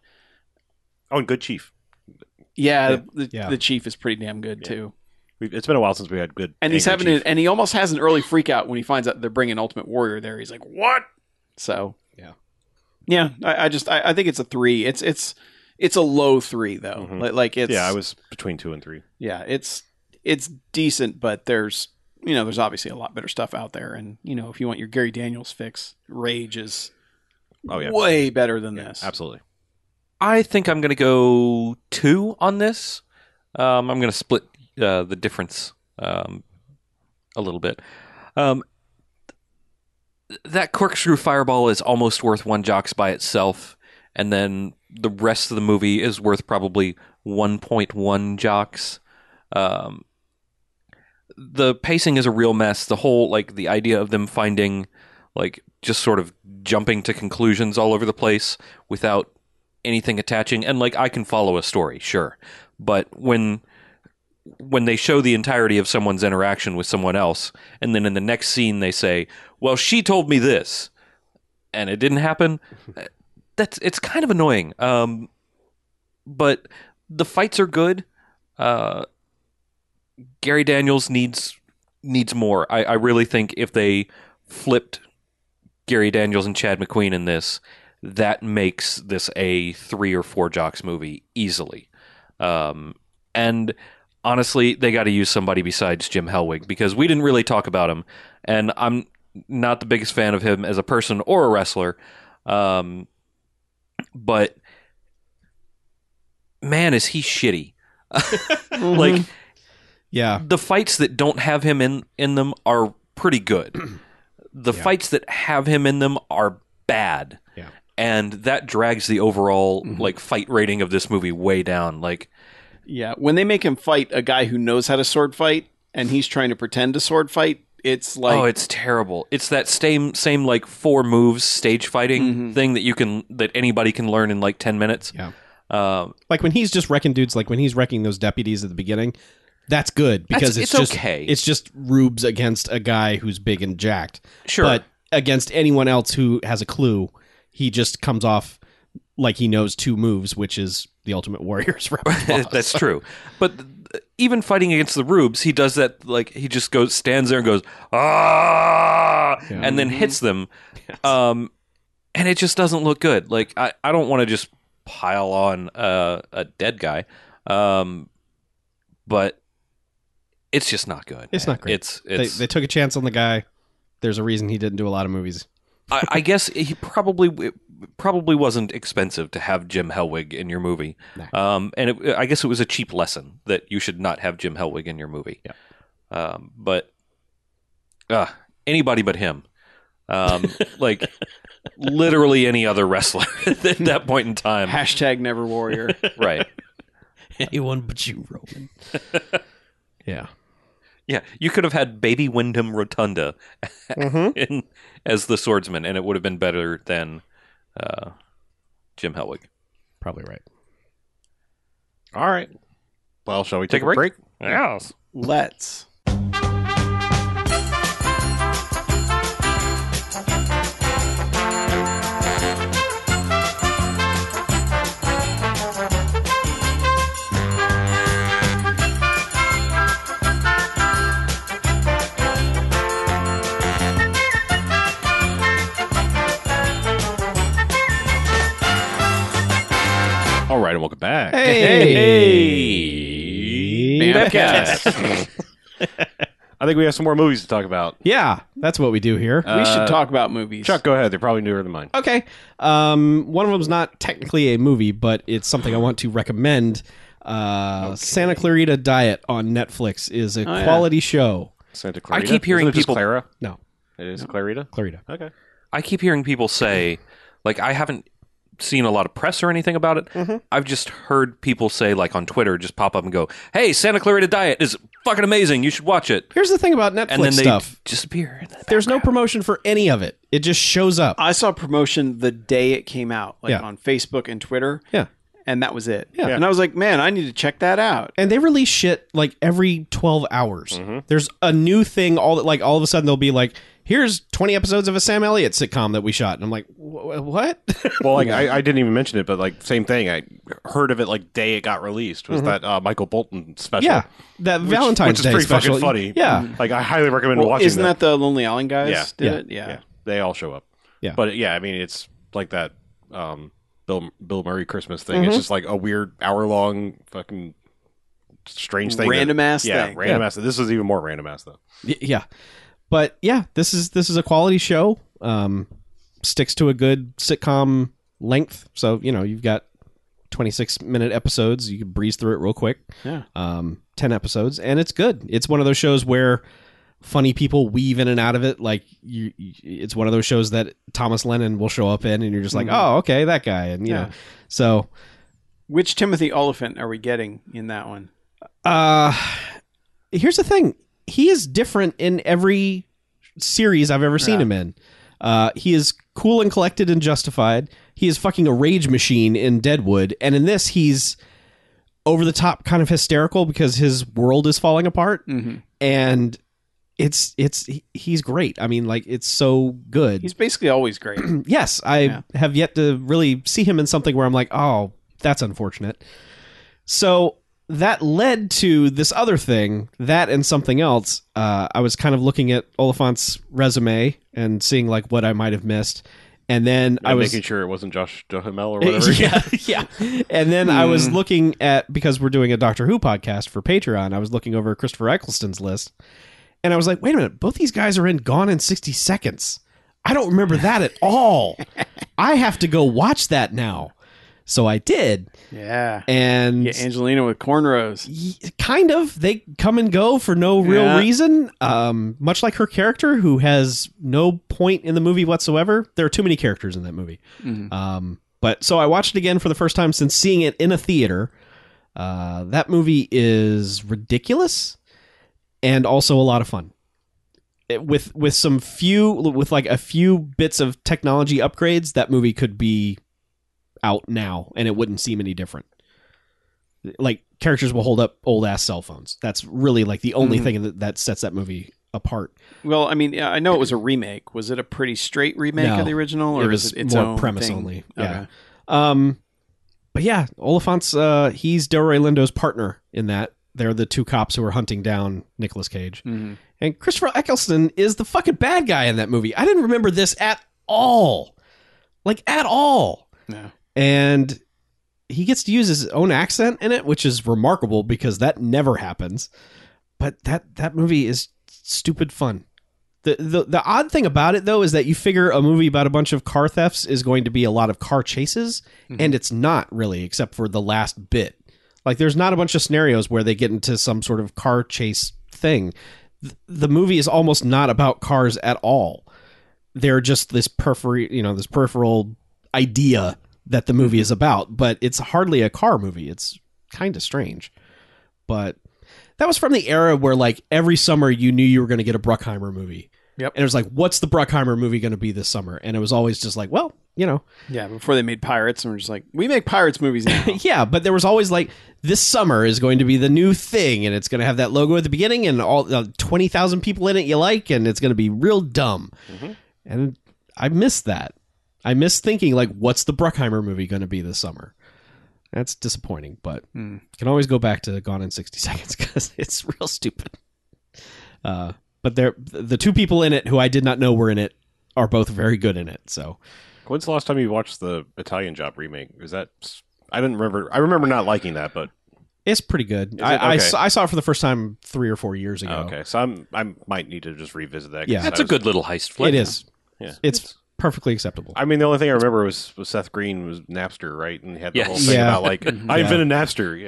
B: oh, and good chief.
C: Yeah, The,
D: Yeah.
C: the chief is pretty damn good too.
B: We've, it's been a while since we had good.
C: And he's
B: angry
C: having
B: chief.
C: it, and he almost has an early freak out when he finds out they're bringing Ultimate Warrior there. He's like, "What?" So
D: Yeah.
C: yeah. I, I just I, I think it's a three. It's it's it's a low three though.
B: Mhm.
C: Like, like it's
B: yeah, I was between two and three.
C: yeah, it's it's decent, but there's you know there's obviously a lot better stuff out there, and you know if you want your Gary Daniels fix, Rage is
B: Oh yeah,
C: way better than this.
B: absolutely.
E: I think I'm going to go two on this. Um, I'm going to split uh, the difference um, a little bit. Um, th- that corkscrew fireball is almost worth one jocks by itself, and then the rest of the movie is worth probably 1.1 jocks. Um, the pacing is a real mess. The whole like the idea of them finding like just sort of jumping to conclusions all over the place without anything attaching and like I can follow a story, sure. But when when they show the entirety of someone's interaction with someone else and then in the next scene they say, "Well, she told me this." And it didn't happen. uh, That's it's kind of annoying. Um but the fights are good. Uh Gary Daniels needs needs more. I, I really think if they flipped Gary Daniels and Chad McQueen in this, that makes this a three or four jocks movie easily. Um, and honestly, they got to use somebody besides Jim Hellwig because we didn't really talk about him, and I'm not the biggest fan of him as a person or a wrestler. Um, but man, is he shitty. like
D: Yeah.
E: the fights that don't have him in in them are pretty good. The fights that have him in them are bad.
D: Yeah. Mm-hmm.
E: And that drags the overall like fight rating of this movie way down. Like
C: Yeah, when they make him fight a guy who knows how to sword fight and he's trying to pretend to sword fight, it's like
E: oh, it's terrible. It's that same same like four moves stage fighting
D: Mm-hmm.
E: thing that you can that anybody can learn in like 10 minutes.
D: Yeah.
E: Um,
D: Like when he's just wrecking dudes, like when he's wrecking those deputies at the beginning, that's good because
E: That's-
D: it's,
E: it's
D: just
E: okay.
D: It's just rubes against a guy who's big and jacked.
E: Sure.
D: But against anyone else who has a clue, he just comes off like he knows two moves, which is the ultimate warrior's repertoire.
E: That's true. But th- th- even fighting against the Rubes, he does that like he just goes stands there and goes ah, and
D: Mm-hmm.
E: then hits them. Um, and it just doesn't look good. Like I, I don't want to just pile on uh, a dead guy, um, but it's just not good.
D: It's
E: man.
D: not great.
E: It's
D: they,
E: it's.
D: they took a chance on the guy. There's a reason he didn't do a lot of movies.
E: I, I guess he probably it probably wasn't expensive to have Jim Helwig in your movie. Um, and it, I guess it was a cheap lesson that you should not have Jim Helwig in your movie. Um, but uh, anybody but him. Um, like literally any other wrestler at that point in time.
C: hashtag never warrior.
E: Right.
D: Anyone but you, Roman. yeah.
E: Yeah. You could have had Baby Wyndham Rotunda in, as the swordsman, and it would have been better than uh, Jim Helwig.
D: Probably right.
B: All right. Well, shall we take,
E: Take a break?
B: break?
E: Yes.
C: Let's.
B: All right, and welcome back.
D: Hey.
C: Bamcast.
B: I think we have some more movies to talk about.
D: Yeah, that's what we do here.
C: we
B: Uh,
C: should talk about movies.
B: Chuck, go ahead. They're probably newer than mine.
D: Okay. Um, one of them's not technically a movie, but it's something I want to recommend. Uh, Santa Clarita Diet on Netflix is a
C: yeah.
D: quality show.
B: Santa Clarita.
E: keep hearing
B: Isn't it just
E: people-
B: Clara.
D: No,
B: It is Clarita.
D: Clarita.
B: Okay.
E: I keep hearing people say, like, I haven't seen a lot of press or anything about it. I've just heard people say, like, on Twitter, just pop up and go, "Hey, Santa Clarita Diet is fucking amazing. You should watch it."
D: Here's the thing about Netflix
E: And then they
D: stuff.
E: disappear. in the
D: There's no
E: background.
D: promotion for any of it. It just shows up.
B: Uh,
C: I saw promotion the day it came out, like
D: Yeah.
C: on Facebook and Twitter.
D: yeah.
C: And that was it.
D: Yeah.
C: And I was like, man, I need to check that out.
D: and they release shit like every 12 hours
B: Mm-hmm.
D: there's a new thing all that like all of a sudden they'll be like here's 20 episodes of a sam elliott sitcom that we shot and i'm like "Wh- what
B: Well, like I, I didn't even mention it, but like same thing. I heard of it like day it got released was that uh, Michael Bolton special.
D: yeah that
B: Which-
D: valentine's
B: which is
D: day
B: pretty
D: special
B: fucking funny. Mm-hmm.
D: yeah
B: like I highly recommend watching.
C: Isn't that the Lonely Island guys
B: Yeah.
C: did
D: Yeah.
C: it? Yeah.
B: yeah. they all show up.
D: Yeah.
B: but yeah, I mean it's like that um, Bill Bill Murray Christmas thing.
D: Mm-hmm.
B: It's just like a weird hour long fucking strange thing. that-
C: Random ass
B: yeah,
C: thing.
B: random ass. This is even more random ass though.
D: Y- yeah but yeah this is this is a quality show um sticks to a good sitcom length so you know you've got 26 minute episodes you can breeze through it real quick
C: Yeah.
D: um 10 episodes and it's good it's one of those shows where funny people weave in and out of it like you, you- it's one of those shows that thomas lennon will show up in and you're just like oh okay that guy and you
C: Mm-hmm. Yeah.
D: know so
C: Which Timothy Oliphant are we getting in that one?
D: uh here's the thing. He is different in every series I've ever seen him in. Uh he is cool and collected and justified. He is fucking a rage machine in Deadwood, and in this he's over the top kind of hysterical because his world is falling apart
B: Mm-hmm.
C: Mhm.
D: and it's it's he- he's great. I mean like it's so good.
C: He's basically always great.
D: yes, I
C: Yeah.
D: have yet to really see him in something where I'm like, oh, that's unfortunate. So that led to this other thing, that and something else. Uh, I was kind of looking at Oliphant's resume and seeing like what I might have missed, and then I
B: And
D: was
B: making sure it wasn't Josh Duhamel or whatever.
D: yeah, yeah. And then I was looking at because we're doing a Doctor Who podcast for Patreon. I was looking over Christopher Eccleston's list, and I was like, "Wait a minute! Both these guys are in Gone in sixty seconds. I don't remember that at all. I have to go watch that now." So I did.
C: Yeah.
D: And
C: Yeah, Angelina with cornrows.
D: y- kind of they come and go for no real
C: Yeah.
D: reason um much like her character who has no point in the movie whatsoever there are too many characters in that movie
B: Mm-hmm.
C: Mhm.
D: um but so i watched it again for the first time since seeing it in a theater uh that movie is ridiculous and also a lot of fun It- with with some few with like a few bits of technology upgrades that movie could be out now and it wouldn't seem any different like characters will hold up old ass cell phones. That's really like the only
C: Mhm.
D: thing that, that sets that movie apart.
C: Well, I mean, yeah, I know it was a remake. Was it a pretty straight remake
D: No.
C: of the original,
D: It
C: or
D: was
C: is it its
D: more
C: own
D: premise
C: thing?
D: only. Yeah. Um, but yeah, Oliphant's uh, he's Delroy Lindo's partner in that. They're the two cops who are hunting down Nicolas Cage,
C: Mhm.
B: Mm-hmm.
D: and Christopher Eccleston is the fucking bad guy in that movie. I didn't remember this at all, like at all.
C: No.
D: And he gets to use his own accent in it, which is remarkable because that never happens. But that that movie is stupid fun. The, the the odd thing about it though is that you figure a movie about a bunch of car thefts is going to be a lot of car chases,
C: Mhm.
D: and it's not really, except for the last bit. Like there's not a bunch of scenarios where they get into some sort of car chase thing. Th- The movie is almost not about cars at all. They're just this periphery, you know, this peripheral idea that the movie is about, but it's hardly a car movie. It's kind of strange. But that was from the era where like every summer you knew you were going to get a Bruckheimer movie.
C: Yep.
D: And it was like, what's the Bruckheimer movie going to be this summer? And it was always just like, well, you know,
C: Yeah, before they made pirates, and we're just like, we make pirates movies now.
D: yeah, but there was always like this summer is going to be the new thing, and it's going to have that logo at the beginning, and all uh, twenty thousand people in it you like, and it's going to be real dumb.
B: Mm-hmm.
D: And I miss that. I miss thinking like, what's the Bruckheimer movie going to be this summer? That's disappointing, but
C: Hmm.
D: can always go back to Gone in sixty seconds because it's real stupid. Uh, but there, the two people in it who I did not know were in it are both very good in it. So
B: When's the last time you watched the Italian Job remake? Is that I didn't remember. I remember not liking that, but
D: it's pretty good.
B: it?
D: I, I
B: Okay.
D: saw- I saw it for the first time three or four years ago.
B: oh, okay. So I'm I might need to just revisit that. 'cause
D: Yeah.
B: I
E: That's a
B: was-
E: good little heist flick.
D: it is.
B: Yeah.
D: It's, perfectly acceptable.
B: I mean, the only thing I remember was, was Seth Green was Napster, right? And he had the
E: Yes.
B: whole thing
D: Yeah.
B: about like I invented Napster.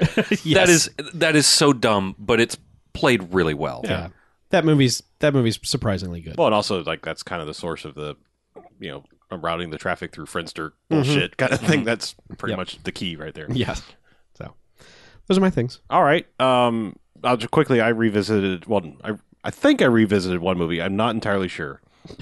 B: Yeah.
E: That is that is so dumb, but it's played really well.
D: yeah. That movie's that movie's surprisingly good.
B: well, and also like that's kind of the source of the, you know, routing the traffic through Friendster bullshit kind of thing. That's pretty
D: Mm-hmm. Yep. Mm-hmm.
B: much the key right there.
D: yeah. So those are my things.
B: All right. Um, I'll just quickly. I revisited one. I I think I revisited one movie. I'm not entirely sure.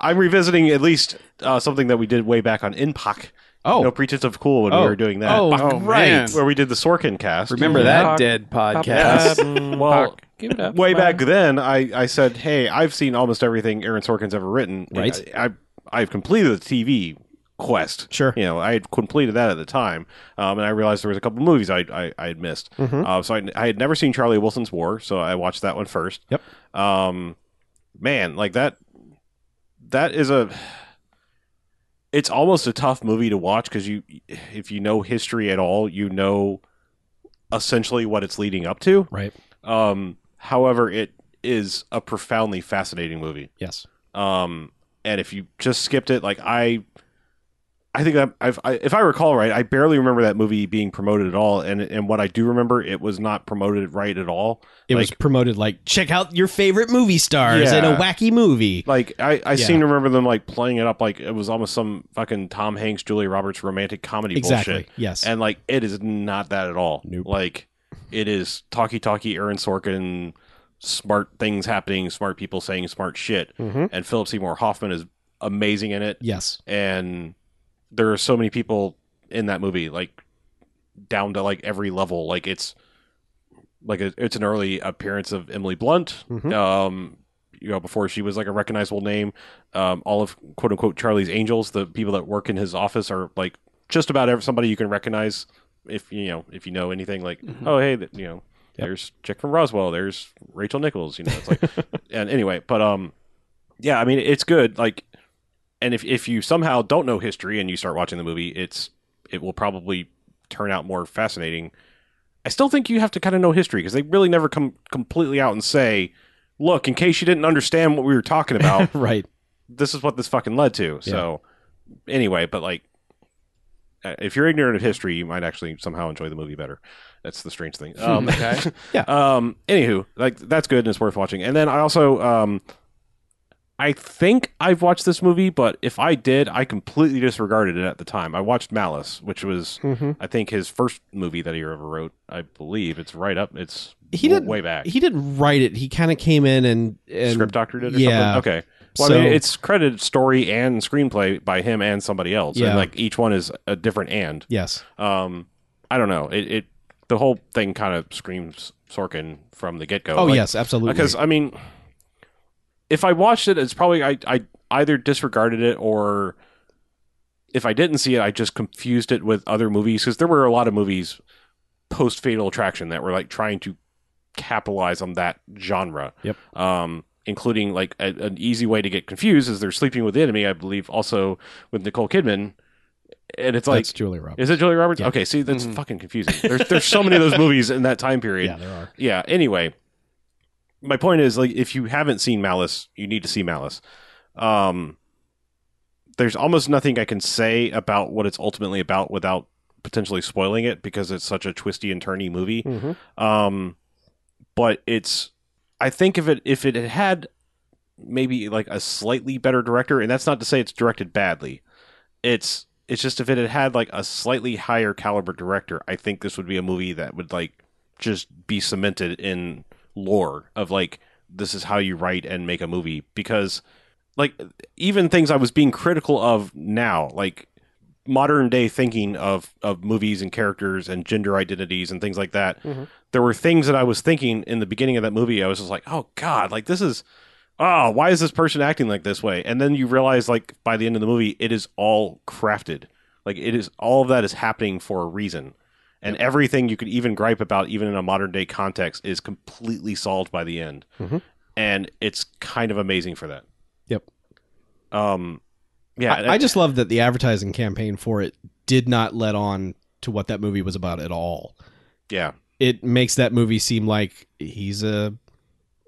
B: I'm revisiting at least uh, something that we did way back on Inpak.
D: Oh.
B: no pretense of cool when
D: Oh.
B: we were doing that.
D: Oh,
B: Bach-
D: right.
C: man.
B: where we did the Sorkin cast.
C: Remember
E: Yeah.
C: that
E: Pop-
C: dead podcast?
B: well,
E: give it up.
B: way back then, I, I said, hey, I've seen almost everything Aaron Sorkin's ever written.
D: Right.
B: I, I, have completed the TV quest.
D: Sure.
B: You know, I had completed that at the time, um, and I realized there was a couple movies I, I, I had missed.
D: Mm-hmm.
B: Uh, so I, I had never seen Charlie Wilson's War, so I watched that one first.
D: Yep.
B: Um, man, like that, that is a... It's almost a tough movie to watch because you, if you know history at all, you know essentially what it's leading up to.
D: Right.
B: Um, however, it is a profoundly fascinating movie.
D: Yes.
B: Um, and if you just skipped it, like I, I think I'm, I've, I, if I recall right, I barely remember that movie being promoted at all. And and what I do remember, it was not promoted right at all.
D: It was
B: Like-
D: promoted like check out your favorite movie stars in a
B: Yeah.
D: wacky movie.
B: Like I, I
D: Yeah.
B: seem to remember them like playing it up like it was almost some fucking Tom Hanks, Julia Roberts romantic comedy
D: Exactly.
B: bullshit.
D: Yes.
B: And like it is not that at all.
D: Nope.
B: Like it is talkie talkie Aaron Sorkin, smart things happening, smart people saying smart shit.
D: Mhm.
B: And Philip Seymour Hoffman is amazing in it.
D: yes.
B: And there are so many people in that movie, like down to like every level. Like it's like a, it's an early appearance of Emily Blunt.
D: Mhm.
B: Um you know, before she was like a recognizable name, um, all of quote unquote Charlie's Angels, the people that work in his office are like just about every, somebody you can recognize if you know if you know anything like oh hey th- you know there's chick from Roswell there's Rachel Nichols you know it's like and anyway but um yeah I mean it's good like and if if you somehow don't know history and you start watching the movie it's it will probably turn out more fascinating I still think you have to kind of know history because they really never come completely out and say look in case you didn't understand what we were talking about
D: Right.
B: this is what this fucking led to. So anyway, but like uh, if you're ignorant of history, you might actually somehow enjoy the movie better. That's the strange thing. Um,
F: Okay.
B: um, anywho, like that's good and it's worth watching. And then I also, um, I think I've watched this movie, but if I did, I completely disregarded it at the time. I watched Malice, which was, I think, his first movie that he ever wrote. I believe it's right up. It's
D: He
B: w-
D: did-
B: way back.
D: He did write it. He kind of came in and, and
B: Script doctor did, or
D: yeah.
B: something? Okay. Well, I mean,
D: So-
B: it's credited story and screenplay by him and somebody else,
D: Yeah.
B: and like each one is a different and.
D: Yes.
B: Um, I don't know. It, it the whole thing kind of screams Sorkin from the get go.
D: Oh yes, absolutely.
B: Because I mean, if I watched it, it's probably I, I either disregarded it or if I didn't see it, I just confused it with other movies because there were a lot of movies post Fatal Attraction that were like trying to capitalize on that genre.
D: Yep.
B: Um, including like a, an easy way to get confused is they're sleeping with the enemy. I believe also with Nicole Kidman, and it's like.
D: that's Julia Roberts.
B: is it Julia Roberts?
D: Yeah.
B: Okay, see that's
C: Mhm.
B: fucking confusing. There's there's so many of those movies in that time period
D: Yeah, there are.
B: yeah anyway my point is like if you haven't seen malice you need to see malice um there's almost nothing i can say about what it's ultimately about without potentially spoiling it because it's such a twisty and turny movie um but it's i think if it if it had had maybe like a slightly better director and that's not to say it's directed badly it's it's just if it had had like a slightly higher caliber director i think this would be a movie that would like just be cemented in lore of like this is how you write and make a movie because like even things i was being critical of now like modern day thinking of of movies and characters and gender identities and things like that
D: Mm-hmm.
B: there were things that i was thinking in the beginning of that movie i was just like oh god like this is oh why is this person acting like this way and then you realize like by the end of the movie it is all crafted like it is all of that is happening for a reason and everything you could even gripe about even in a modern day context is completely solved by the end
D: Mhm.
B: and it's kind of amazing for that
D: Yep.
B: um yeah
D: I, I just love that the advertising campaign for it did not let on to what that movie was about at all.
B: yeah
D: It makes that movie seem like he's a,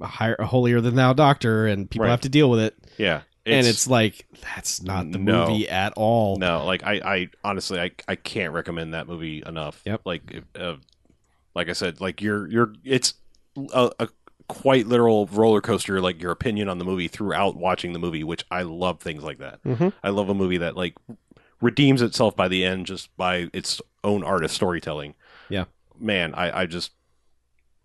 D: a higher, a holier than thou doctor, and people
B: Right.
D: have to deal with it.
B: yeah
D: and it's like that's not the
B: No.
D: movie at all.
B: no like i i honestly i i can't recommend that movie enough
D: Yep.
B: like if, uh, like i said like you're you're it's a, a quite literal roller coaster like your opinion on the movie throughout watching the movie which i love things like that
D: Mhm.
B: i love a movie that like redeems itself by the end just by its own artist storytelling
D: Yeah.
B: man i i just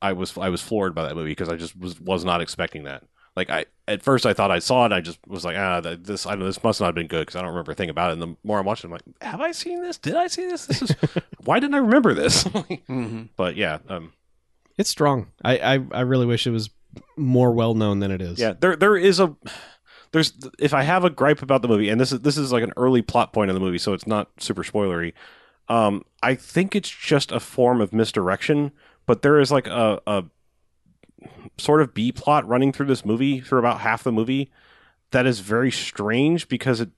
B: i was i was floored by that movie because i just was was not expecting that like I at first I thought I saw it. And I just was like, ah, th- this I know this must not have been good because I don't remember a thing about it. And the more I'm watching, I'm like, have I seen this? Did I see this? This is why didn't I remember this?
C: Mm-hmm.
B: but yeah, um,
D: It's strong. I, I I really wish it was more well known than it is.
B: yeah, there there is a there's if I have a gripe about the movie, and this is this is like an early plot point of the movie, so it's not super spoilery. Um, I think it's just a form of misdirection, but there is like a, a sort of B plot running through this movie through about half the movie that is very strange because it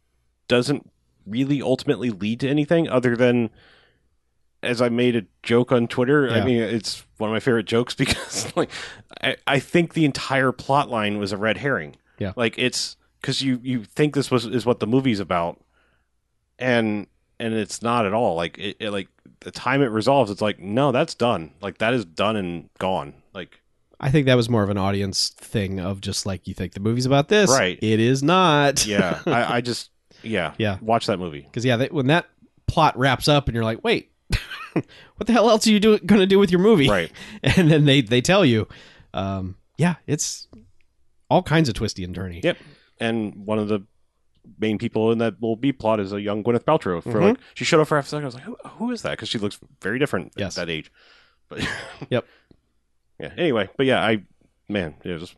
B: doesn't really ultimately lead to anything other than as I made a joke on Twitter.
D: Yeah.
B: I mean, it's one of my favorite jokes because like I, I think the entire plot line was a red herring.
D: Yeah.
B: like it's because you you think this was is what the movie's about, and and it's not at all. Like it, it like the time it resolves, it's like no, that's done. Like that is done and gone. Like
D: I think that was more of an audience thing of just like you think the movie's about this,
B: Right.
D: It is not.
B: yeah, I, I just yeah
D: Yeah.
B: watch that movie.
D: Because yeah, they, when that plot wraps up and you're like, wait, what the hell else are you do, gonna do with your movie?
B: Right.
D: And then they they tell you, um, yeah, it's all kinds of twisty and turny.
B: Yep. and one of the main people in that little B plot is a young Gwyneth Paltrow.
D: Mm-hmm.
B: For like, she showed up for half a second. I was like, who, who is that? Because she looks very different
D: Yes.
B: at that age. But
D: Yep.
B: yeah. Anyway, but yeah, I man, yeah, just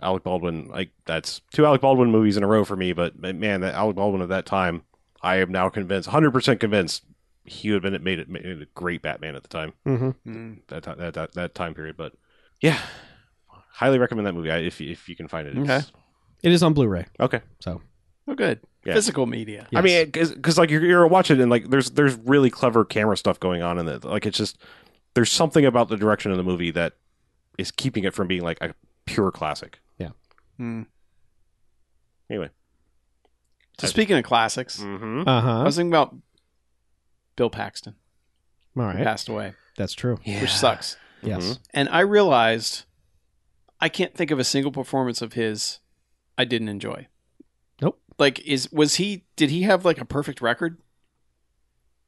B: Alec Baldwin. Like that's two Alec Baldwin movies in a row for me. But man, that Alec Baldwin of that time, I am now convinced, hundred percent convinced, he would have been made it made a great Batman at the time
C: Mm-hmm.
B: that ti- that that, that time period. But yeah. Highly recommend that movie I- if you- if you can find it. It's-
D: It is on Blu-ray,
B: Okay.
D: so
C: Oh, good.
B: Yeah.
C: Physical media.
D: yes.
B: I mean, because like you're, you're watching and like there's there's really clever camera stuff going on in it. Like it's just there's something about the direction of the movie that is keeping it from being like a pure classic.
C: Mm.
B: Anyway.
C: So speaking of classics,
B: Mm-hmm.
D: uh
C: I
D: huh.
C: was thinking about Bill Paxton
D: All right.
C: passed away,
D: That's true.
E: Yeah.
C: which sucks.
D: Yes.
C: And I realized I can't think of a single performance of his I didn't enjoy.
D: Nope.
C: Like is was he did he have like a perfect record?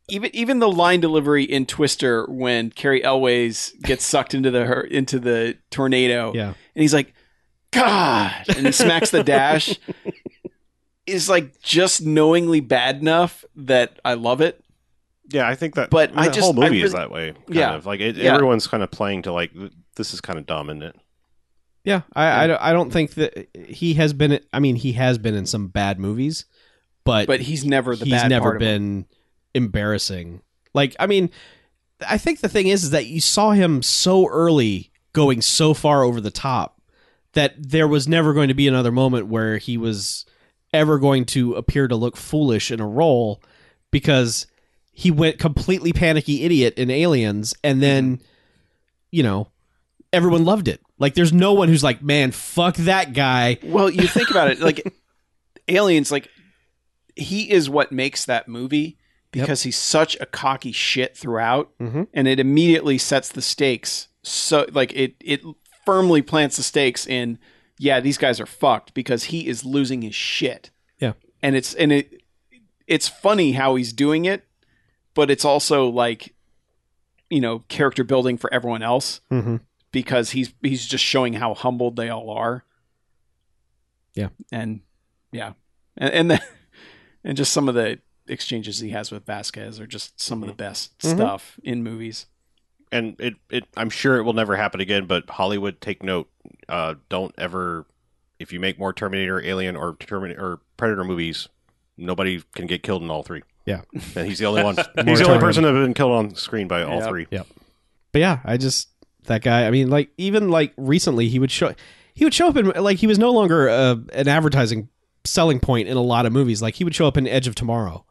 C: Even even the line delivery in Twister when Carrie Elways gets sucked into the her, into the tornado
D: Yeah.
C: and he's like god and he smacks the dash is like just knowingly bad enough that I love it.
B: Yeah, I think that.
C: But
B: I mean,
C: I
B: the
C: just-
B: whole
C: I
B: movie is
C: really-
B: that way. Kind
C: Yeah.
B: of. like it,
C: Yeah.
B: everyone's kind of playing to like th- this is kind of dumb, isn't it?
D: Yeah. I, I, don't- I don't think that he has been. I mean, he has been in some bad movies, but
C: But he's never the
D: he's
C: bad
D: never
C: part of it.
D: been embarrassing. Like, I mean, I think the thing is, is that you saw him so early going so far over the top that there was never going to be another moment where he was ever going to appear to look foolish in a role because he went completely panicky idiot in Aliens and then, you know, everyone loved it. Like, there's no one who's like, man, fuck that guy.
C: Well, you think about it, like aliens, like he is what makes that movie because he's such a cocky shit throughout,
D: Mhm.
C: and it immediately sets the stakes. So, like it it firmly plants the stakes in. Yeah, these guys are fucked because he is losing his shit.
D: Yeah.
C: and it's and it it's funny how he's doing it, but it's also like you know character building for everyone else
D: Mm-hmm.
C: because he's he's just showing how humbled they all are.
D: Yeah.
C: And yeah. And and, the, and just some of the exchanges he has with Vasquez are just some of the best
D: Mhm.
C: stuff in movies.
B: And it, it, I'm sure it will never happen again. But Hollywood, take note. Uh, don't ever, if you make more Terminator, Alien, or Terminator or Predator movies, nobody can get killed in all three.
D: Yeah.
B: and he's the only one. he's the only person that's been killed on screen by all
C: Yep.
B: three.
D: but yeah, I just that guy. I mean, like even like recently, he would show he would show up in like he was no longer uh, an advertising selling point in a lot of movies. Like he would show up in Edge of Tomorrow,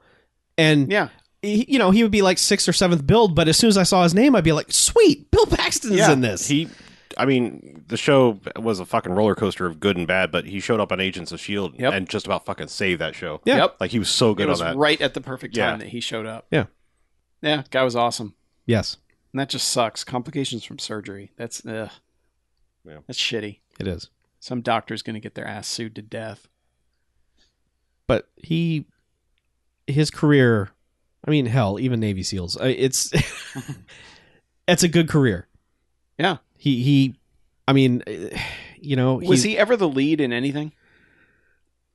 D: and
C: Yeah.
D: he, you know he would be like sixth or seventh build. But as soon as I saw his name, I'd be like, sweet, Bill Paxton's
C: Yeah,
D: in this.
B: He, I mean, the show was a fucking roller coaster of good and bad. But he showed up on Agents of Shield
C: Yep.
B: E and just about fucking saved that show.
D: Yeah.
C: Yep.
B: Like he was so
C: It
B: good
C: was
B: on that.
C: right at the perfect time
B: Yeah.
C: that he showed up.
D: Yeah.
C: Yeah, guy was awesome.
D: yes,
C: And that just sucks. Complications from surgery. That's ugh.
B: Yeah.
C: That's shitty.
D: it is.
C: Some doctor's going to get their ass sued to death.
D: But he his career. I mean, hell, even Navy SEALs. I- It's it's a good career.
C: Yeah.
D: He he. I mean, eh, you know,
C: Was he ever the lead in anything?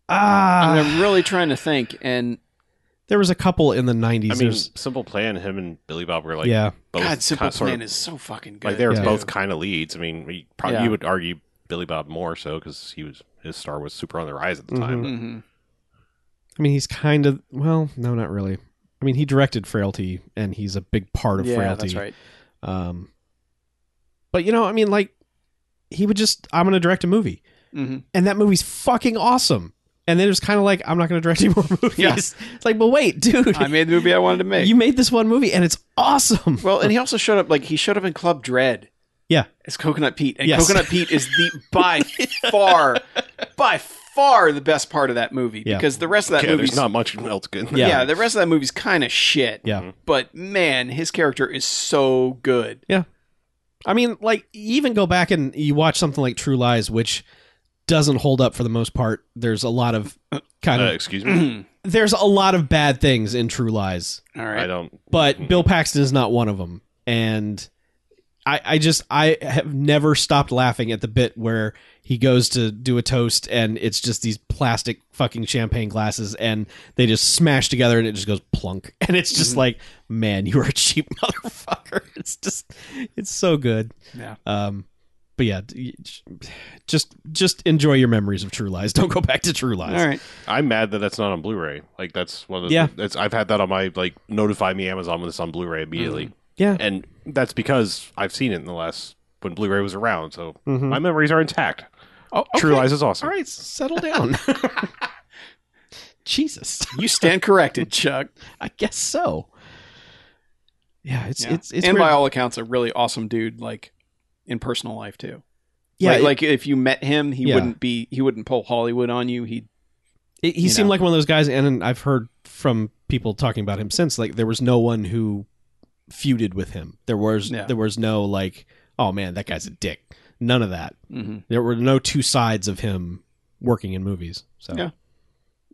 D: Ah,
C: I'm really trying to think and
D: There was a couple in the nineties.
B: I mean, Simple Plan, him and Billy Bob were like
D: yeah,
B: both
C: God, Simple
B: kind- sort
C: Plan
B: of-
C: is so fucking good.
B: like they were
D: Yeah.
B: both kind of leads. I mean, we probably,
C: Yeah.
B: you would argue Billy Bob more so because he was his star was super on the rise at the
D: Mhm.
B: time. but-
C: hmm
D: I mean, he's kind of well, no, not really. I mean, he directed Frailty, and he's a big part of
C: yeah,
D: Frailty.
C: that's right.
D: Um, but you know, I mean, like he would just, I'm going to direct a movie,
C: hmm
D: and that movie's fucking awesome. And then it was kind of like, I'm not going to direct any more movies.
C: Yeah.
D: It's like, but wait, dude,
C: I made the movie I wanted to make.
D: you made this one movie, and it's awesome.
C: well, and he also showed up like he showed up in Club Dread.
D: Yeah.
C: as Coconut Pete, and
D: Yes.
C: Coconut Pete is the by far, by far the best part of that movie
D: Yeah.
C: because the rest of that
B: yeah,
C: movie's
B: there's not much else good.
D: Yeah.
C: yeah. the rest of that movie's kind of shit.
D: Yeah.
C: but man, his character is so good.
D: I mean, like you even go back and you watch something like True Lies, which doesn't hold up for the most part. There's a lot of kind
B: Uh,
D: of
B: excuse me,
C: All
D: there's a lot of bad things in True Lies,
B: I
C: right,
B: don't.
D: but Bill Paxton is not one of them. And I, I just I have never stopped laughing at the bit where he goes to do a toast and it's just these plastic fucking champagne glasses and they just smash together and it just goes plunk and it's just like man you are a cheap motherfucker it's just it's so good
C: Yeah.
D: um but yeah d- just just enjoy your memories of True Lies don't go back to True Lies
C: all right.
B: I'm mad that that's not on Blu-ray. Like that's one of the.
D: Yeah.
B: That's I've had that on my like notify me Amazon when it's on Blu-ray immediately,
C: Mm-hmm.
D: yeah
B: and that's because I've seen it in the last when Blu-ray was around. So
C: Mm-hmm.
D: Mhm.
B: my memories are intact.
D: oh,
B: True
D: okay.
B: Lies is awesome.
D: All right, settle down. Jesus,
C: You stand corrected, Chuck.
D: I guess so. Yeah, it's
C: Yeah.
D: it's it's
C: and
D: weird.
C: by all accounts, a really awesome dude. Like in personal life too.
D: yeah,
C: like,
D: it-
C: like if you met him, he
D: Yeah.
C: wouldn't be he wouldn't pull Hollywood on you. He'd
D: He, he
C: You
D: seemed
C: know.
D: like one of those guys, and I've heard from people talking about him since. Like there was no one who feuded with him. There was
C: Yeah.
D: there was no like, oh man, that guy's a dick. None of that.
C: Mm-hmm.
D: There were no two sides of him working in movies. So
C: Yeah.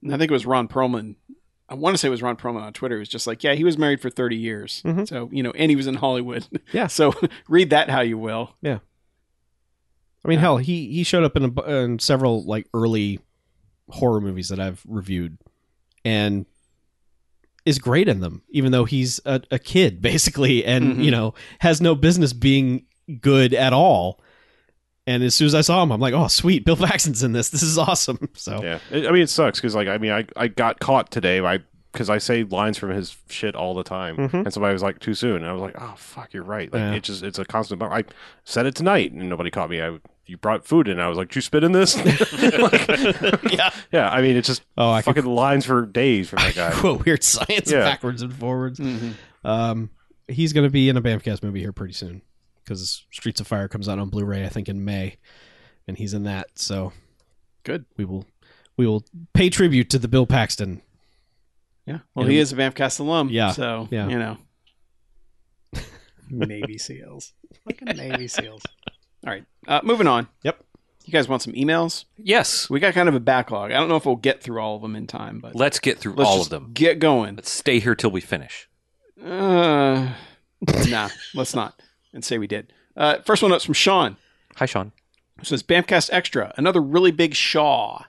C: And I think it was Ron Perlman. I want to say it was Ron Perlman on Twitter. He was just like, yeah, he was married for 30 years.
D: Mhm.
C: So, you know, and he was in Hollywood.
D: Yeah.
C: so read that how you will.
D: I mean, hell, he he showed up in a, bu- in several like early horror movies that I've reviewed, and is great in them, even though he's a, a kid basically, and
B: Mm-hmm.
C: Mhm.
D: you know has no business being good at all. And as soon as I saw him, I'm like, oh sweet, Bill Paxton's in this. This is awesome. So
B: Yeah, It- I mean it sucks because like I mean I, I got caught today by because I say lines from his shit all the time,
D: Mhm.
B: and somebody was like too soon, and I was like, oh fuck, you're right. Like
D: Yeah.
B: it just it's a constant. bummer. I said it tonight, and nobody caught me. I you brought food in, and I was like, did you spit in this? Like,
D: Yeah.
B: yeah. I mean it's just
D: oh, I could
B: fucking lines for days from that guy.
D: quote weird science
B: Yeah.
D: backwards and forwards.
C: Mm-hmm.
D: Um, he's going to be in a Bamfcast movie here pretty soon because Streets of Fire comes out on Blu-ray, I think, in May, and he's in that. So
C: Good.
D: We will we will pay tribute to the Bill Paxton.
C: Yeah. Well,
D: And-
C: he is a Bamfcast alum.
D: Yeah.
C: So,
D: Yeah.
C: you know. Navy SEALs. Fucking Navy SEALs. All right. Uh, moving on.
D: Yep.
C: You guys want some emails?
E: Yes.
C: We got kind of a backlog. I don't know if we'll get through all of them in time, but
E: Let's get through
C: let's
E: all
C: just
E: of them.
C: Get going.
E: Let's stay here till we finish.
C: Uh, nah, let's not. And say we did. Uh, first one up's from Sean.
E: Hi, Sean.
C: It says Bamcast Extra, another really big Shaw.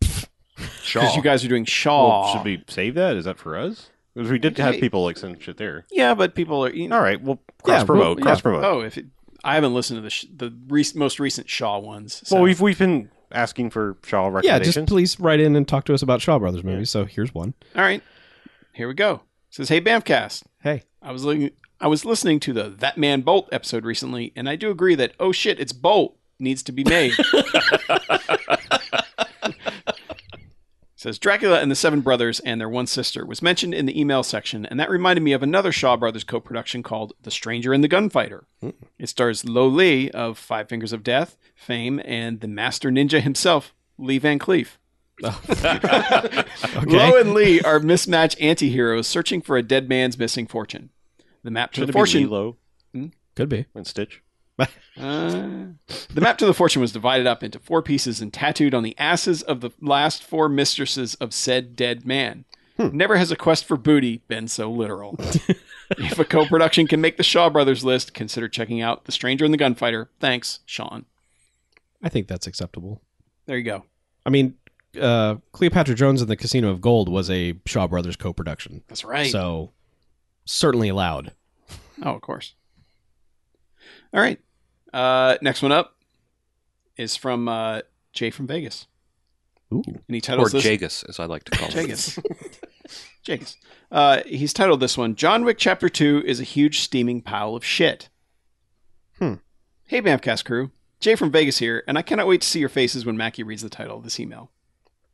C: Because you guys are doing Shaw.
B: Well, should we save that? Is that for us? 'Cause we did have people like send shit there.
C: Yeah, but people are. You know,
B: All right, well
D: Yeah,
B: cross promote,
D: well,
B: cross promote.
C: Oh, if it, I haven't listened to the sh- the re- most recent Shaw ones. So.
B: Well, we've we've been asking for Shaw
D: Yeah,
B: recommendations.
D: just please write in and talk to us about Shaw Brothers movies. So here's one.
C: all right, here we go. It says, "Hey Bamcast,
D: Hey,
C: I was looking, I was listening to the That Man Bolt episode recently, and I do agree that oh shit, it's Bolt needs to be made. Says Dracula and the Seven Brothers and their one sister was mentioned in the email section, and that reminded me of another Shaw Brothers co-production called The Stranger and the Gunfighter.
B: Hmm.
C: It stars Lo Lee of Five Fingers of Death fame and the master ninja himself, Lee Van Cleef.
D: okay.
C: Lo and Lee are mismatched anti-heroes searching for a dead man's missing fortune. The map to
B: Shouldn't
C: the
B: it be
C: fortune
B: Lilo
D: Could be.
B: and Stitch?
C: Uh, the map to the fortune was divided up into four pieces and tattooed on the asses of the last four mistresses of said dead man.
D: Hmm.
C: Never has a quest for booty been so literal. if a co production can make the Shaw Brothers list, consider checking out The Stranger and the Gunfighter. Thanks, Sean.
D: I think that's acceptable.
C: There you go.
D: I mean, uh, Cleopatra Jones and the Casino of Gold was a Shaw Brothers co-production,
C: That's right.
D: so certainly allowed.
C: Oh, of course. All right. Uh, next one up is from uh, Jay from Vegas.
D: Ooh.
C: And he
E: Or
C: titles this
E: Jagus, as I like to call him.
C: Jagus. Jagus. Uh, he's titled this one John Wick Chapter 2 is a huge steaming pile of shit.
D: Hmm.
C: Hey, Bamcast crew. Jay from Vegas here, and I cannot wait to see your faces when Mackie reads the title of this email.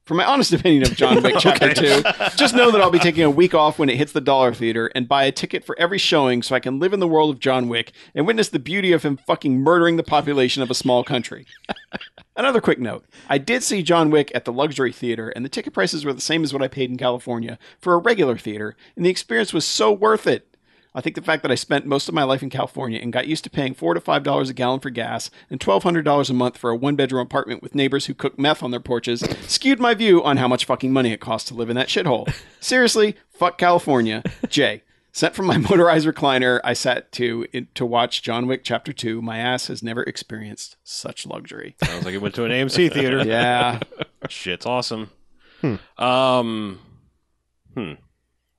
C: For my honest opinion of John Wick Chapter 2, just know that I'll be taking a week off when it hits the dollar theater and buy a ticket for every showing so I can live in the world of John Wick and witness the beauty of him fucking murdering the population of a small country. Another quick note I did see John Wick at the luxury theater, and the ticket prices were the same as what I paid in California for a regular theater, and the experience was so worth it. I think the fact that I spent most of my life in California and got used to paying four to five dollars a gallon for gas and twelve hundred dollars a month for a one bedroom apartment with neighbors who cook meth on their porches skewed my view on how much fucking money it costs to live in that shithole. Seriously, fuck California. Jay. Sent from my motorized recliner, I sat to to watch John Wick Chapter Two. My ass has never experienced such luxury.
B: Sounds like it went to an AMC theater.
C: Yeah,
B: Shit's awesome. Um, hmm.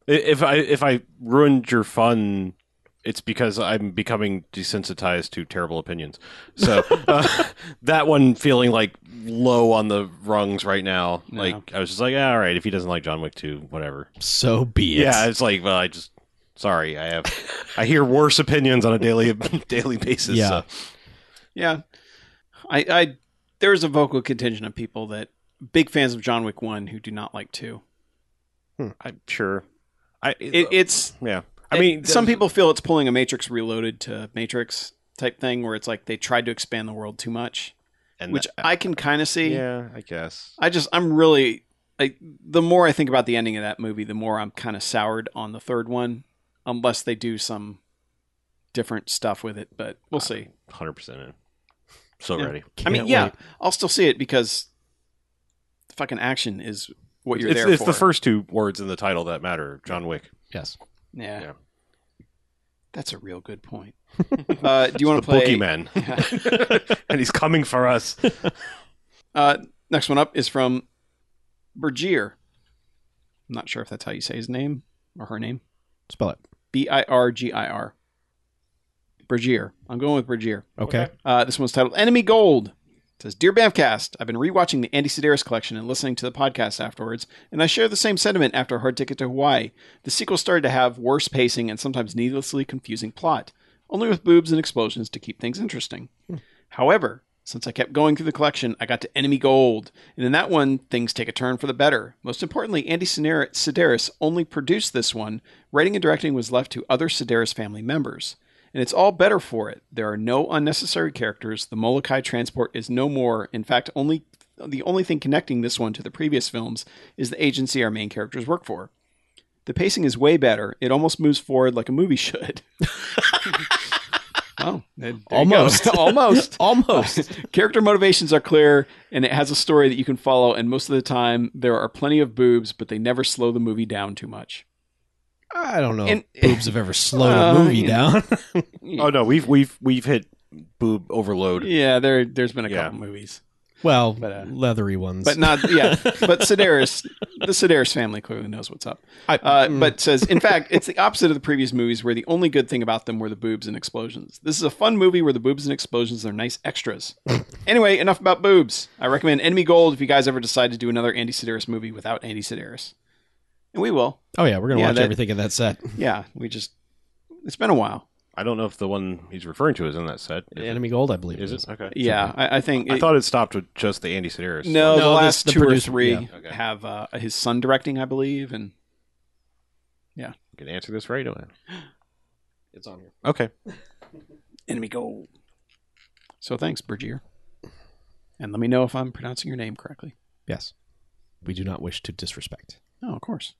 B: I- If I if I ruined your fun, it's because I'm becoming desensitized to terrible opinions. So uh, that one feeling like low on the rungs right now. Like I was just like, "Yeah, all right, if he doesn't like John Wick two, whatever.
D: So be it.
B: Yeah, it's like, well, I just sorry, I have I hear worse opinions on a daily daily basis.
D: Yeah.
B: so.
C: Yeah. I, I there's a vocal contingent of people that big fans of John Wick 1 who do not like 2.
B: I'm sure. I
C: It, it's
B: yeah. I mean,
C: some people feel it's pulling a Matrix Reloaded to Matrix type thing where it's like they tried to expand the world too much,
B: and
C: which
B: that-
C: I can kind of see.
B: yeah, I guess.
C: I just I'm really I, the more I think about the ending of that movie, the more I'm kind of soured on the third one, unless they do some different stuff with it. But we'll see.
B: Hundred percent in. So
C: Yeah.
B: ready.
C: I mean,
D: Can't
C: yeah,
D: wait.
C: I'll still see it because fucking action is what you're
B: it's
C: there
B: it's
C: for.
B: the first two words in the title that matter. John Wick.
D: Yes.
C: yeah.
B: yeah.
C: That's a real good point. uh, do you want to play?
B: Boogeyman, and he's coming for us.
C: Uh, next one up is from Bergier. I'm not sure if that's how you say his name or her name.
D: Spell it.
C: B I R G I R. Bergier. I'm going with Bergier.
D: Okay.
C: Uh, this one's titled Enemy Gold. It says, Dear Bamcast, I've been rewatching the Andy Sedaris collection and listening to the podcast afterwards, and I share the same sentiment after Hard Ticket to Hawaii. The sequel started to have worse pacing and sometimes needlessly confusing plot, only with boobs and explosions to keep things interesting. However, since I kept going through the collection, I got to Enemy Gold, and in that one, things take a turn for the better. Most importantly, Andy Sedaris- Sedaris only produced this one. Writing and directing was left to other Sedaris family members. And it's all better for it. There are no unnecessary characters. The Molokai transport is no more. In fact, only the only thing connecting this one to the previous films is the agency our main characters work for. The pacing is way better. It almost moves forward like a movie should. oh,
D: Almost.
C: almost.
D: Almost.
C: Character motivations are clear, and it has a story that you can follow. And most of the time, there are plenty of boobs, but they never slow the movie down too much.
D: I don't know.
C: And-
D: if boobs have ever slowed
C: Uh,
D: a movie
C: you
D: down.
B: Oh no, we've we've we've hit boob overload.
C: Yeah, there, there's been a
B: Yeah.
C: couple movies.
D: well,
C: But, uh,
D: leathery ones.
C: but not yeah. But Sedaris, the Sedaris family clearly knows what's up.
D: I-
C: uh, But says, in fact, it's the opposite of the previous movies, where the only good thing about them were the boobs and explosions. This is a fun movie where the boobs and explosions are nice extras. anyway, enough about boobs. I recommend Enemy Gold if you guys ever decide to do another Andy Sedaris movie without Andy Sedaris, and we will.
D: oh yeah, we're gonna
C: Yeah,
D: watch
C: that-
D: everything in that set.
C: Yeah, we just. It's been a while.
B: I don't know if the one he's referring to is in that set. Is,
D: Enemy Gold, I believe.
B: it? is it? Okay.
C: Yeah, I, I think.
B: I
C: it-
B: thought it stopped with just the Andy Sedaris.
C: no, the
D: No,
C: last
D: this- the
C: two
D: producer-
C: or three
D: yeah.
B: Okay.
C: have uh, his son directing, I believe, and
B: I can answer this right away.
D: It's on here.
B: Okay.
C: Enemy Gold. So thanks, Bergier. And let me know if I'm pronouncing your name correctly.
D: Yes. We do not wish to disrespect.
C: Oh, of course.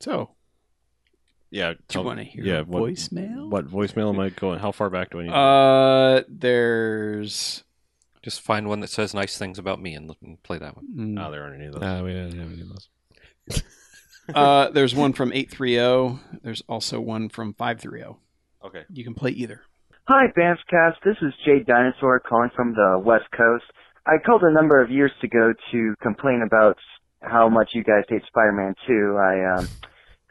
C: So,
B: Yeah.
C: do
B: tell-
C: you want to hear
B: yeah,
C: a
B: what-
C: voicemail?
B: What voicemail am I going? How far back do I need?
C: Uh, there's.
E: Just find one that says nice things about me and and play that one.
B: oh,
C: Mm,
B: there aren't any of those.
D: Uh, we didn't have any of those.
C: uh, there's one from 830. There's also one from 530.
B: okay.
C: You can play either.
G: Hi, Bamscast. This is Jay Dinosaur calling from the West Coast. I called a number of years ago to complain about how much you guys hate Spider-Man 2. I, um,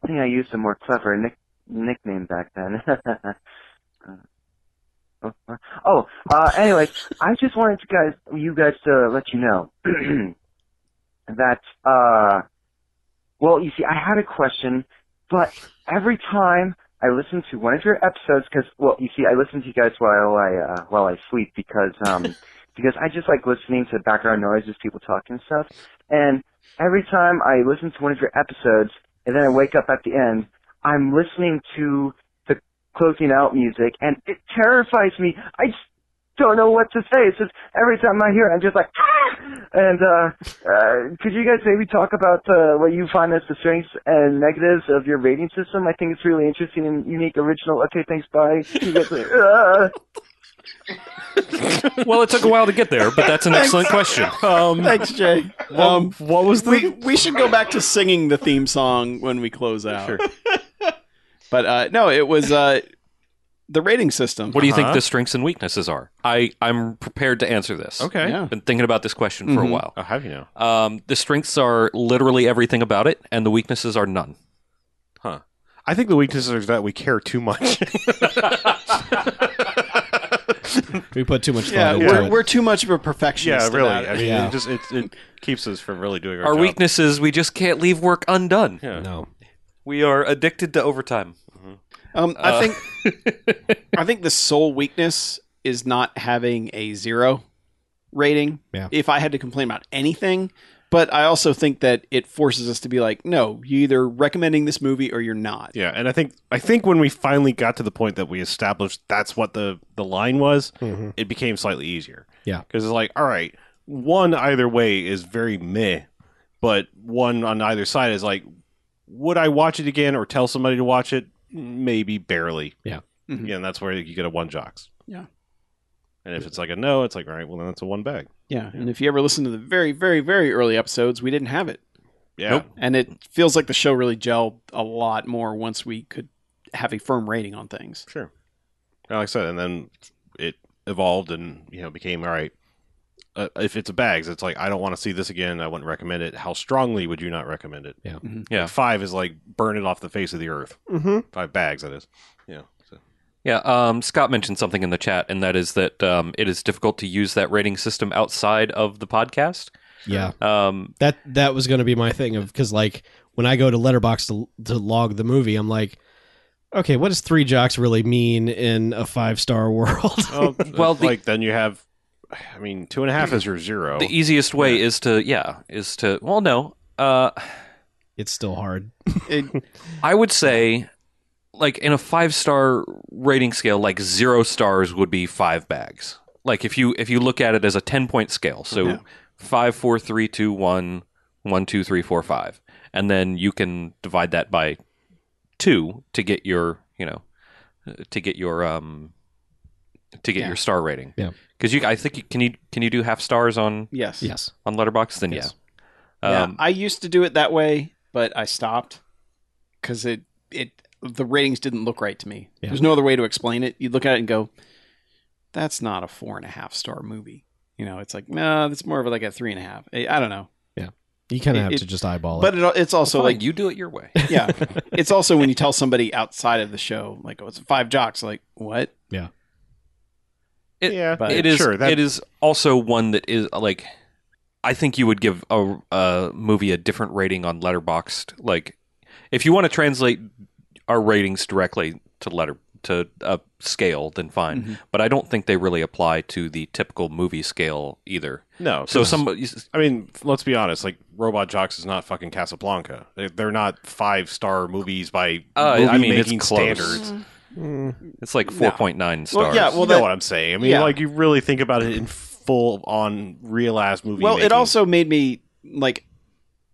G: I think I used a more clever nick- nickname back then. Uh, oh, uh, anyways, I just wanted to guys, you guys to let you know that, uh, well, you see, I had a question, but every time I listen to one of your episodes because, well, you see, I listen to you guys while I uh, while I sleep because um because I just like listening to background noises, people talking and stuff. And every time I listen to one of your episodes, and then I wake up at the end, I'm listening to the closing out music, and it terrifies me. I just don't know what to say. It's just every time I hear it, I'm just like, ah! and uh, uh, could you guys maybe talk about uh, what you find as the strengths and negatives of your rating system? I think it's really interesting and unique, original. Okay, thanks. Bye. You guys are- uh.
E: well, it took a while to get there, but that's an excellent question.
C: Um, thanks, Jay. Um,
B: What was the?
C: we, we should go back to singing the theme song when we close out.
B: Sure.
C: But uh, no, it was uh, the rating system.
E: What do you think
B: Uh-huh.
E: the strengths and weaknesses are? I I'm prepared to answer this.
B: Okay.
C: Yeah.
E: been thinking about this question for a
C: Mhm.
E: while.
B: I'll have you now.
E: Um, the strengths are literally everything about it, and the weaknesses are none.
B: I think the weakness is that we care too much.
D: We put too much thought
C: Yeah,
D: into
C: we're,
D: it.
C: we're too much of a perfectionist.
B: yeah, really.
C: about
B: I
C: it.
B: mean,
D: Yeah.
B: it just it, it keeps us from really doing our,
E: Our
B: job.
E: weaknesses, we just can't leave work undone.
B: Yeah.
D: no.
E: We are addicted to overtime.
C: Um, I
E: Uh,
C: think I think the sole weakness is not having a zero rating.
D: Yeah.
C: If I had to complain about anything, but I also think that it forces us to be like, no, you either recommending this movie or you're not.
B: Yeah, and I think I think when we finally got to the point that we established that's what the the line was,
D: Mhm.
B: it became slightly easier.
D: Yeah.
B: because it's like, all right, one either way is very meh, but one on either side is like, would I watch it again or tell somebody to watch it? Maybe barely.
D: Yeah.
C: Mhm.
B: Yeah, and that's where you get a one jocks.
C: Yeah.
B: And if it's like a no, it's like, all right, well, then that's a one bag.
C: Yeah, and if you ever listen to the very, very, very early episodes, we didn't have it,
B: Yeah.
E: Nope.
C: and it feels like the show really gelled a lot more once we could have a firm rating on things.
B: Sure. Yeah, Like I said, and then it evolved and you know became all right. Uh, if it's a bags, it's like I don't want to see this again. I wouldn't recommend it. How strongly would you not recommend it?
D: Yeah.
C: Mhm.
E: Yeah.
B: Five is like burn it off the face of the earth.
D: Mm-hmm.
B: Five bags, that is. Yeah. So,
E: Yeah, um, Scott mentioned something in the chat, and that is that um, it is difficult to use that rating system outside of the podcast.
D: Yeah.
E: Um,
D: That that was going to be my thing of because like when I go to Letterbox to to log the movie, I'm like, okay, what does three jocks really mean in a five star world?
B: well,
E: Well, the-
B: like then you have. I mean, two and a half is your zero.
E: the E easiest way is to, Oh. yeah, is to, well, no. Uh,
D: it's still hard.
C: It-
E: I would say, like, in a five star rating scale, like zero stars would be five bags. Like, if you if you look at it as a 10 point scale, so
C: Yeah.
E: five, four, three, two, one, one, two, three, four, five. And then you can divide that by two to get your, you know, to get your, um, to get
C: Yeah.
E: your star rating.
D: Yeah.
E: Because you, I think you can you can you do half stars on
C: yes,
D: Yes.
E: on Letterbox? Then
D: Yes.
E: yeah.
C: Yeah,
E: Um,
C: I used to do it that way, but I stopped because it it the ratings didn't look right to me.
D: Yeah.
C: There's no other way to explain it. You would look at it and go, "That's not a four and a half star movie." You know, it's like no, that's more of like a three and a half. Eh, I, I don't know,
D: You kind
C: It-
D: of have
C: it-
D: to just eyeball
C: but
D: it.
C: it, it's also
E: so
C: like
E: like you do it your way.
C: yeah. It's also when you tell somebody outside of the show, like, oh, it's five jocks, like, what?
E: it-
B: yeah,
C: but
E: it is
B: Uh, sure. That,
E: it is also one that is uh, like i think you would give a, a movie a different rating on letterboxd like if you want to translate our ratings directly to letter to a scale then fine
B: Mm-hmm.
C: Mhm.
E: but i don't think they really apply to the typical movie scale either
B: no.
E: so
B: 'cause-
E: some
B: I mean, let's be honest. Like Robot Jocks is not fucking Casablanca. They- They're not five star movies by
E: Uh,
B: movie
E: I mean, it's
B: making
E: close.
B: standards.
E: it's like 4.9 stars
C: Well, yeah,
B: Well,
C: well,
B: know
C: that,
B: what I'm saying. I mean,
C: yeah.
B: like you really think about it in full on real ass movie.
C: well, it
B: making.
C: also made me like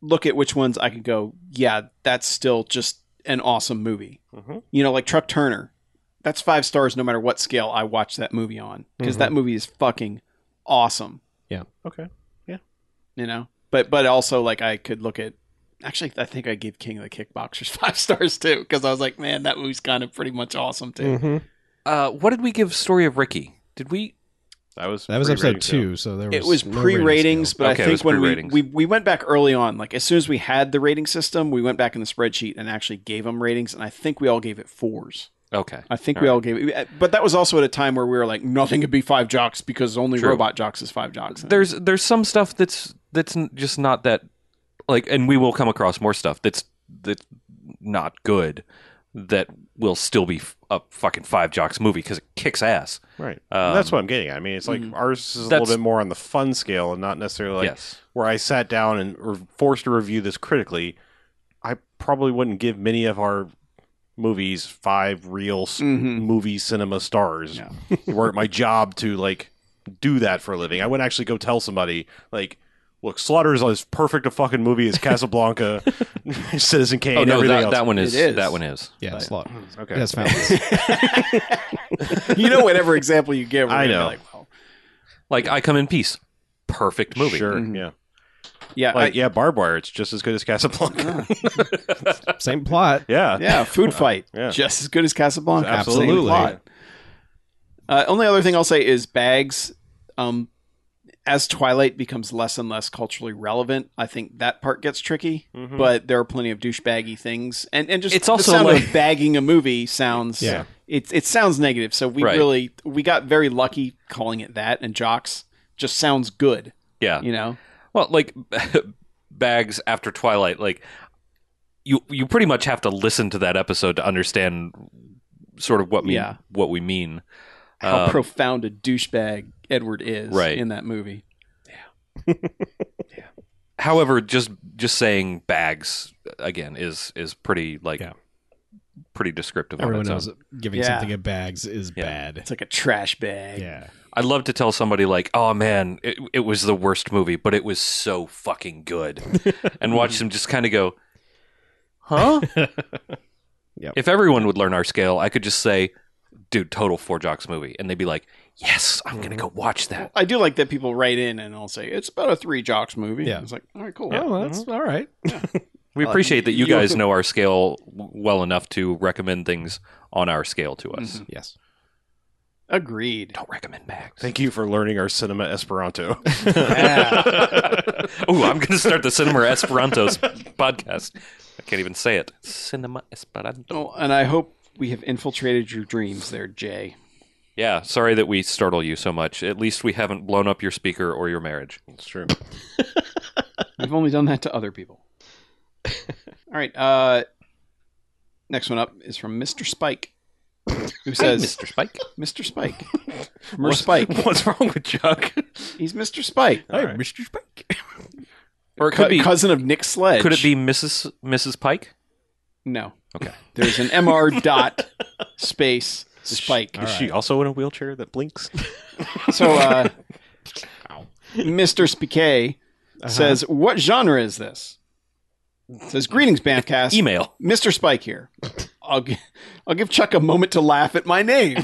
C: look at which ones I could go. Yeah, that's still just an awesome movie.
B: Mhm.
C: You know, like Truck Turner, that's five stars no matter what scale I watch that movie on because
D: Mhm.
B: Mm-hmm.
C: that movie is fucking awesome.
B: okay.
C: You know, but but also like I could look at. Actually, I think I gave King of the Kickboxers five stars too because I was like, man, that movie's kind of pretty much awesome too.
E: uh, what did we give story of ricky did we
B: That was
D: that was episode
B: pre-rating
D: two, so there was
C: it was
D: no rating
C: pre-ratings,
D: scale.
C: but
E: Okay, it
C: I think
E: was
C: when we,
E: pre-ratings.
C: we we went back early on, like as soon as we had the rating system, we went back in the spreadsheet and actually gave them ratings, and I think we all gave it fours.
E: okay
C: I think
E: All
C: we
E: right.
C: all gave it, eh, but that was also at a time where we were like, nothing could be five jocks because only
E: True.
C: robot jocks is five jocks.
E: there's there's some stuff that's that's n- just not that like and we will come across more stuff that's that's not good that will still be f- a fucking five jocks movie because it kicks ass
B: scale. Right.
E: Um,
B: that's what I'm getting. at. I mean, it's like ours is a little
E: That's-
B: bit more on the fun scale and not necessarily like
E: yes
B: where I sat down and were forced to review this critically. I probably wouldn't give many of our movies five real s-
C: Mhm.
B: movie cinema stars.
C: No.
B: it weren't my job to like do that for a living. I wouldn't actually go tell somebody like, look, Slaughter is as perfect a fucking movie as Casablanca, Citizen Kane,
E: oh no
B: everything
E: that,
B: else.
E: that one is,
C: It is.
E: that one is
D: yeah, it's a lot.
B: Hmm, okay.
D: Yes, Fountains.
C: you know, whatever example you give, we're
B: I
C: gonna be
B: know.
C: Like, well,
E: like I come in peace perfect movie
B: Sure.
C: Mhm.
B: Yeah.
C: yeah,
B: Like
C: I-
B: yeah, barbed wire. It's just as good as Casablanca.
D: Same plot.
B: yeah.
C: yeah, food fight,
B: Yeah.
C: just as good as Casablanca.
B: Absolutely.
C: Same plot. Uh, only other thing I'll say is bags. Um, as Twilight becomes less and less culturally relevant, I think that part gets tricky.
B: Mhm.
C: But there are plenty of douchebaggy things, and and just
E: Mm-hmm. It's
C: the
E: also
C: sound
E: like-
C: of bagging a movie sounds
D: Yeah.
C: It it sounds negative. So we
E: Right.
C: really we got very lucky calling it that, and jocks just sounds good.
E: yeah
C: You know,
E: well like bags after Twilight like you you pretty much have to listen to that episode to understand sort of what we
C: Yeah.
E: what we mean
C: how
E: Um,
C: profound a douchebag Edward is
E: Right.
C: in that movie.
E: however just just saying bags again is is pretty like
D: Yeah.
E: pretty descriptive
D: Everyone
E: on its
D: knows
E: own.
D: that giving
C: Yeah.
D: something a bags is
E: Yeah.
D: bad.
C: It's like a trash bag.
D: Yeah.
E: I'd love to tell somebody like, "Oh man, it, it was the worst movie, but it was so fucking good," and watch them just kind of go, "Huh?"
D: Yep.
E: If everyone would learn our scale, I could just say, "Dude, total four jocks movie," and they'd be like, "Yes, I'm gonna go watch that."
C: I do like that people write in and I'll say it's about a three jocks movie.
D: Yeah.
C: it's like all right, cool.
D: Oh, that's
B: Mm-hmm.
D: all right.
E: We appreciate that you
C: you-
E: guys know our scale w- well enough to recommend things on our scale to us.
C: Mhm.
D: Yes.
C: Agreed.
E: Don't recommend bags.
B: Thank you for learning our cinema Esperanto.
E: oh, I'm going to start the Cinema Esperantos podcast. I can't even say it. Cinema Esperanto.
C: Oh, and I hope we have infiltrated your dreams, there, Jay.
E: Yeah, sorry that we startle you so much. At least we haven't blown up your speaker or your marriage.
B: it's true.
C: We've only done that to other people. All right. Uh, next one up is from Mr. Spike, who says,
E: Mr. Spike.
C: Mr. Spike. Mer Spike.
E: What's wrong with Chuck?
C: He's Mr. Spike.
B: All right.
D: Mr. Spike.
E: Or it could
C: Cou-
E: be
C: cousin of Nick Sledge.
E: could it be Mrs. Mrs. Pike?
C: No.
E: Okay.
C: There's an MR dot space Spike.
B: Is she also in a wheelchair that blinks?
C: So, uh, Mr. Spike says, What genre is this? Says, Greetings, Bandcast.
E: Email.
C: Mr. Spike here. I'll, gi- I'll give Chuck a moment to laugh at my name.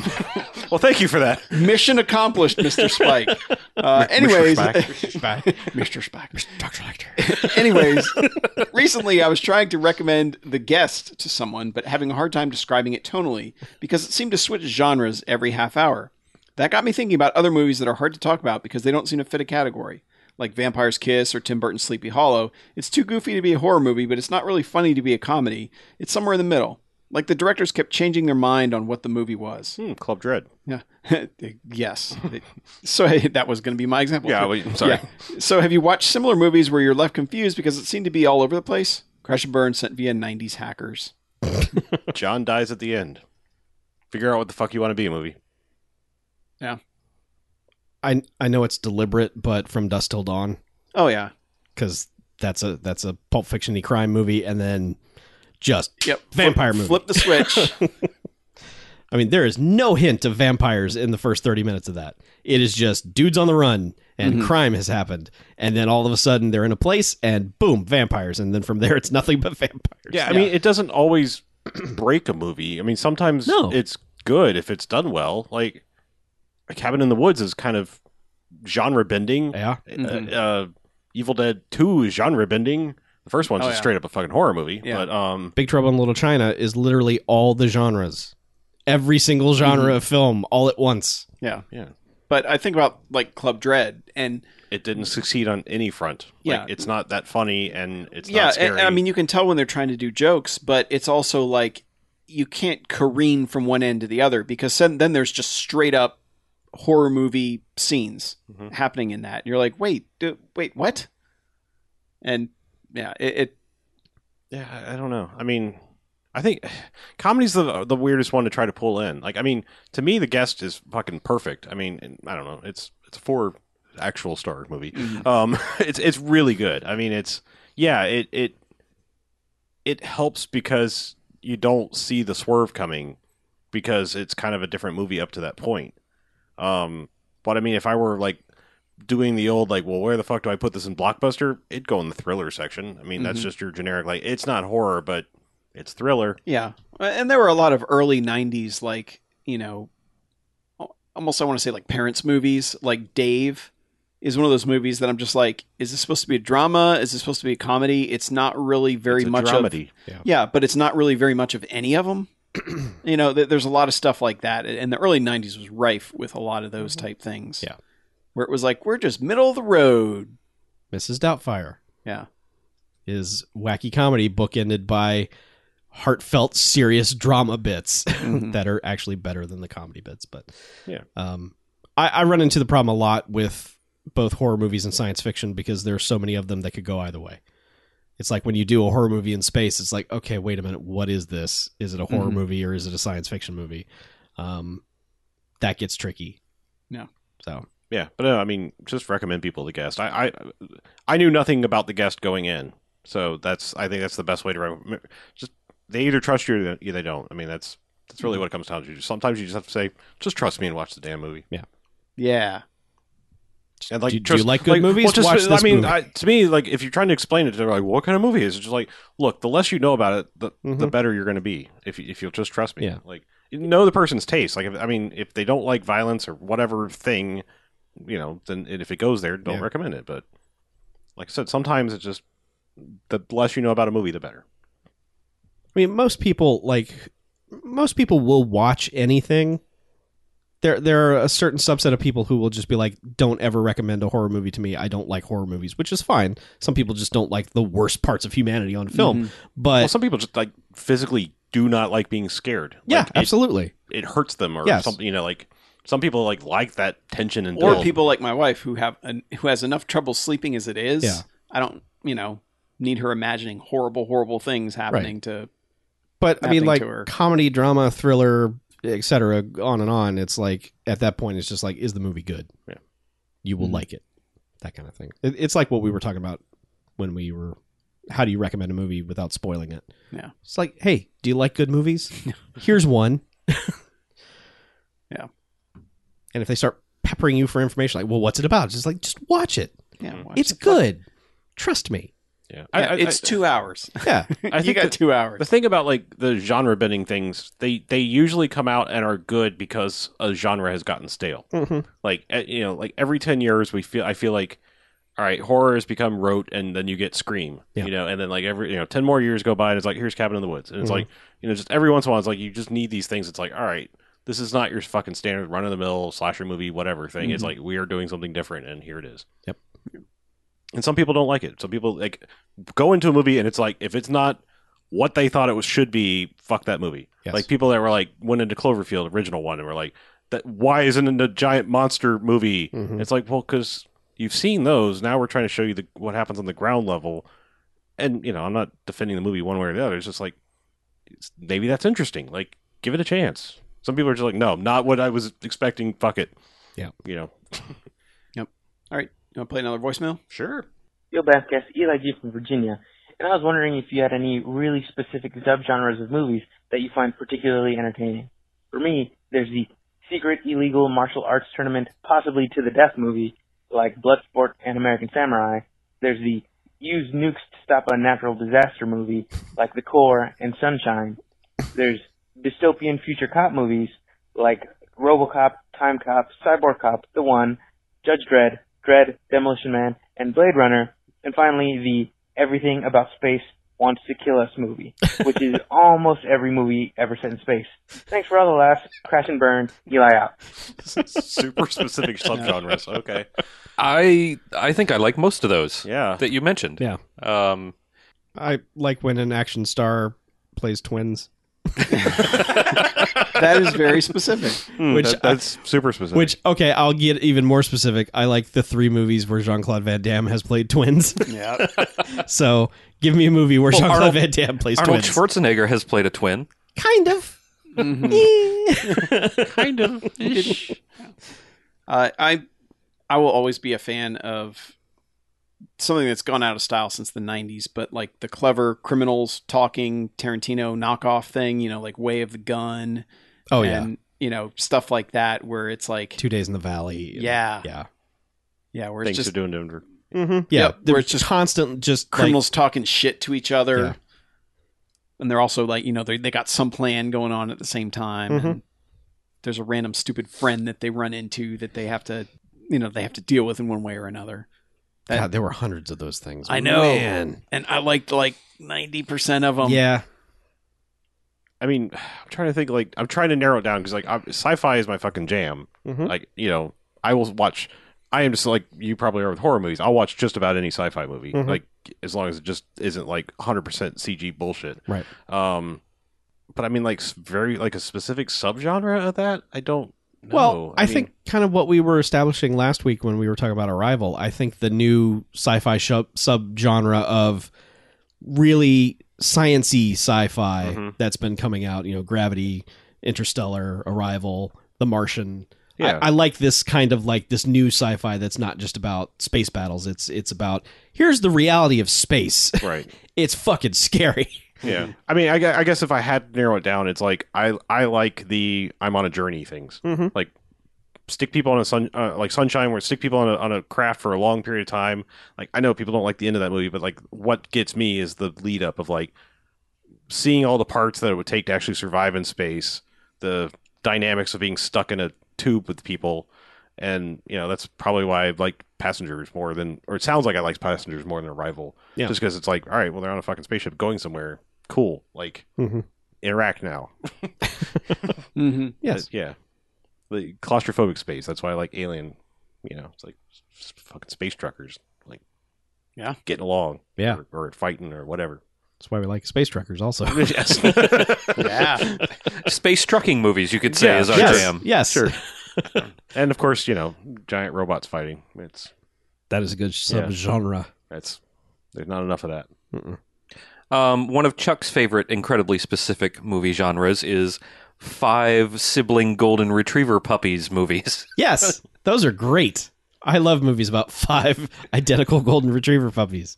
B: Well, thank you for that.
C: Mission accomplished, Mr. Spike. Uh, anyways, Mr. Spike.
D: Dr. Lecter.
C: Anyways, recently I was trying to recommend The Guest to someone, but having a hard time describing it tonally because it seemed to switch genres every half hour. That got me thinking about other movies that are hard to talk about because they don't seem to fit a category, like Vampire's Kiss or Tim Burton's Sleepy Hollow. It's too goofy to be a horror movie, but it's not really funny to be a comedy. It's somewhere in the middle. Like the directors kept changing their mind on what the movie was.
B: Hmm, Club Dread.
C: Yeah. yes. So hey, that was going to be my example.
B: Yeah,
C: too.
B: well, I'm sorry.
C: Yeah. So have you watched similar movies where you're left confused because it seemed to be all over the place? Crash and Burn sent via 90s hackers.
B: John dies at the end. Figure out what the fuck you want to be, movie.
D: I I know it's deliberate, but from Dust Till Dawn,
C: Oh, yeah.
D: because that's a that's a Pulp Fiction-y crime movie, and then just
C: Yep.
D: vampire
C: flip,
D: movie.
C: Flip the switch.
D: I mean, there is no hint of vampires in the first 30 minutes of that. It is just dudes on the run and
C: Mm-hmm.
D: crime has happened. And then all of a sudden they're in a place and boom, vampires. And then from there it's nothing but vampires.
B: Yeah, I mean, it doesn't always break a movie. I mean, sometimes
D: No.
B: it's good if it's done well. Like, A Cabin in the Woods is kind of genre bending.
D: Yeah.
C: Mm-hmm.
B: Uh, uh, Evil Dead Two is genre bending. The first one's
C: Oh,
B: just
C: yeah.
B: straight up a fucking horror movie.
C: Yeah.
B: But um,
D: Big Trouble in Little China is literally all the genres. Every single genre of film all at once.
C: yeah.
B: Yeah.
C: But I think about like Club Dread and
B: it didn't succeed on any front.
C: Yeah.
B: like, it's not that funny, and it's
C: yeah,
B: not
C: and-
B: scary.
C: and I mean, you can tell when they're trying to do jokes, but it's also like you can't careen from one end to the other because then, then there's just straight up horror movie scenes
B: Mhm.
C: happening in that. You're like, wait, d- wait, what? And yeah, it, it
B: Yeah, I- I don't know. I mean, I think comedy's the the weirdest one to try to pull in. Like, I mean, to me, the guest is fucking perfect. I mean, and I don't know. It's it's a four actual star movie.
C: mm,
B: Um, it's it's really good. I mean, it's yeah, it it it helps because you don't see the swerve coming because it's kind of a different movie up to that point. Um, but I mean, if I were like doing the old like, well, where the fuck do I put this in blockbuster? It'd go in the thriller section. I mean, that's
C: Mhm.
B: just your generic like, it's not horror, but it's thriller.
C: Yeah. And there were a lot of early 90s, like, you know, al- almost I want to say like parents' movies, like Dave is one of those movies that I'm just like, is this supposed to be a drama? Is this supposed to be a comedy? It's not really very
B: it's a
C: much of.
B: dramedy.
C: Yeah, but it's not really very much of any of them. you know, th- there's a lot of stuff like that. And the early 90s was rife with a lot of those type things.
D: Yeah.
C: Where it was like, we're just middle of the road.
D: Mrs. Doubtfire
C: Yeah.
D: is wacky comedy bookended by heartfelt, serious drama bits.
C: Mhm.
D: that are actually better than the comedy bits. But
B: Yeah.
D: um, I, I run into the problem a lot with both horror movies and science fiction because there are so many of them that could go either way. It's like when you do a horror movie in space, it's like, okay, wait a minute, what is this? Is it a horror
C: Mhm.
D: movie or is it a science fiction movie? Um, that gets tricky.
C: Yeah.
D: So
B: Yeah, but uh, I mean, just recommend people the guest. I, I I knew nothing about the guest going in, so that's I think that's the best way to re- just they either trust you or they- they don't. I mean, that's that's really what it comes down to. Sometimes you just have to say, just trust me and watch the damn movie.
C: Yeah.
B: And like,
D: Do- do you like good movies?
B: just-
D: Watch this
B: I mean,
D: movie.
B: I, to me, like if you're trying to explain it, they're like, "What kind of movie is?" it?" It's just like, look, the less you know about it, the, the
D: Mhm.
B: better you're going to be. If you- if you'll just trust me,
D: Yeah.
B: Like, you know the person's taste. Like, if, I mean, if they don't like violence or whatever thing, you know, then and if it goes there, don't
D: Yeah.
B: recommend it. But like I said, sometimes it's just the less you know about a movie, the better.
D: I mean, most people like most people will watch anything. There, there are a certain subset of people who will just be like, "Don't ever recommend a horror movie to me. I don't like horror movies," which is fine. Some people just don't like the worst parts of humanity on film. But
B: Well, some people just like physically do not like being scared.
D: yeah,
B: Like, it,
D: absolutely.
B: it hurts them or
D: Yes.
B: something. You know, like some people like like that tension and
C: Or
B: build.
C: people like my wife who have an, who has enough trouble sleeping as it is.
D: Yeah.
C: I don't, you know, need her imagining horrible, horrible things happening to.
D: But I mean,
C: Happening
D: like
C: to her.
D: comedy, drama, thriller, etc., on and on. It's like at that point, it's just like, is the movie good?
B: Yeah.
D: You will like it. That kind of thing. It, it's like what we were talking about when we were. How do you recommend a movie without spoiling it?
C: Yeah.
D: It's like, hey, do you like good movies? Here's one.
C: Yeah.
D: And if they start peppering you for information, like, well, what's it about? It's just like, just watch it.
C: Yeah, watch
D: it's
C: the fuck-
D: good. Trust me.
B: yeah,
C: Yeah, it's two hours.
D: Yeah.
B: I
C: you
B: think
C: got
B: that-
C: two hours.
B: The thing about like the genre bending things, they they usually come out and are good because a genre has gotten stale.
D: Mhm.
B: Like eh, you know, like every ten years we feel I feel like all right, horror has become rote, and then you get scream,
D: Yeah.
B: you know, and then like every you know ten more years go by, and it's like here's Cabin in the Woods, and it's
D: Mhm.
B: like you know just every once in a while it's like you just need these things. It's like all right, this is not your fucking standard run of the mill slasher movie whatever thing. It's
C: Mhm.
B: like we are doing something different, and here it is.
D: Mm-hmm. Yep.
B: And some people don't like it. Some people like go into a movie and it's like if it's not what they thought it was should be, fuck that movie.
D: Yes.
B: Like people that were like went into Cloverfield original one and were like, that why isn't it a giant monster movie?
D: Mhm.
B: It's like well because you've seen those. Now we're trying to show you the, what happens on the ground level, and you know I'm not defending the movie one way or the other. It's just like it's, maybe that's interesting. Like give it a chance. Some people are just like, no, not what I was expecting. Fuck it.
D: Yeah.
B: You know.
C: You want to play another voicemail?
B: Sure.
H: Yo, Bathcast, Eli G from Virginia. And I was wondering if you had any really specific subgenres of movies that you find particularly entertaining. For me, there's the secret illegal martial arts tournament, possibly to the death movie, like Bloodsport and American Samurai. There's the use nukes to stop a natural disaster movie, like The Core and Sunshine. There's dystopian future cop movies, like RoboCop, Time Cop, Cyborg Cop, The One, Judge Dredd, Dredd, Demolition Man, and Blade Runner, and finally the Everything About Space Wants to Kill Us movie, which is almost every movie ever set in space. Thanks for all the laughs. Crash and burn. Eli out.
B: Super specific subgenres. Okay.
E: I I think I like most of those
B: Yeah.
E: that you mentioned.
D: Yeah.
E: Um,
D: I like when an action star plays twins.
C: That is very specific.
B: Mm,
D: Which
B: that- that's super specific.
D: Which okay, I'll get even more specific. I like the three movies where Jean Claude Van Damme has played twins.
C: yeah. Oh,
D: so give me a movie where
E: Well,
D: Jean Claude
E: Arnold-
D: Van Damme plays
E: Arnold
D: twins.
E: Schwarzenegger has played a twin.
D: kind of.
C: Mm-hmm.
B: kind of.
C: Uh, I I will always be a fan of something that's gone out of style since the '90s, but like the clever criminals talking Tarantino knockoff thing, you know, like Way of the Gun,
D: Oh yeah,
C: and you know stuff like that, where it's like,
D: Two Days in the Valley.
C: yeah, yeah,
D: yeah,
C: where it's
B: Thanks for
C: just
B: doing Denver.
D: mm-hmm. yeah.
C: Yep,
D: They're
C: where it's just
D: constant, just like-
C: criminals talking shit to each other,
D: Yeah.
C: and they're also like, you know, they they got some plan going on at the same time.
D: Mhm.
C: And there's a random stupid friend that they run into that they have to, you know, they have to deal with in one way or another. that-
D: God, there were hundreds of those things.
C: I know.
D: Man.
C: and I liked like ninety percent of them.
D: yeah,
B: I mean, I'm trying to think. Like, I'm trying to narrow it down because, like, I'm, sci-fi is my fucking jam.
D: Mhm.
B: Like, you know, I will watch. I am just like you probably are with horror movies. I'll watch just about any sci-fi movie,
D: Mhm.
B: like as long as it just isn't like 100 percent CG bullshit.
D: Right.
B: Um, but I mean, like s- very like a specific subgenre of that. I don't. know.
D: Well, I,
B: mean,
D: think kind of what we were establishing last week when we were talking about Arrival. I think the new sci-fi sub subgenre of really sciency sci-fi
B: Mhm.
D: that's been coming out. You know, Gravity, Interstellar, Arrival, The Martian. I-
B: Yeah.
D: I, like this kind of like this new sci-fi that's not just about space battles. It's it's about here's the reality of space.
B: right.
D: it's fucking scary.
B: Yeah, I mean, I, gue- I guess if I had to narrow it down, it's like I I like the I'm on a journey things,
D: Mhm.
B: like stick people on a sun uh, like sunshine where stick people on a, on a craft for a long period of time like i know people don't like the end of that movie but like what gets me is the lead up of like seeing all the parts that it would take to actually survive in space the dynamics of being stuck in a tube with people and you know that's probably why i like passengers more than or it sounds like i like passengers more than arrival
D: Yeah.
B: just because it's like all right well they're on a fucking spaceship going somewhere cool like
D: Mhm.
B: interact now
C: Mm-hmm.
D: Yes.
B: yeah. The claustrophobic space. That's why I like Alien. You know, it's like s- fucking space truckers, like
C: Yeah.
B: getting along,
D: Yeah.
B: or, or fighting or whatever.
D: That's why we like space truckers also.
B: yes,
C: Yeah.
E: Space trucking movies, you could say,
B: Yeah,
E: is our
B: yes.
E: jam.
D: Yes.
B: Sure. and of course, you know, giant robots fighting. It's
D: That is a good subgenre.
B: that's there's not enough of that.
E: Um, one of Chuck's favorite incredibly specific movie genres is five sibling golden retriever puppies movies.
D: Yes. Those are great. I love movies about five identical golden retriever puppies.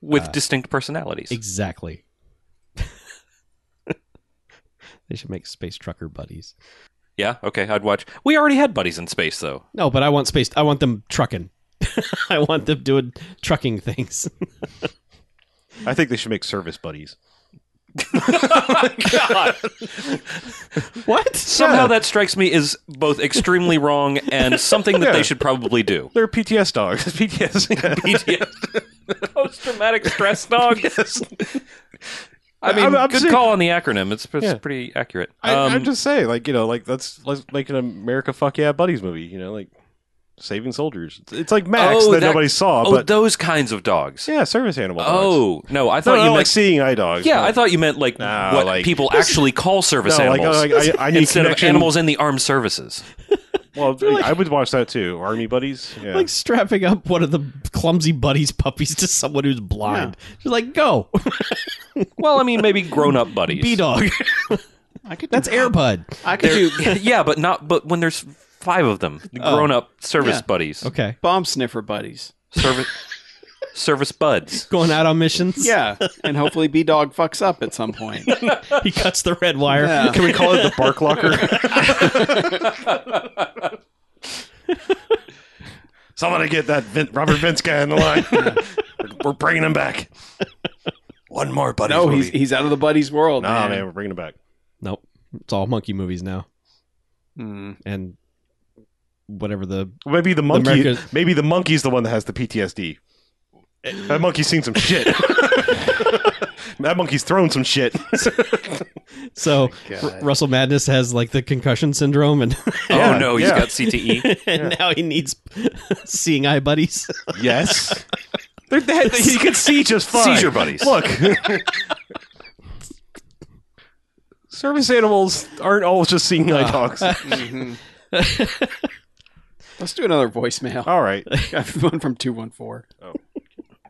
E: with
B: Uh.
E: distinct personalities.
D: Exactly. they should make space trucker buddies.
E: yeah, okay, I'd watch. We already had buddies in space though.
D: No, but I want space. I want them trucking. I want them doing trucking things.
B: I think they should make service buddies.
D: what?
E: Somehow that strikes me as both extremely wrong and something that
B: Yeah.
E: they should probably do.
B: They're PTS dogs. PTS.
E: Post traumatic stress dog. I mean,
B: I'm- I'm
E: good
B: serious.
E: call on the acronym. It's, it's
B: Yeah.
E: pretty accurate.
B: I,
E: Um,
B: I'm just saying, like you know, like let's let's make an America fuck yeah buddies movie. You know, like saving soldiers. It's like Max
E: Oh,
B: that,
E: that-
B: nobody saw,
E: oh,
B: but
E: those kinds of dogs.
B: yeah, service animal. dogs.
E: Oh no, I
B: No,
E: thought
B: no,
E: you meant
B: like seeing eye dogs.
E: yeah,
B: No.
E: I thought you meant like
B: No,
E: what
B: like-
E: people actually call service
B: No, like,
E: animals
B: like, I- I need
E: instead
B: connection.
E: of animals in the armed services.
B: Well, I would watch that too. Army buddies. Yeah.
D: Like strapping up one of the clumsy buddies puppies to someone who's blind. She's like, go,
E: Well, I mean, maybe grown-up buddies.
D: B dog.
C: I could.
D: That's Airbud.
C: I could do
E: yeah, but not. But when there's five of them,
B: Oh.
E: grown-up service
C: Yeah.
E: buddies,
D: Okay.
C: bomb sniffer buddies.
E: service service buds.
D: Going out on missions.
C: Yeah, and hopefully B Dog fucks up at some point.
D: He cuts the red wire.
C: Yeah.
B: Can we call it the bark locker? Someone to get that Vin- Robert Vince guy on the line. We're- we're bringing him back. One more buddies
C: No,
B: movie.
C: he's he's out of the buddies world.
B: nah, Oh, man.
C: man.
B: we're bringing him back.
D: Nope. It's all monkey movies now.
C: Mm.
D: And whatever the
B: Maybe the monkey.
D: American-
B: maybe the monkey's the one that has the PTSD. Eh, That monkey's seen some shit. that monkey's thrown some shit.
D: so
C: God.
D: R- Russell Madness has like the concussion syndrome and
B: Yeah,
E: oh no, he's
B: yeah.
E: got E. CTE.
D: and now he needs seeing eye buddies.
B: Yes. They're, they, they, he could see just fine.
E: Seizure buddies.
B: Look. Service animals aren't always just seeing eye dogs.
C: Let's do another voicemail.
B: All right.
C: One from two one four.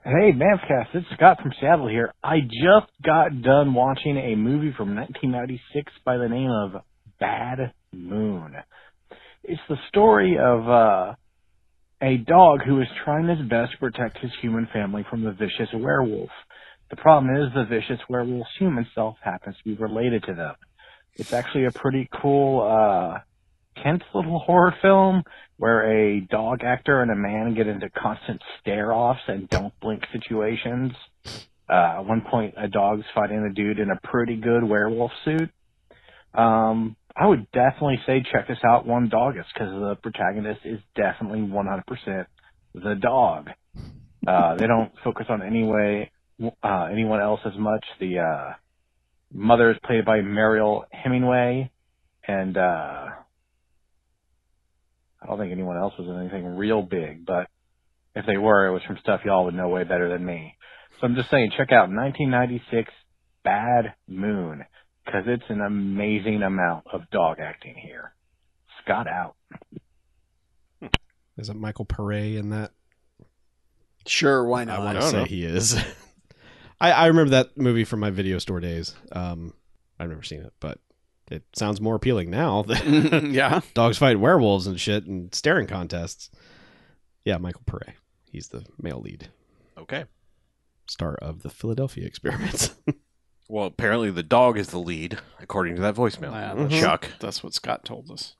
G: Hey, Bamfcast, it's Scott from Seattle here. I just got done watching a movie from 1996 by the name of Bad Moon. It's the story of uh, a dog who is trying his best to protect his human family from the vicious werewolf. The problem is the vicious werewolf's human self happens to be related to them. It's actually a pretty cool, uh, tense little horror film where a dog actor and a man get into constant stare offs and don't blink situations. Uh, at one point, a dog's fighting a dude in a pretty good werewolf suit. Um, I would definitely say check this out, One Doggist, because the protagonist is definitely 100% the dog. Uh, they don't focus on any way uh, anyone else as much. The uh, mother is played by Mariel Hemingway, and uh, I don't think anyone else was in anything real big, but if they were, it was from stuff y'all would know way better than me. So I'm just saying, check out 1996 Bad Moon, because it's an amazing amount of dog acting here. Scott out.
D: Is it Michael Pare in that?
C: Sure, why
D: I
C: not?
D: want to
B: don't
D: say
B: know.
D: he is. I, I remember that movie from my video store days. Um, I've never seen it, but it sounds more appealing now that
C: yeah,
D: dogs fight werewolves and shit and staring contests. Yeah, Michael Pare. He's the male lead,
B: Okay.
D: star of the Philadelphia Experiment.
B: Well, apparently the dog is the
C: Mm-hmm.
B: lead, according to that voicemail.
C: Yeah, that's-
B: Chuck.
C: that's what Scott told us.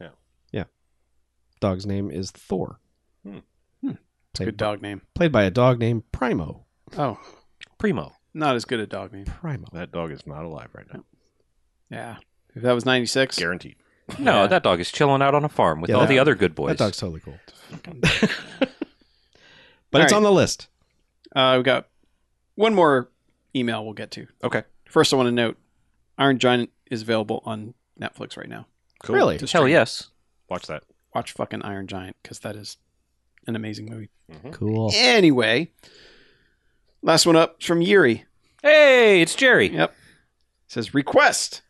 D: dog's name is Thor.
C: It's a good dog name.
D: Played by a dog named Primo.
C: Oh,
E: Primo.
C: not as good a dog name.
D: Primo.
B: That dog is not alive right now.
C: Yeah. If that was 96,
B: Guaranteed.
E: No,
C: Yeah.
E: that dog is chilling out on a farm with
D: Yeah,
E: all
D: that-
E: the other good
D: That
E: boys.
D: dog's totally cool. but it's
C: All right.
D: on the list.
C: Uh, we got one more email we'll get to.
E: Okay.
C: First, I want to note Iron Giant is available on Netflix right now.
B: Cool.
D: Really?
C: Just
E: Hell yes.
B: Watch that.
C: watch fucking Iron Giant because that is an amazing movie.
E: Mm-hmm.
D: Cool.
C: Anyway, last one up is from Yuri.
E: Hey, it's Jerry.
C: Yep. says request.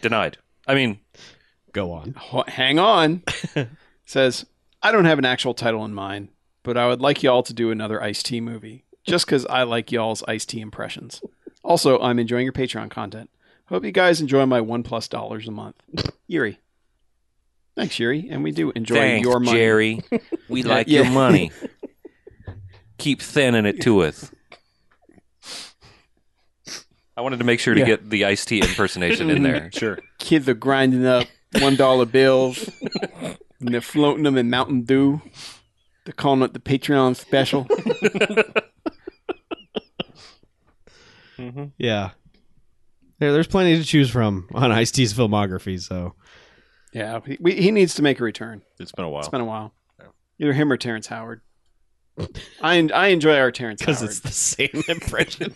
E: Denied. I mean,
D: Go on.
C: Ho- Hang on. says, I don't have an actual title in mind, but I would like y'all to do another Ice Tea movie just because I like y'all's Ice Tea impressions. Also, I'm enjoying your Patreon content. Hope you guys enjoy my one plus dollars a month. Yuri. Thanks, Yuri. And we do enjoy
E: thanks,
C: your money.
E: Jerry. We like
C: yeah.
E: your money. Keep thinning it to us. I wanted to make sure to
C: Yeah.
E: get the iced tea impersonation
C: Mm-hmm.
E: in there.
B: Sure.
C: kids are grinding up one dollar bills and they're floating them in Mountain Dew. They're calling it the Patreon special.
D: Yeah. There, there's plenty to choose from on Ice T's filmography, so
C: yeah, he, we, he needs to make a return.
B: It's been a while.
C: It's been a while. Either him or Terrence Howard. I en- I enjoy our Terrence
D: because
C: Howard.
D: it's the same impression.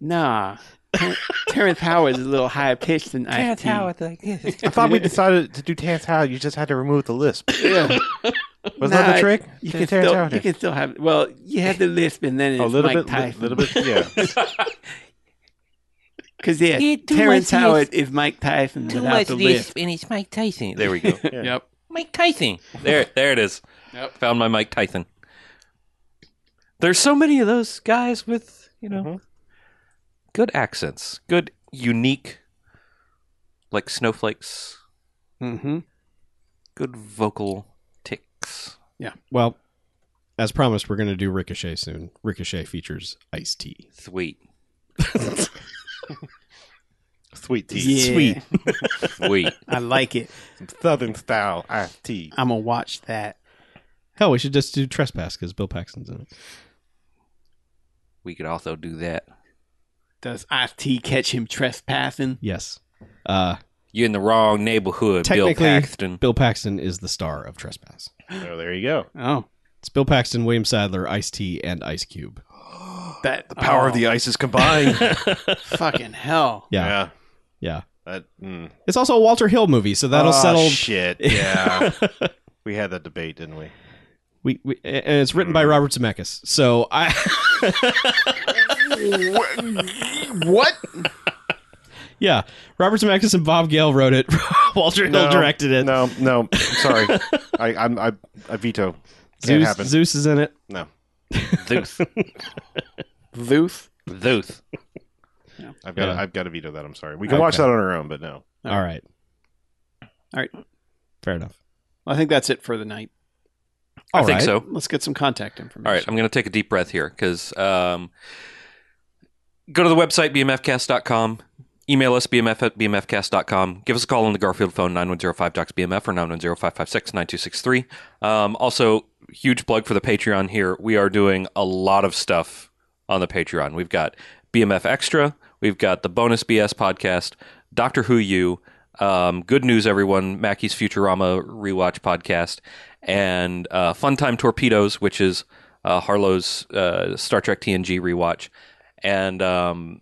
C: nah. Ter- Terrence Howard is a little higher pitched than Terrence Howard.
B: I thought we decided to do Terrence Howard. You just had to remove the lisp.
C: Yeah,
B: Was
C: Nah,
B: that the trick?
C: you
B: Just
C: can
B: Terrence
C: still
B: Howard.
C: you can still have well you have the lisp and then it's
B: a little
C: Mike
B: bit, li-
C: Tyson.
B: little bit, yeah.
C: Because yeah, Terrence Howard is Mike Tyson without the lisp.
E: and it's Mike Tyson. There we go.
C: Yep.
E: Mike Tyson. There, there it is.
C: Yep.
E: Found my Mike Tyson. There's so many of those guys with you know
C: Mm-hmm.
E: good accents, good unique, like snowflakes,
C: Mm-hmm.
E: good vocal ticks.
D: well, as promised, we're going to do Ricochet soon. Ricochet features Ice T.
E: Sweet,
B: Sweet tea.
C: Yeah,
D: Sweet.
E: sweet.
C: I like it.
B: Southern style iced tea.
C: I'm gonna watch that.
D: Hell, we should just do Trespass because Bill Paxton's in it.
E: we could also do that.
C: Does IT catch him trespassing?
D: Yes. Uh,
E: You're in the wrong neighborhood, Bill
D: Technically-
E: Paxton.
D: Bill Paxton is the star of Trespass.
B: Oh, there you go.
C: Oh,
D: It's Bill Paxton, William Sadler, Ice T, and Ice Cube.
C: that the
B: Power of the ice is combined. yeah.
C: fucking hell.
D: Yeah. Yeah.
B: That, mm.
D: It's also a Walter Hill movie, so that'll
B: Oh,
D: settle.
B: Shit. Yeah. we had that debate, didn't we?
D: We, we and it's written
B: Hmm.
D: by Robert Zemeckis. So I
C: What?
D: yeah, Robert Zemeckis and Bob Gale wrote it. Walter Hill directed it.
B: No, no. I'm sorry. I, I'm, I, I veto. Can't
D: Zeus,
B: happen.
D: Zeus is in it.
B: No,
E: Thuth.
C: Luth?
E: Thuth.
B: I've got, to
D: Yeah.
B: I've got to veto that. I'm sorry. We can watch that on our own, but no.
D: All right.
C: All right.
D: Fair enough.
C: I think that's it for the night.
E: I
D: All
E: think
D: right.
E: so.
C: Let's get some contact information.
E: All right, I'm going to take a deep breath here because um, go to the website, bmfcast.com, email us, bmf at bmfcast.com, give us a call on the Garfield phone, 9105-DOCS-BMF or 910556-9263. Um, also, huge plug for the Patreon here. We are doing a lot of stuff on the Patreon. We've got BMF Extra, we've got the Bonus BS podcast, Doctor Who You, um, Good News Everyone, Mackey's Futurama Rewatch podcast, and uh, Funtime Torpedoes, which is uh, Harlow's uh, Star Trek TNG rewatch, and um,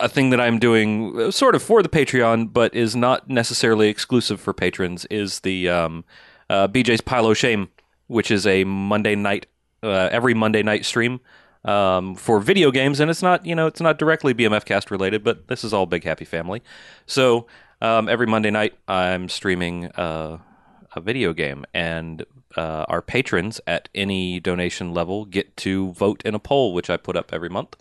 E: a thing that I'm doing uh, sort of for the Patreon, but is not necessarily exclusive for patrons, is the um, uh, BJ's Pile of Shame, which is a Monday night, uh, every Monday night stream um, for video games, and it's not you know it's not directly BMF cast related, but this is all Big Happy Family. So um, every Monday night, I'm streaming. Uh, a video game, and uh, our patrons at any donation level get to vote in a poll, which I put up every month.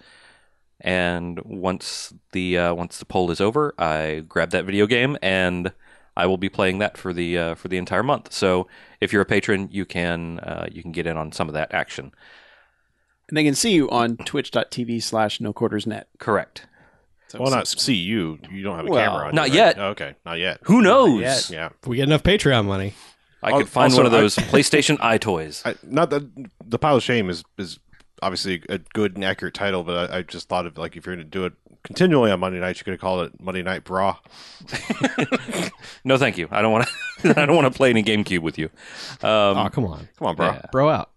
E: And once the uh, once the poll is over, I grab that video game and I will be playing that for the uh, for the entire month. So if you're a patron, you can uh, you can get in on some of that action.
C: And they can see you on twitch.tv slash no quarters net.
E: Correct.
C: So
B: Well, not see you. You don't have a
C: Well,
B: camera. On
E: not
B: you, right?
E: yet.
B: Okay, not yet.
E: Who knows?
C: yet.
B: Yeah.
D: If we get enough Patreon money,
E: I
B: Al-
E: could find
B: also,
E: one of
B: I-
E: those PlayStation i toys.
B: I, not that the pile of shame is is obviously a good and accurate title, but I, I just thought of like if you're going to do it continually on Monday night, you could have called it Monday Night Bra.
E: No, thank you. I don't want to. I don't want to play any GameCube with you. Um,
D: Oh, come on.
B: Come on, bra.
E: Yeah.
D: Bro out.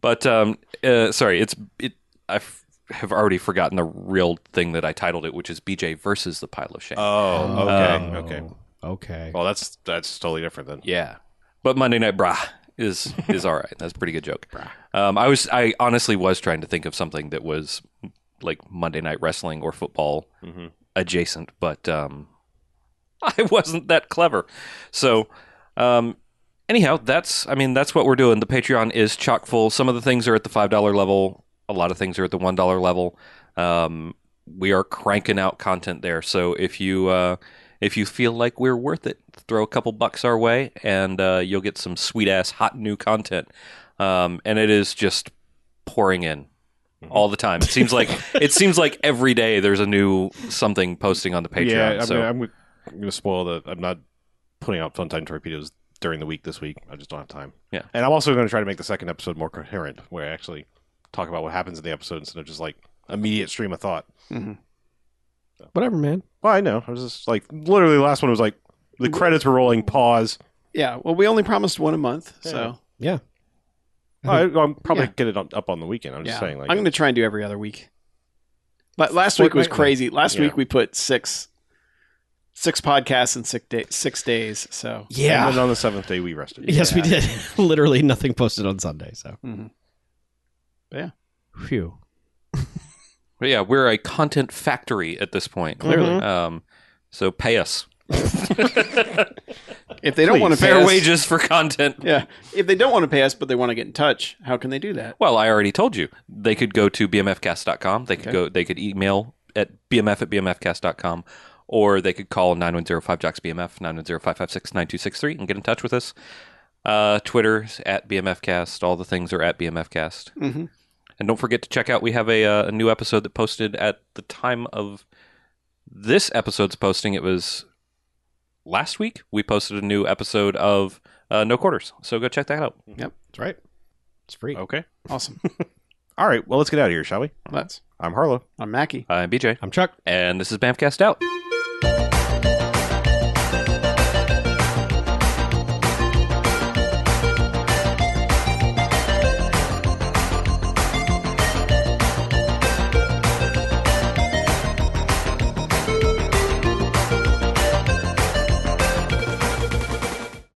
E: But um, uh, sorry, it's it. I f- have already forgotten the real thing that I titled it, which is BJ versus the pile of shame.
B: Oh, okay, okay.
D: Oh, Okay.
B: Well, that's that's totally different then.
E: yeah, but Monday Night Bra is is all right. That's a pretty good joke. Um, I was I honestly was trying to think of something that was like Monday Night Wrestling or football
B: Mhm.
E: adjacent, but um, I wasn't that clever. So, um, anyhow, that's I mean that's what we're doing. The Patreon is chock full. Some of the things are at the five dollar level. A lot of things are at the one dollar level. Um, we are cranking out content there. So if you uh, if you feel like we're worth it, throw a couple bucks our way, and uh, you'll get some sweet ass hot new content. Um, and it is just pouring in all the time. It seems like it seems like every day there's a new something posting on the Patreon.
B: yeah. I'm,
E: so
B: gonna, I'm, gonna, I'm gonna spoil the. I'm not putting out Funtime torpedoes during the week this week. I just don't have time.
E: Yeah.
B: and I'm also gonna try to make the second episode more coherent, where I actually talk about what happens in the episode instead of just like immediate stream of thought.
D: Whatever, man.
B: Well, I know. I was just like, literally, the last one was like, the credits were rolling. Pause.
C: Yeah. Well, we only promised one a month, so
D: Yeah.
B: I, will probably
C: Yeah.
B: get it on, up on the weekend. I'm just
C: yeah.
B: saying, like,
C: I'm going to try and do every other week. But last week was
B: Fortnightly.
C: crazy. Last
B: Yeah.
C: week we put six, six podcasts in six day, six days. So
B: And then on the seventh day, we rested.
D: Yes, we did. Literally nothing posted on Sunday. So.
C: Mhm. Yeah.
D: Phew.
E: But yeah, we're a content factory at this point.
C: Clearly.
E: Um, so pay us.
C: if they don't want to pay
E: Fair
C: us,
E: wages for content.
C: yeah. If they don't want to pay us, but they want to get in touch, how can they do that?
E: Well, I already told you. They could go to bmfcast.com. They could
C: Okay.
E: go they could email at bmf at bmfcast.com or they could call 9105-JOCKS-BMF, 9105569263 and get in touch with us. Uh, Twitter's at bmfcast. All the things are at bmfcast.
C: Mm-hmm.
E: And don't forget to check out, we have a, uh, a new episode that posted at the time of this episode's posting. It was last week. We posted a new episode of uh, No Quarters. So go check that out.
D: That's right. It's free.
B: Okay.
C: Awesome.
B: All right. Well, let's get out of here, shall we?
C: That's
B: I'm Harlow.
C: I'm Mackie.
E: I'm BJ.
D: I'm Chuck.
E: And this is Bamcast Out.